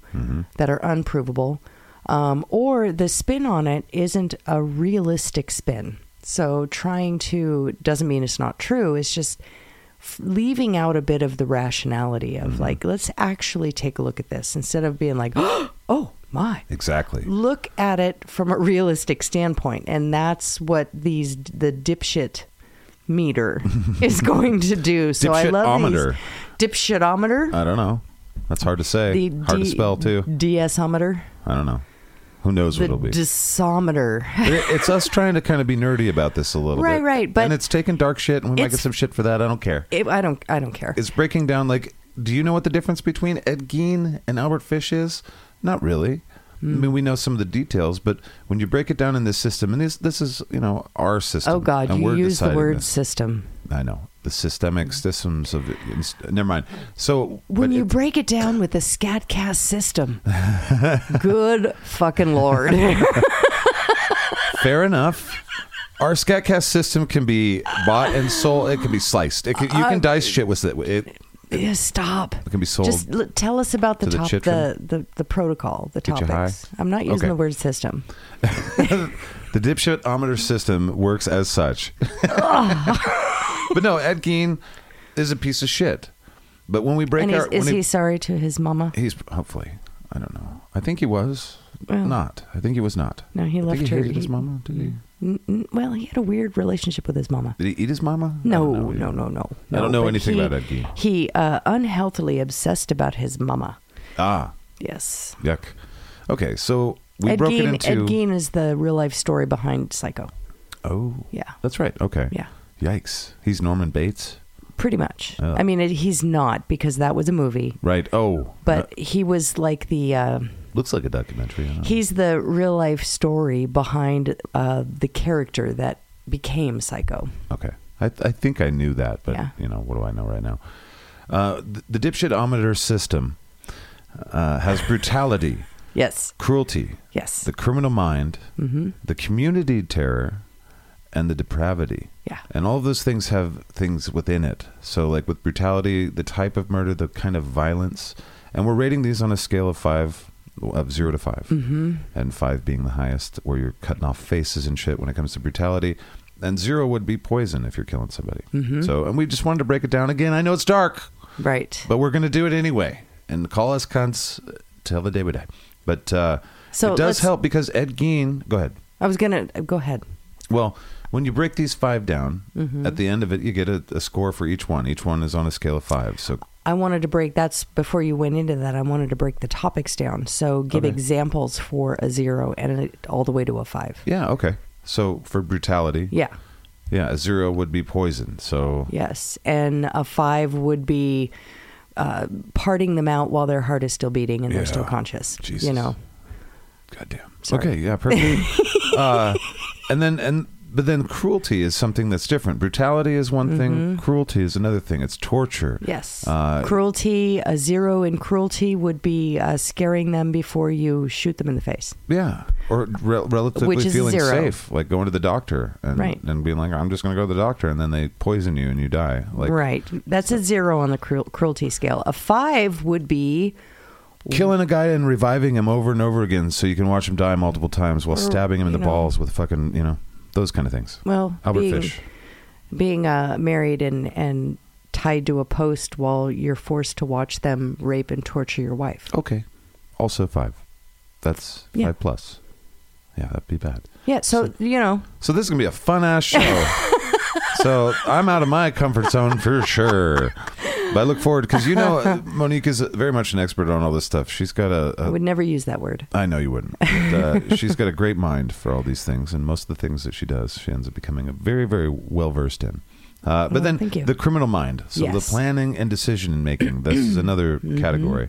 K: that are unprovable. Um, or the spin on it isn't a realistic spin. So trying to doesn't mean it's not true. It's just f- leaving out a bit of the rationality of
A: Mm-hmm.
K: like, let's actually take a look at this instead of being like, oh my,
A: Exactly.
K: look at it from a realistic standpoint and that's what these the dipshit meter is going to do so i love
A: Dipshitometer.
K: these dipshitometer
A: I don't know. That's hard to say.
K: the
A: Uh, hard to
K: D-
A: spell too.
K: DSometer,
A: I don't know. Who knows
K: the
A: what it'll be?
K: disometer.
A: It- it's us trying to kind of be nerdy about this a little
K: Right,
A: bit.
K: right, but-
A: and it's taking dark shit, and we might
K: It's-
A: get some shit for that. I don't care.
K: It- I don't, I don't care.
A: It's breaking down like, do you know what the difference between Ed Gein and Albert Fish is? Not really. I
K: Hmm.
A: mean, we know some of the details, but when you break it down in this system, and this this is you know our system.
K: Oh God,
A: and
K: you
A: we're
K: use the
A: deciding
K: word
A: this.
K: system.
A: I know the systemic systems of. ins- Never mind. So
K: Mm. When
A: but
K: you
A: it-
K: break it down with the Scatcast system, good fucking lord.
A: Fair enough. Our Scatcast system can be bought and sold. It can be sliced. It can, you
K: Uh,
A: can dice shit with it. It
K: Yeah, stop.
A: It can be sold
K: Just l- tell us about the
A: to the
K: top, the,
A: chitrin.
K: the, the protocol, the
A: Get you
K: topics.
A: high?
K: I'm not using
A: Okay.
K: the word system.
A: the dipshitometer system works as such. but no, Ed Gein is a piece of shit. But when we break
K: and
A: our,
K: is, is
A: when
K: he sorry to his mama?
A: he's hopefully, I don't know. I think he was
K: Well.
A: not. I think he was not.
K: No, he
A: I think
K: left
A: he
K: her-
A: Hated his
K: he- Mm.
A: mama? Did he?
K: N- n- well, he had a weird relationship with his mama.
A: Did he eat his mama? I
K: No,
A: don't
K: no, no, no, no.
A: I don't know
K: but
A: anything
K: he-
A: about Ed Gein.
K: He uh, unhealthily obsessed about his mama.
A: Ah,
K: Yes.
A: yuck. Okay, so we
K: Ed,
A: broke
K: Gein,
A: it into.
K: Ed Gein is the real life story behind Psycho.
A: Oh,
K: Yeah.
A: that's right. Okay.
K: Yeah.
A: Yikes. He's Norman Bates.
K: Pretty much.
A: Oh.
K: I mean, it, he's not because that was a movie,
A: Right. Oh,
K: but he was like the. Uh,
A: looks like a documentary. I don't know.
K: He's the real life story behind uh, the character that became Psycho.
A: Okay. I, th- I think I knew that, but
K: Yeah.
A: you know, what do I know right now? Uh, th- the dipshitometer system uh, has brutality,
K: Yes.
A: cruelty,
K: Yes.
A: the criminal mind,
K: mm-hmm.
A: the community terror, and the depravity.
K: Yeah.
A: And all of those things have things within it. So, like with brutality, the type of murder, the kind of violence, and we're rating these on a scale of five, of zero to 5
K: Mm-hmm.
A: and five being the highest, where you're cutting off faces and shit when it comes to brutality. And zero would be poison if you're killing somebody.
K: Mhm.
A: So, and we just wanted to break it down again. I know it's dark,
K: Right.
A: but we're going to do it anyway. And call us cunts till the day we die. But uh,
K: So
A: it
K: let's-
A: does help because Ed Gein. Go ahead.
K: I was gonna uh, go ahead.
A: Well, when you break these five down,
K: Mm-hmm.
A: at the end of it, you get a, a score for each one. Each one is on a scale of five. So,
K: I wanted to break. That's before you went into that. I wanted to break the topics down. So give examples for a zero and it, all the way to a five.
A: yeah, okay. So for brutality,
K: Yeah.
A: yeah, a zero would be poison. So
K: Yes. And a five would be uh, parting them out while their heart is still beating and they're still
A: Yeah.
K: conscious.
A: Jesus.
K: You know.
A: Goddamn.
K: Sorry.
A: Okay, yeah, perfect. uh, and then and but then cruelty is something that's different. Brutality is one
K: Mm-hmm.
A: thing. Cruelty is another thing. It's torture.
K: Yes.
A: Uh,
K: cruelty, a zero in cruelty would be uh, scaring them before you shoot them in the face.
A: Yeah, or re- relatively
K: Which is
A: feeling
K: zero.
A: safe, like going to the doctor and
K: Right.
A: and being like, I'm just going to go to the doctor, and then they poison you and you die. Like
K: right. That's a zero on the cruel cruelty scale. A five would be
A: killing a guy and reviving him over and over again, so you can watch him die multiple times while stabbing him in the
K: you know.
A: balls with fucking you know those kind of things.
K: well
A: Albert
K: being,
A: Fish.
K: being uh, married and and tied to a post while you're forced to watch them rape and torture your wife.
A: Okay, also five. That's
K: Yeah.
A: five plus. Yeah, that'd be bad.
K: Yeah. So you know.
A: So this is gonna be a fun ass show. so I'm out of my comfort zone for sure. But I look forward because you know uh, Monique is very much an expert on all this stuff. She's got a.
K: I
A: a
K: would never use that word.
A: I know you wouldn't. But, uh, she's got a great mind for all these things, and most of the things that she does, she ends up becoming a very, very well versed in. Uh, but
K: Well,
A: then
K: Oh, thank you.
A: the criminal mind, so the
K: Yes. Mm-hmm.
A: planning and decision making. This is another category,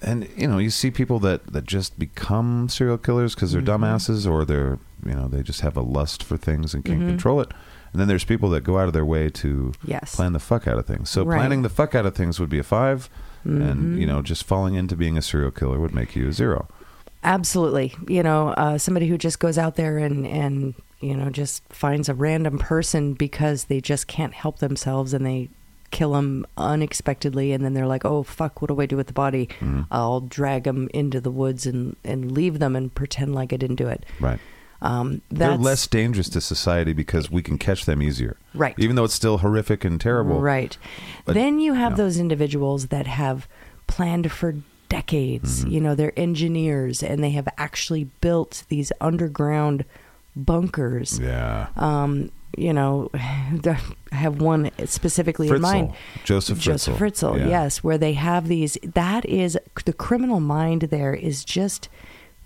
A: and you know you see people that that just become serial killers because they're
K: Mm-hmm.
A: dumbasses or they're you know they just have a lust for things and can't
K: Mm-hmm.
A: control it. And then there's people that go out of their way to
K: Yes.
A: plan the fuck out of things. So
K: Right. Mm-hmm.
A: planning the fuck out of things would be a 5 and you know just falling into being a serial killer would make you a zero.
K: Absolutely. You know, uh, somebody who just goes out there and, and, you know, just finds a random person because they just can't help themselves and they kill them unexpectedly. And then they're like, oh, fuck, what do I do with the body?
A: Mm-hmm.
K: I'll drag them into the woods and, and leave them and pretend like I didn't do it.
A: Right.
K: Um,
A: They're
K: that's
A: less dangerous to society because we can catch them easier.
K: Right.
A: Even though it's still horrific and terrible.
K: Right.
A: But-
K: then you have
A: yeah.
K: those individuals that have planned for decades.
A: Mm-hmm.
K: You know, they're engineers and they have actually built these underground bunkers.
A: Yeah.
K: Um, you know, I have one specifically in mind.
A: Fritzl. Joseph
K: Joseph
A: Fritzl.
K: Fritzl,
A: Yeah.
K: yes, where they have these. That is the criminal mind. There is just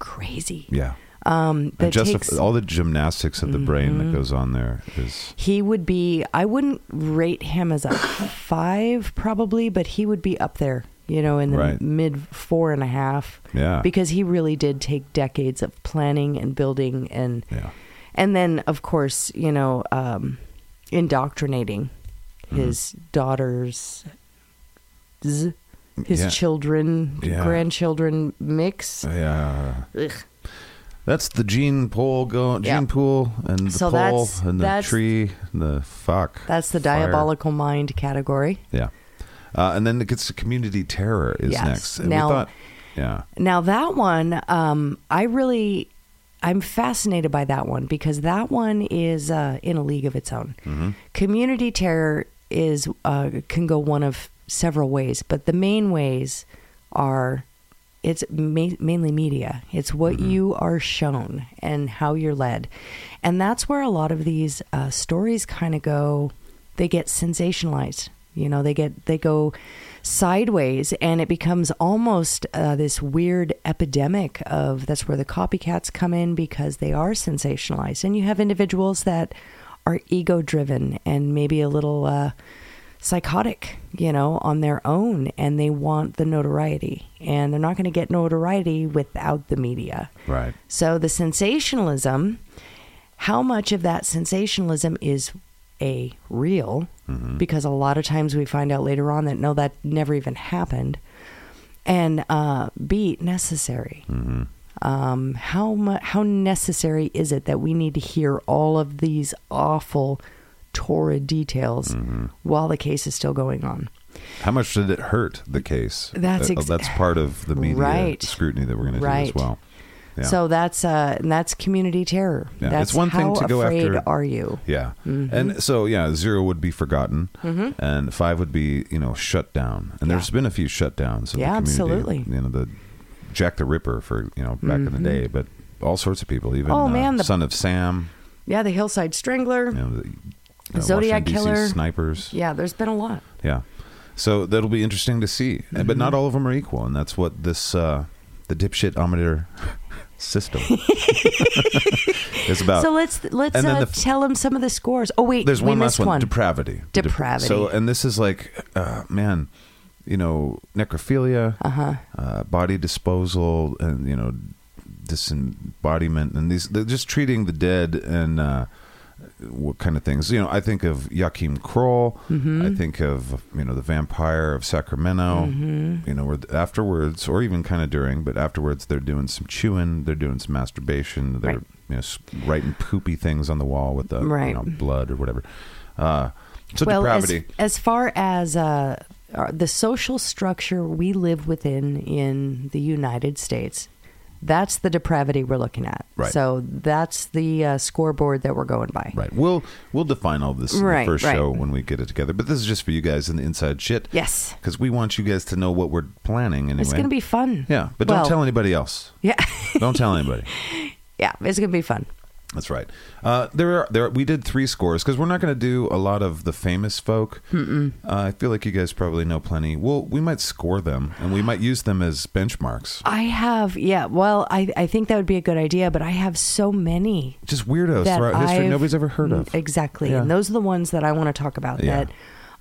K: crazy.
A: Yeah.
K: Um, that
A: And just
K: takes, Mm-hmm.
A: all the gymnastics of the brain that goes on there is
K: he would be i wouldn't rate him as a five probably but he would be up there you know in the
A: Right.
K: mid four and a half
A: Yeah.
K: because he really did take decades of planning and building and
A: Yeah.
K: and then of course you know um indoctrinating
A: Mm-hmm.
K: his daughters his
A: Yeah.
K: children
A: Yeah.
K: grandchildren mix
A: yeah.
K: Ugh.
A: That's the gene pole go gene
K: Yeah.
A: pool and the pole
K: So that's-
A: and the
K: that's-
A: tree and the fuck.
K: that's the
A: Fire.
K: diabolical mind category
A: Yeah. Uh, and then it gets to community terror is
K: Yes.
A: next. And
K: Now-
A: we thought yeah.
K: Now that one, um, I really, I'm fascinated by that one because that one is uh, in a league of its own. Community terror is uh, can go one of several ways, but the main ways are it's ma- mainly media. It's what you are shown and how you're led, and that's where a lot of these uh, stories kind of go. They get sensationalized. You know, they get they go sideways, and it becomes almost uh, this weird epidemic of that's where the copycats come in because they are sensationalized, and you have individuals that are ego driven and maybe a little uh, psychotic, you know, on their own, and they want the notoriety, and they're not going to get notoriety without the media.
A: Right.
K: So the sensationalism, how much of that sensationalism is a real?
A: Mm-hmm.
K: Because a lot of times we find out later on that no, that never even happened. And uh, B necessary.
A: Mm-hmm.
K: Um, how mu- how necessary is it that we need to hear all of these awful, torrid details
A: Mm-hmm.
K: while the case is still going on?
A: How much did it hurt the case?
K: That's
A: Uh,
K: ex-
A: that's part of the media
K: Right.
A: scrutiny that we're going to do as
K: Right.
A: well. Yeah.
K: So that's uh, and that's community terror.
A: Yeah,
K: That's
A: it's one thing
K: how
A: to go
K: afraid
A: after-
K: Are you?
A: Yeah.
K: Mm-hmm.
A: And so, yeah, zero would be forgotten, and five would be, you know, shut down. And there's been a few shutdowns. Of
K: Yeah,
A: the community,
K: absolutely. Mm-hmm.
A: You know, the Jack the Ripper for, you know, back in the day, but all sorts of people, even
K: Oh,
A: uh,
K: man, the-
A: Son of Sam,
K: Yeah, the Hillside Strangler.
A: you know, the uh,
K: Zodiac
A: Washington, D.C.
K: Killer.
A: snipers.
K: Yeah, there's been a lot.
A: Yeah. So that'll be interesting to see. And- But
K: Mm-hmm.
A: not all of them are equal, and that's what this uh, the dipshit ometer system is about.
K: so let's let's
A: and then
K: uh,
A: the f-
K: tell them some of the scores. Oh wait,
A: There's
K: we
A: one last
K: missed
A: one,
K: one.
A: depravity. The dep-
K: Depravity.
A: so, and this is like, uh, man, you know, necrophilia,
K: Uh-huh.
A: uh body disposal, and you know, disembodiment, and these they're just treating the dead and. Uh, what kind of things? You know, I think of Joachim Kroll. I
K: Mm-hmm.
A: think of you know the vampire of Sacramento.
K: Mm-hmm.
A: You know, where afterwards, or even kind of during, but afterwards, they're doing some chewing, they're doing some masturbation, they're
K: Right.
A: you know s- writing poopy things on the wall with the you
K: Right.
A: know, blood or whatever. Uh, so
K: well, as,
A: depravity.
K: as far as uh, our- the social structure we live within in the United States, that's the depravity we're looking at.
A: Right.
K: So that's the uh, scoreboard that we're going by.
A: Right. We'll we'll define all this in
K: Right,
A: the first
K: right.
A: show when we get it together. But this is just for you guys in the inside shit.
K: Yes.
A: Because we want you guys to know what we're planning anyway.
K: It's going to be fun.
A: Yeah, but
K: Well,
A: don't tell anybody else.
K: Yeah,
A: Don't tell anybody.
K: yeah, it's going to be fun.
A: That's right. Uh, there are there. We did three scores because we're not going to do a lot of the famous folk. Uh, I feel like you guys probably know plenty. Well, we might score them and we might use them as benchmarks.
K: I have, yeah. Well, I I think that would be a good idea, but I have so many
A: Just weirdos
K: that
A: throughout history
K: I've-
A: nobody's ever heard of.
K: Exactly.
A: Yeah.
K: And those are the ones that I want to talk about
A: Yeah.
K: that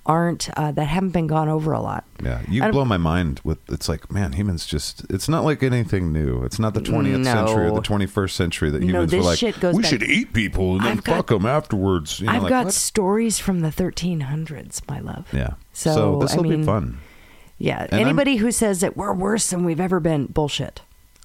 K: aren't uh, that haven't been gone over a lot.
A: Yeah, you
K: I don't-
A: blow my mind with it's like, man, humans just it's not like anything new. It's not the 20th
K: No.
A: century or the 21st century that
K: No,
A: humans were
K: this
A: like,
K: shit goes
A: we
K: back-
A: should eat people and then
K: I've got-
A: fuck them afterwards. You know,
K: I've
A: like,
K: got
A: what?
K: stories from the 1300s, my love.
A: yeah.
K: So,
A: this
K: I
A: will be
K: mean,
A: fun.
K: Yeah.
A: I'm-
K: Anybody who says that we're worse than we've ever been, bullshit.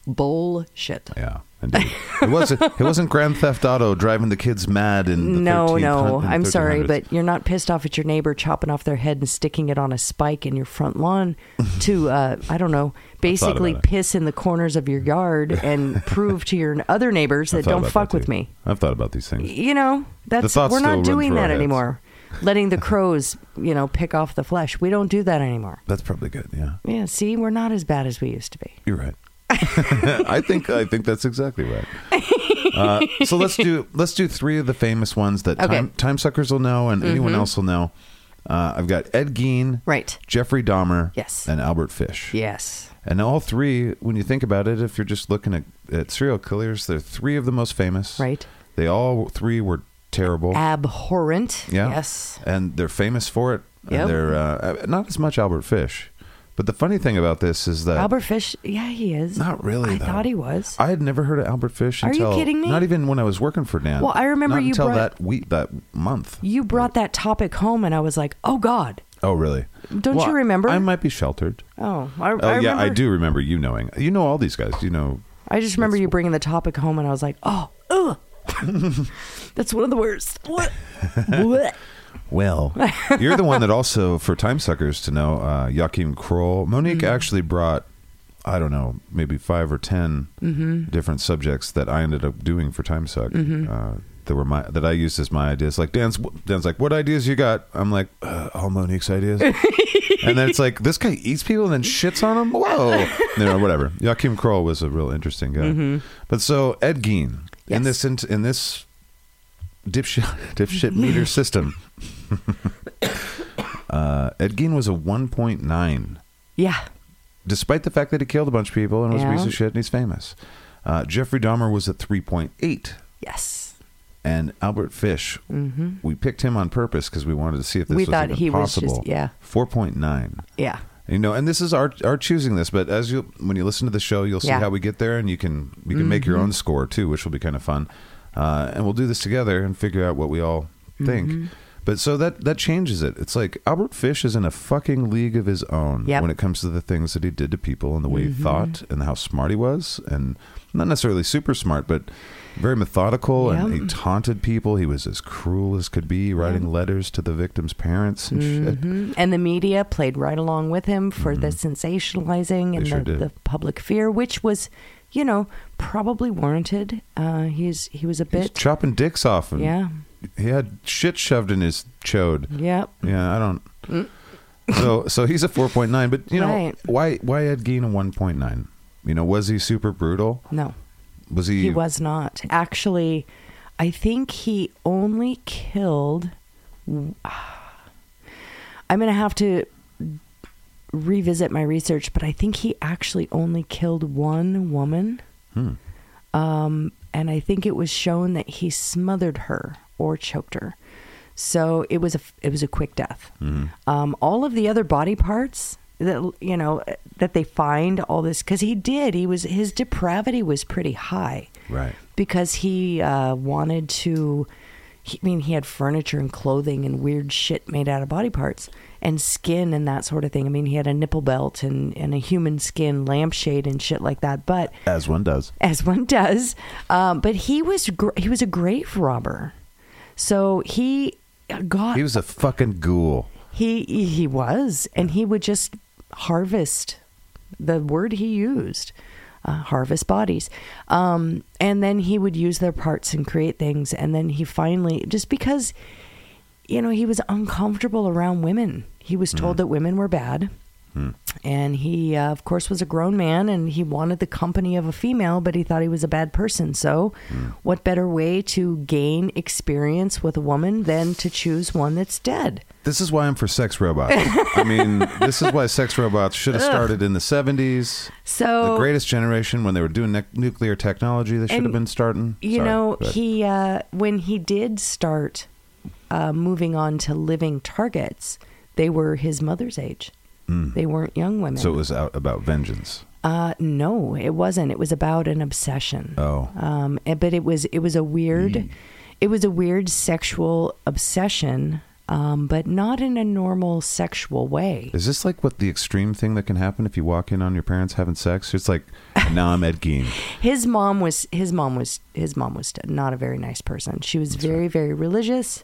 K: Bullshit.
A: Yeah. Indeed. it wasn't. It wasn't Grand Theft Auto driving the kids mad in. The
K: No,
A: 13th
K: no.
A: hun- and
K: I'm
A: 1300s.
K: sorry, but you're not pissed off at your neighbor chopping off their head and sticking it on a spike in your front lawn to, uh, I don't know, basically
A: it.
K: piss in the corners of your yard and prove to your other neighbors
A: I
K: that
A: thought
K: don't
A: about
K: fuck
A: that,
K: with
A: too.
K: me.
A: I've thought about these things.
K: You know, that's
A: thoughts
K: we're
A: still
K: not
A: run
K: doing
A: through our
K: that
A: heads.
K: anymore. Letting the crows, you know, pick off the flesh. We don't do that anymore.
A: That's probably good. Yeah,
K: Yeah, see, we're not as bad as we used to be.
A: you're right. I think I think that's exactly right. Uh, so let's do let's do three of the famous ones that
K: Okay. Mm-hmm.
A: time, time suckers will know and anyone else will know. Uh, I've got Ed Gein,
K: Right.
A: Jeffrey Dahmer,
K: Yes.
A: and Albert Fish.
K: Yes.
A: And all three, when you think about it, if you're just looking at, at serial killers, they're three of the most famous.
K: Right.
A: They all three were terrible.
K: Abhorrent.
A: yeah.
K: Yes.
A: And they're famous for it.
K: Yep.
A: And they're uh, not as much Albert Fish. But the funny thing about this is that
K: Albert Fish. Yeah, he is.
A: Not really,
K: I
A: though.
K: thought he was.
A: I had never heard of Albert Fish.
K: Are you
A: until-
K: kidding me?
A: Not even when I was working for Dan.
K: Well, I remember
A: not
K: you
A: until
K: brought-
A: that week, that month.
K: you brought that topic home, and I was like, "Oh God,
A: Oh, really?
K: Don't you remember?
A: I might be sheltered.
K: oh, I,
A: Oh,
K: I
A: yeah,
K: remember,
A: I do remember you knowing. You know all these guys. You know.
K: I just remember you bringing the topic home, and I was like, "Oh, ugh. that's one of the worst." What? what?
A: Well, you're the one that also, for time suckers to know, uh, Joachim Kroll. Monique
K: Mm.
A: actually brought, uh, I don't know, maybe five or 10
K: Mm-hmm.
A: different subjects that I ended up doing for time suck. Uh, that were my that I used as my ideas. Like Dan's, Dan's like, "What ideas you got?" I'm like, uh, "All Monique's ideas." and then it's like, this guy eats people and then shits on them. Whoa, you know, whatever. Joachim Kroll was a real interesting guy.
K: Mm-hmm.
A: But so Ed Gein in this in, in this dipshit dipshit meter system. uh, Ed Gein was a 1.9,
K: Yeah.
A: despite the fact that he killed a bunch of people and was a
K: Yeah.
A: piece of shit and he's famous. Uh, Jeffrey Dahmer was a 3.8,
K: Yes.
A: and Albert Fish, we picked him on purpose because we wanted to see if this
K: Mm-hmm. We
A: was
K: thought
A: even
K: he was just-
A: possible.
K: yeah.
A: 4.9.
K: Yeah.
A: You know, and this is our our choosing this, but as you when you listen to the show, you'll see
K: Yeah. Mm-hmm.
A: how we get there, and you can you can make your own score too, which will be kind of fun. Uh, and we'll do this together and figure out what we all think.
K: Mm-hmm.
A: But so that that changes it. It's like Albert Fish is in a fucking league of his own
K: Yep. Mm-hmm.
A: when it comes to the things that he did to people and the way he thought and how smart he was, and not necessarily super smart, but very methodical. And
K: Yep.
A: he taunted people. He was as cruel as could be, writing letters to the victims' parents and
K: Mm-hmm.
A: uh, shit.
K: And the media played right along with him for the sensationalizing
A: Mm-hmm.
K: and
A: sure
K: the,
A: did.
K: the public fear, which was, you know, probably warranted. Uh, he's he was a
A: He's
K: bit.
A: chopping dicks off. And
K: Yeah.
A: He had shit shoved in his chode.
K: Yep.
A: Yeah, I don't. so so he's a 4.9, but you know
K: Right.
A: why why Ed Gein a 1.9? You know, was he super brutal?
K: No.
A: Was he?
K: He was not. Actually, I think he only killed. I'm going to have to revisit my research, but I think he actually only killed one woman. Um, and I think it was shown that he smothered her or choked her. So it was a it was a quick death. Um, all of the other body parts that you know that they find all this because he did he was his depravity was pretty high
A: Right.
K: because he uh, wanted to. He, I mean, he had furniture and clothing and weird shit made out of body parts and skin and that sort of thing. I mean, he had a nipple belt and, and a human skin lampshade and shit like that. But
A: As one does.
K: as one does. Um, but he was gr- he was a grave robber, so he got
A: He was a fucking ghoul.
K: he he was, and he would just harvest the word he used, uh, harvest bodies, um, and then he would use their parts and create things, and then he finally just because you know he was uncomfortable around women. He was told
A: Mm.
K: that women were bad. And he, uh, of course, was a grown man and he wanted the company of a female, but he thought he was a bad person. So,
A: Hmm.
K: what better way to gain experience with a woman than to choose one that's dead?
A: This is why I'm for sex robots. I mean, this is why sex robots should have started in the 70s.
K: So
A: the greatest generation when they were doing nec nuclear technology, they should
K: And,
A: have been starting.
K: you
A: Sorry,
K: know
A: but-
K: he uh, when he did start uh, moving on to living targets, they were his mother's age. They weren't young women.
A: Hmm. So it was out about vengeance.
K: uh, no, it wasn't. It was about an obsession. eh,
A: Oh. Hmm.
K: um, and- but it was it was a weird, it was a weird sexual obsession um, but not in a normal sexual way.
A: Is this like what the extreme thing that can happen if you walk in on your parents having sex? It's like now I'm Ed Gein.
K: His mom was his mom was his mom was not a very nice person. She was very very religious.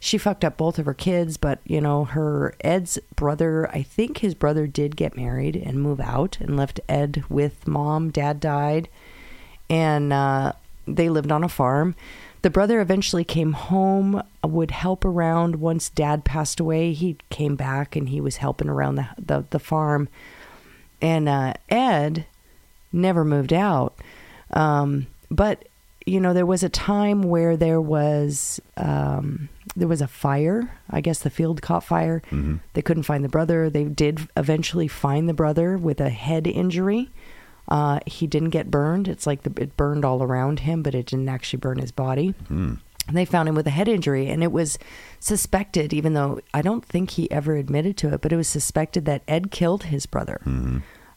K: She fucked up both of her kids, but you know her Ed's brother. I think his brother did get married and move out and left Ed with mom. Dad died, and uh, they lived on a farm. The brother eventually came home, would help around. Once dad passed away, he came back and he was helping around the the, the farm. And uh, Ed never moved out. Um, but you know, there was a time where there was um, there was a fire. I guess the field caught fire. They couldn't find the brother. They did eventually find the brother with a head injury. Uh, he didn't get burned. It's like the, it burned all around him, but it didn't actually burn his body. And they found him with a head injury, and it was suspected, even though I don't think he ever admitted to it, but it was suspected that Ed killed his brother.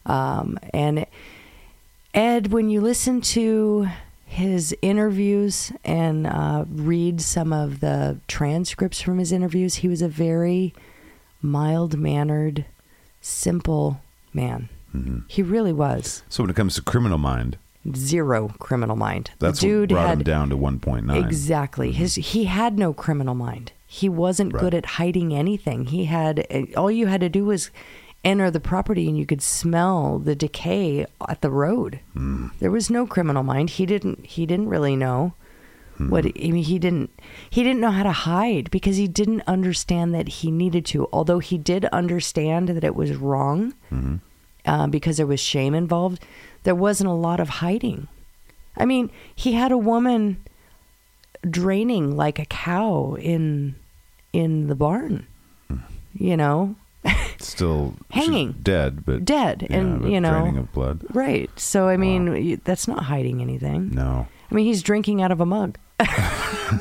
K: Um, and Ed, when you listen to his interviews and uh, read some of the transcripts from his interviews, he was a very mild mannered, simple man. He really was
A: So when it comes to criminal mind,
K: zero criminal mind.
A: that's
K: the
A: what
K: dude
A: brought
K: had
A: him down to 1.9.
K: Exactly. His he had no criminal mind. He wasn't good at hiding anything. He had eh, all you had to do was enter the property and you could smell the decay at the road. There was no criminal mind. He didn't he didn't really know what I mean he didn't he didn't know how to hide because he didn't understand that he needed to. Although he did understand that it was wrong uh, because there was shame involved, there wasn't a lot of hiding. I mean, he had a woman draining like a cow in in the barn. You know,
A: Still she's
K: Hanging.
A: dead, but
K: dead
A: yeah,
K: and
A: but
K: you know,
A: draining of blood.
K: right? So I mean, you- that's not hiding anything.
A: No,
K: I mean, he's drinking out of a mug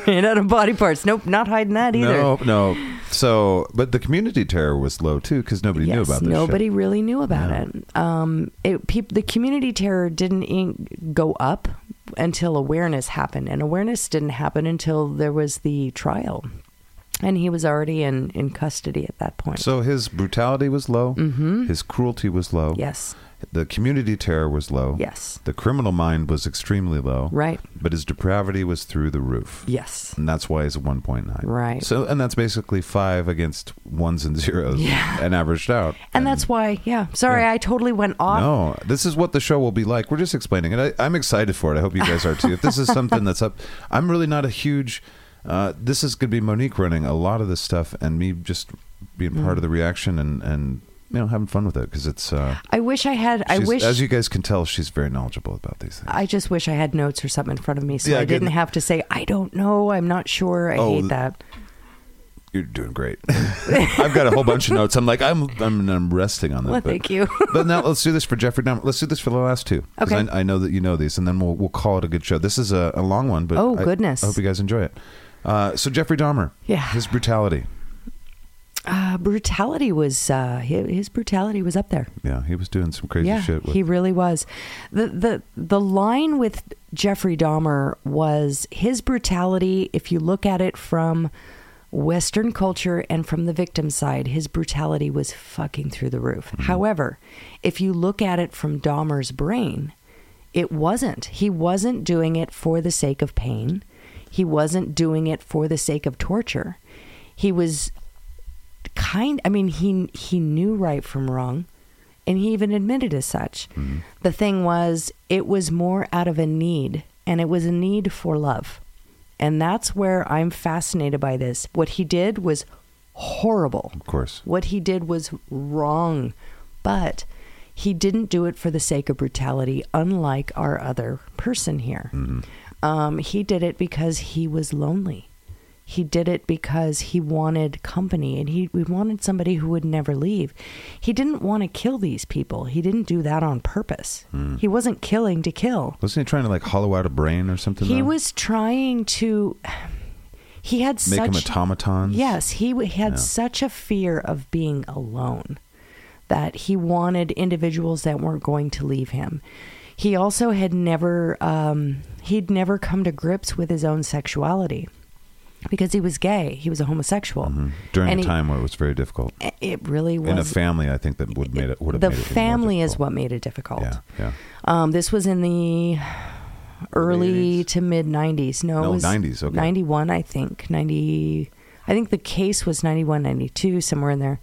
K: and out of body parts. Nope, not hiding that either.
A: no, no. So, but the community terror was low too because nobody knew
K: Yes,
A: about this.
K: nobody
A: shit.
K: really knew about it. Um, it peop the community terror didn't in- go up until awareness happened, and awareness didn't happen until there was the trial, and he was already in in custody at that point.
A: So his brutality was low. Mm-hmm. His cruelty was low.
K: yes,
A: The community terror was low.
K: Yes.
A: The criminal mind was extremely low.
K: Right.
A: But his depravity was through the roof.
K: yes.
A: And that's why he's a 1.9.
K: Right.
A: So, and that's basically five against ones and zeros
K: Yeah.
A: and averaged out.
K: And that's why, yeah. Sorry, I totally went off.
A: Um, No, this is what the show will be like. We're just explaining it. I, I'm excited for it. I hope you guys are too. If this is something that's up, I'm really not a huge. Uh, this is going to be Monique running a lot of this stuff, and me just being
K: Mm.
A: part of the reaction and and you know having fun with it because it's. Uh,
K: I wish I had. I
A: she's-
K: wish.
A: as you guys can tell, she's very knowledgeable about these things.
K: I just wish I had notes or something in front of me, so
A: Yeah,
K: I
A: good.
K: didn't have to say I don't know. I'm not sure. I
A: Oh,
K: hate
A: th-
K: that.
A: You're doing great. I've got a whole bunch of notes. I'm like I'm I'm, I'm resting on that.
K: Well,
A: but-
K: thank you.
A: but now let's do this for Jeffrey. Dahmer. let's do this for the last two. 'cause
K: Okay.
A: I, I know that you know these, and then we'll we'll call it a good show. This is a, a long one, but
K: Oh,
A: I-
K: goodness.
A: I hope you guys enjoy it. Uh, so Jeffrey Dahmer,
K: Yeah.
A: his brutality.
K: Uh, brutality was uh, his, his brutality was up there.
A: Yeah, he was doing some crazy
K: yeah,
A: shit. With,
K: he really was. the the The line with Jeffrey Dahmer was his brutality. If you look at it from Western culture and from the victim side, his brutality was fucking through the roof. However, if you look at it from Dahmer's brain, it wasn't. He wasn't doing it for the sake of pain. He wasn't doing it for the sake of torture. He was kind i mean he he knew right from wrong and he even admitted as such
A: Mm-hmm.
K: the thing was it was more out of a need and it was a need for love and that's where i'm fascinated by this what he did was horrible
A: of course.
K: what he did was wrong, but he didn't do it for the sake of brutality, unlike our other person here.
A: Mm-hmm.
K: Um, he did it because he was lonely. He did it because he wanted company and he we wanted somebody who would never leave. He didn't want to kill these people. He didn't do that on purpose. He wasn't killing to kill.
A: Wasn't he trying to like hollow out a brain or something?
K: He
A: though?
K: was trying to. He had
A: Make 'em
K: such
A: automatons?
K: Yes, he w- had
A: Yeah.
K: such a fear of being alone that he wanted individuals that weren't going to leave him. He also had never um, he'd never come to grips with his own sexuality. because he was gay. He was a homosexual.
A: Mm-hmm. during
K: And
A: a
K: he-
A: time where it was very difficult.
K: It really was
A: In a family, I think that would made it would have
K: the
A: made it even more
K: family is
A: difficult.
K: what made it difficult.
A: Yeah, yeah.
K: Um, this was in the early to mid 90s. No,
A: No,
K: it was
A: 90s, okay.
K: 91, I think. 90 I think the case was 91, 92 somewhere in there.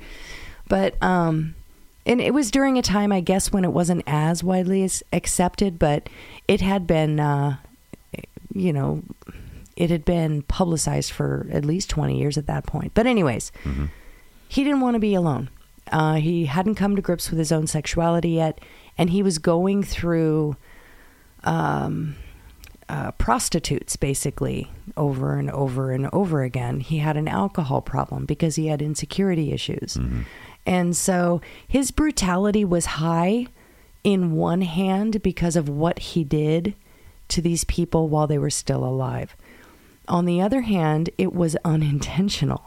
K: But um and it was during a time I guess when it wasn't as widely as accepted, but it had been uh you know, it had been publicized for at least 20 years at that point. But, anyways,
A: Hmm.
K: he didn't want to be alone. Uh, he hadn't come to grips with his own sexuality yet, and he was going through um, uh, prostitutes basically over and over and over again. He had an alcohol problem because he had insecurity issues. And so his brutality was high in one hand because of what he did to these people while they were still alive. On the other hand, it was unintentional.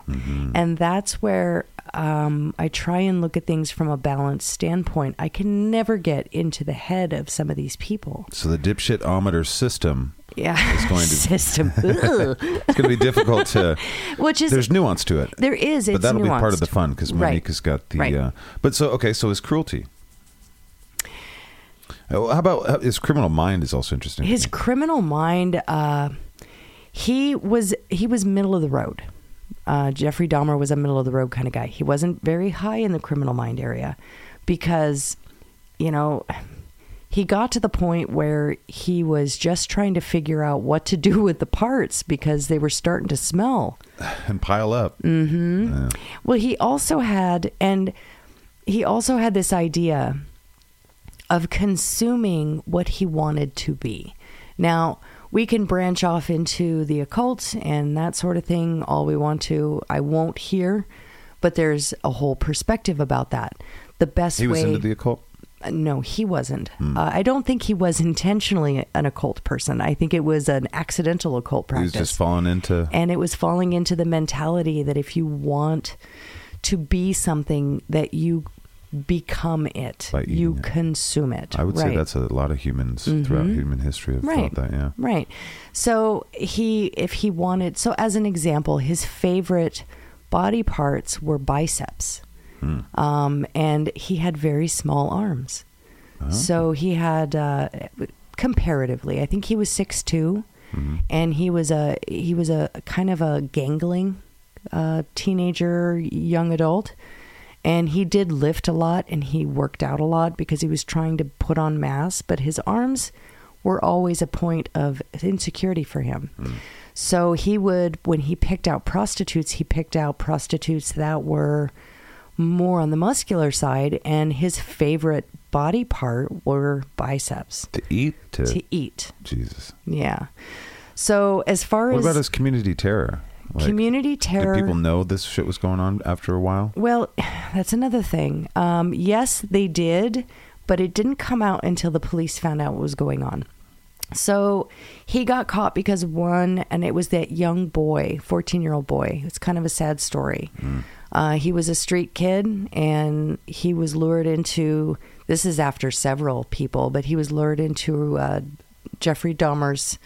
K: And that's where um, I try and look at things from a balanced standpoint. I can never get into the head of some of these people.
A: So the dipshitometer system
K: Yeah.
A: It's going to-
K: System. Ugh.
A: is going to be difficult to.
K: Which is,
A: There's nuance to it,
K: there is, it's
A: but that'll be part of the
K: nuanced.
A: fun because
K: Right.
A: Monique has got the.
K: Right.
A: Uh, but so okay, so is cruelty. Oh, How about uh, his criminal mind is also interesting.
K: his criminal mind uh, he was he was middle of the road uh, jeffrey dahmer was a middle of the road kind of guy he wasn't very high in the criminal mind area because you know he got to the point where he was just trying to figure out what to do with the parts because they were starting to smell Mm-hmm.
A: and pile up.
K: well, he also had, and he also had this idea of consuming what he wanted to be. Now, we can branch off into the occult and that sort of thing all we want to. I won't here, but there's a whole perspective about that. The best
A: He was
K: way
A: into the occult. Hmm.
K: uh, no, he wasn't. Uh, I don't think he was intentionally an occult person. I think it was an accidental occult
A: He
K: practice
A: was just falling into.
K: and it was falling into the mentality that if you want to be something that you become it
A: By eating
K: you
A: it.
K: consume it
A: I would
K: right. Mm-hmm.
A: say that's a lot of humans throughout human history have
K: right
A: thought that. Yeah.
K: right so he if he wanted so as an example his favorite body parts were biceps
A: Hmm.
K: um, and he had very small arms so he had uh, comparatively i think he was 6'2 and he was a he was a kind of a gangling uh, teenager young adult and he did lift a lot and he worked out a lot because he was trying to put on mass but his arms were always a point of insecurity for him so he would when he picked out prostitutes he picked out prostitutes that were more on the muscular side and his favorite body part were biceps
A: To eat to,
K: to eat
A: Jesus.
K: yeah. So as far
A: What
K: as
A: about his community terror? Like,
K: community terror,
A: Did people know this shit was going on after a while?
K: well, that's another thing. Um, yes, they did, but it didn't come out until the police found out what was going on. So he got caught because one, and it was that young boy, 14 year old boy. It's kind of a sad story. Uh, he was a street kid and he was lured into this is after several people, but he was lured into uh, Jeffrey Dahmer's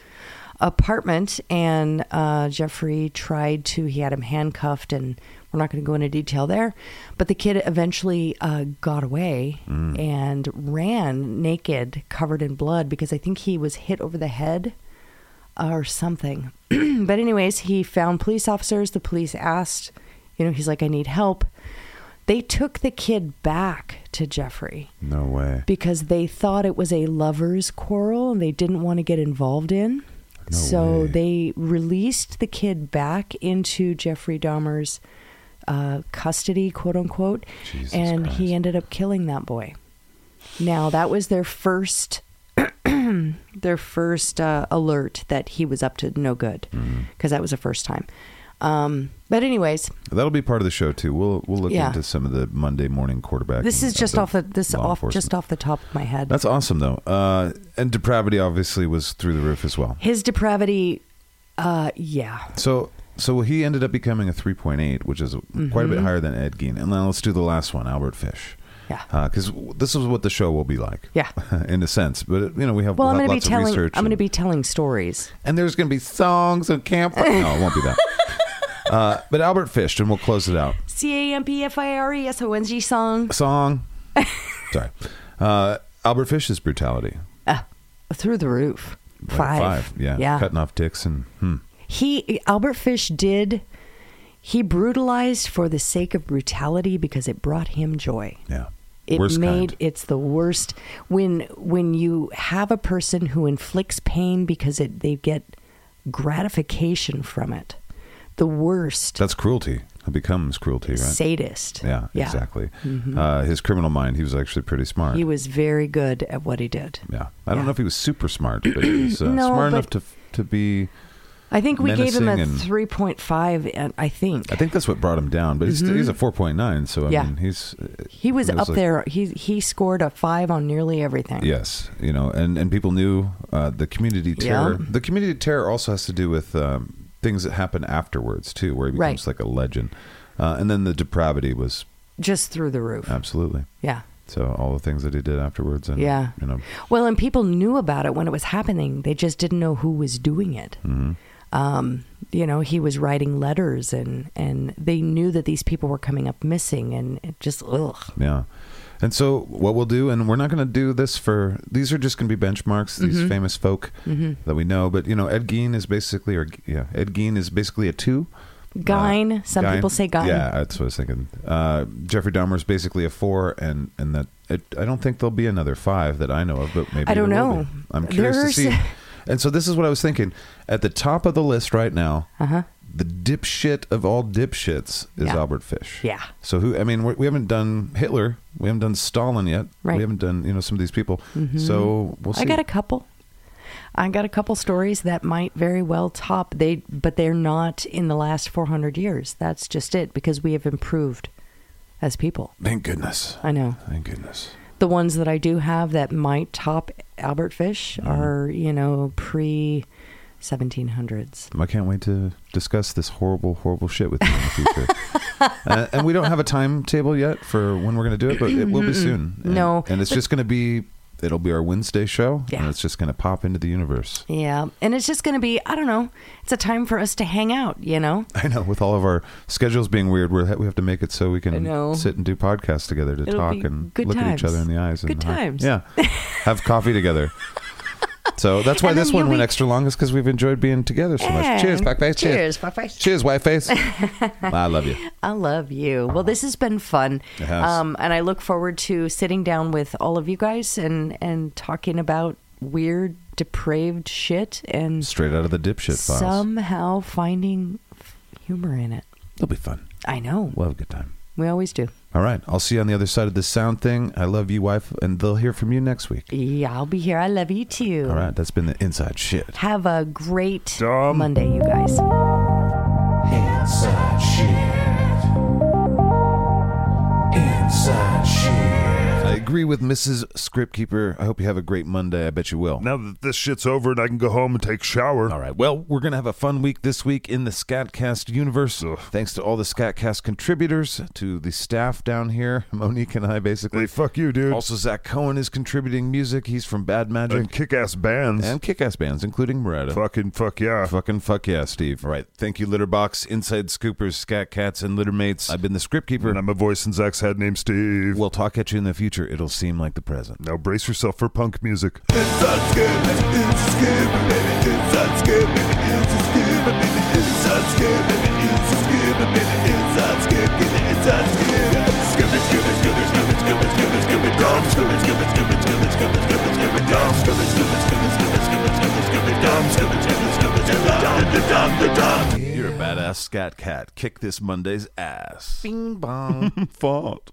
K: apartment and uh, Jeffrey tried to, he had him handcuffed and we're not going to go into detail there, but the kid eventually uh, got away and ran naked, covered in blood, because I think he was hit over the head uh, or something. but, anyways, he found police officers. The police asked, you know, he's like, I need help. They took the kid back to Jeffrey
A: No way.
K: because they thought it was a lover's quarrel and they didn't want to get involved in. so
A: way.
K: they released the kid back into Jeffrey Dahmer's uh, custody, quote unquote,
A: Jesus
K: and
A: Christ.
K: he ended up killing that boy. Now that was their first, their first uh, alert that he was up to no good,
A: Mm-hmm.
K: because that was the first time. Um, but anyways,
A: That'll be part of the show too. We'll we'll look
K: Yeah.
A: into some of the Monday morning quarterback.
K: this is just off of this off just off the top of my head.
A: That's awesome though. Uh, and depravity obviously was through the roof as well.
K: His depravity, uh, yeah.
A: So so he ended up becoming a 3.8, which is quite a bit higher than Ed Gein. And then let's do the last one, Albert Fish.
K: Mm-hmm. Yeah.
A: Because this is what the show will be like.
K: Yeah.
A: in a sense, but you know we have
K: Well,
A: we'll
K: I'm
A: have
K: going
A: lots
K: to be
A: of
K: telling.
A: research.
K: I'm going to
A: and-
K: be telling stories.
A: and there's going to be songs and camp. No, it won't be that. Uh, but Albert Fish, and we'll close it out.
K: C A M P F I R E S O N G song.
A: Song. Sorry. Uh, Albert Fish's brutality.
K: Ah, through the roof.
A: Like
K: Five.
A: Yeah.
K: Yeah.
A: Cutting off dicks and hmm.
K: He Albert Fish did. He brutalized for the sake of brutality because it brought him joy.
A: Yeah.
K: It
A: Worst
K: made
A: kind.
K: it's the worst when when you have a person who inflicts pain because it they get gratification from it. The worst
A: That's cruelty. It becomes cruelty, right?
K: sadist.
A: Yeah, exactly. Uh, his criminal mind, he was actually pretty smart.
K: He was very good at what he did.
A: yeah. I don't
K: Yeah.
A: know if he was super smart, but he was uh,
K: No,
A: smart
K: but-
A: enough to, to be.
K: I think we gave him a
A: Menacing and-
K: 3.5 and I think
A: I think that's what brought him down, but he's, he's a 4.9, so I
K: Mm-hmm. Yeah.
A: mean, he's. uh,
K: he was
A: it
K: up
A: like-
K: there. He he scored a 5 on nearly everything.
A: Yes, you know, and and people knew uh, the community
K: Yeah.
A: terror. The community terror also has to do with um, things that happen afterwards too, where he
K: Right.
A: becomes like a legend, uh, and then the depravity was
K: Just through the roof.
A: absolutely
K: yeah.
A: so all the things that he did afterwards, and
K: Yeah.
A: you know,
K: Well, and people knew about it when it was happening. They just didn't know who was doing it. Um, you know, he was writing letters, and and they knew that these people were coming up missing, and it just ugh.
A: Yeah. And so what we'll do, and we're not going to do this for these are just going to be benchmarks. These
K: Mm-hmm.
A: famous folk that we know, but you know, Ed Gein is basically, or yeah, Ed Gein is basically a two.
K: Gine. Some people say Gine.
A: Yeah, that's what I was thinking. Uh, Jeffrey Dahmer is basically a four, and and that it, I don't think there'll be another five that I know of, but maybe
K: I don't
A: there will
K: know.
A: be. I'm
K: There
A: curious
K: are
A: to see.
K: s-
A: And so this is what I was thinking. At the top of the list right now,
K: Uh-huh.
A: the dipshit of all dipshits is
K: Yeah.
A: Albert Fish.
K: Yeah.
A: So who? I mean, we're, we haven't done Hitler. We haven't done Stalin yet.
K: Right. Mm-hmm.
A: We haven't done you know some of these people. So we'll see.
K: I got a couple. I got a couple stories that might very well top they, but they're not in the last 400 years. That's just it because we have improved as people.
A: Thank goodness.
K: I know.
A: Thank goodness.
K: the ones that I do have that might top Albert Fish
A: Mm-hmm.
K: are, you know, pre 1700s.
A: I can't wait to discuss this horrible, horrible shit with you in the future. uh, and we don't have a timetable yet for when we're going to do it, but it will be soon. And,
K: No.
A: and it's just going to be. It'll be our Wednesday show,
K: Yeah.
A: and it's just going to pop into the universe.
K: Yeah. And it's just going to be, I don't know, it's a time for us to hang out, you know?
A: I know, with all of our schedules being weird, we're, we have to make it so we
K: I
A: can
K: know.
A: sit and do podcasts together to
K: It'll
A: talk
K: be
A: and
K: good
A: look at each
K: times.
A: other in the eyes.
K: Good
A: and hug.
K: times.
A: Yeah. have coffee together. So that's why
K: And then
A: this one
K: you'll
A: went
K: be-
A: extra long, is because we've enjoyed being together so much. Cheers,
K: Yeah.
A: Blackface. Cheers.
K: Cheers, Blackface.
A: Cheers, Whiteface. I love you.
K: I love you. Well, this has been fun.
A: It has.
K: Um, and I look forward to sitting down with all of you guys and, and talking about weird, depraved shit and
A: Straight out of the dipshit files.
K: somehow finding humor in it.
A: It'll be fun.
K: I know.
A: We'll have a good time.
K: We always do.
A: All right. I'll see you on the other side of this sound thing. I love you, wife, and they'll hear from you next week.
K: Yeah, I'll be here. I love you too.
A: All right. That's been the inside shit.
K: Have a great
E: Dumb.
K: Monday, you guys.
H: Inside shit. Inside shit.
A: I agree with Mrs. Scriptkeeper. I hope you have a great Monday. I bet you will.
E: Now that this shit's over and I can go home and take a shower.
A: All right. Well, we're going to have a fun week this week in the Scatcast universe. Thanks to all the Scatcast contributors, to the staff down here, Monique and I, basically.
E: Hey, fuck you, dude.
A: Also, Zach Cohen is contributing music. He's from Bad Magic
E: and kick ass bands.
A: and kick ass bands, including Moretta.
E: Fucking fuck yeah.
A: Fucking fuck yeah, Steve. All right. Thank you, Litterbox, Inside Scoopers, Scat Cats, and Littermates. I've been the script
E: And
A: keeper.
E: I'm a voice in Zach's head named Steve.
A: We'll talk at you in the future. It'll seem like the present.
E: now brace yourself for punk music.
A: You're a badass scat cat. Kick this Monday's ass. Bing bong. Fart.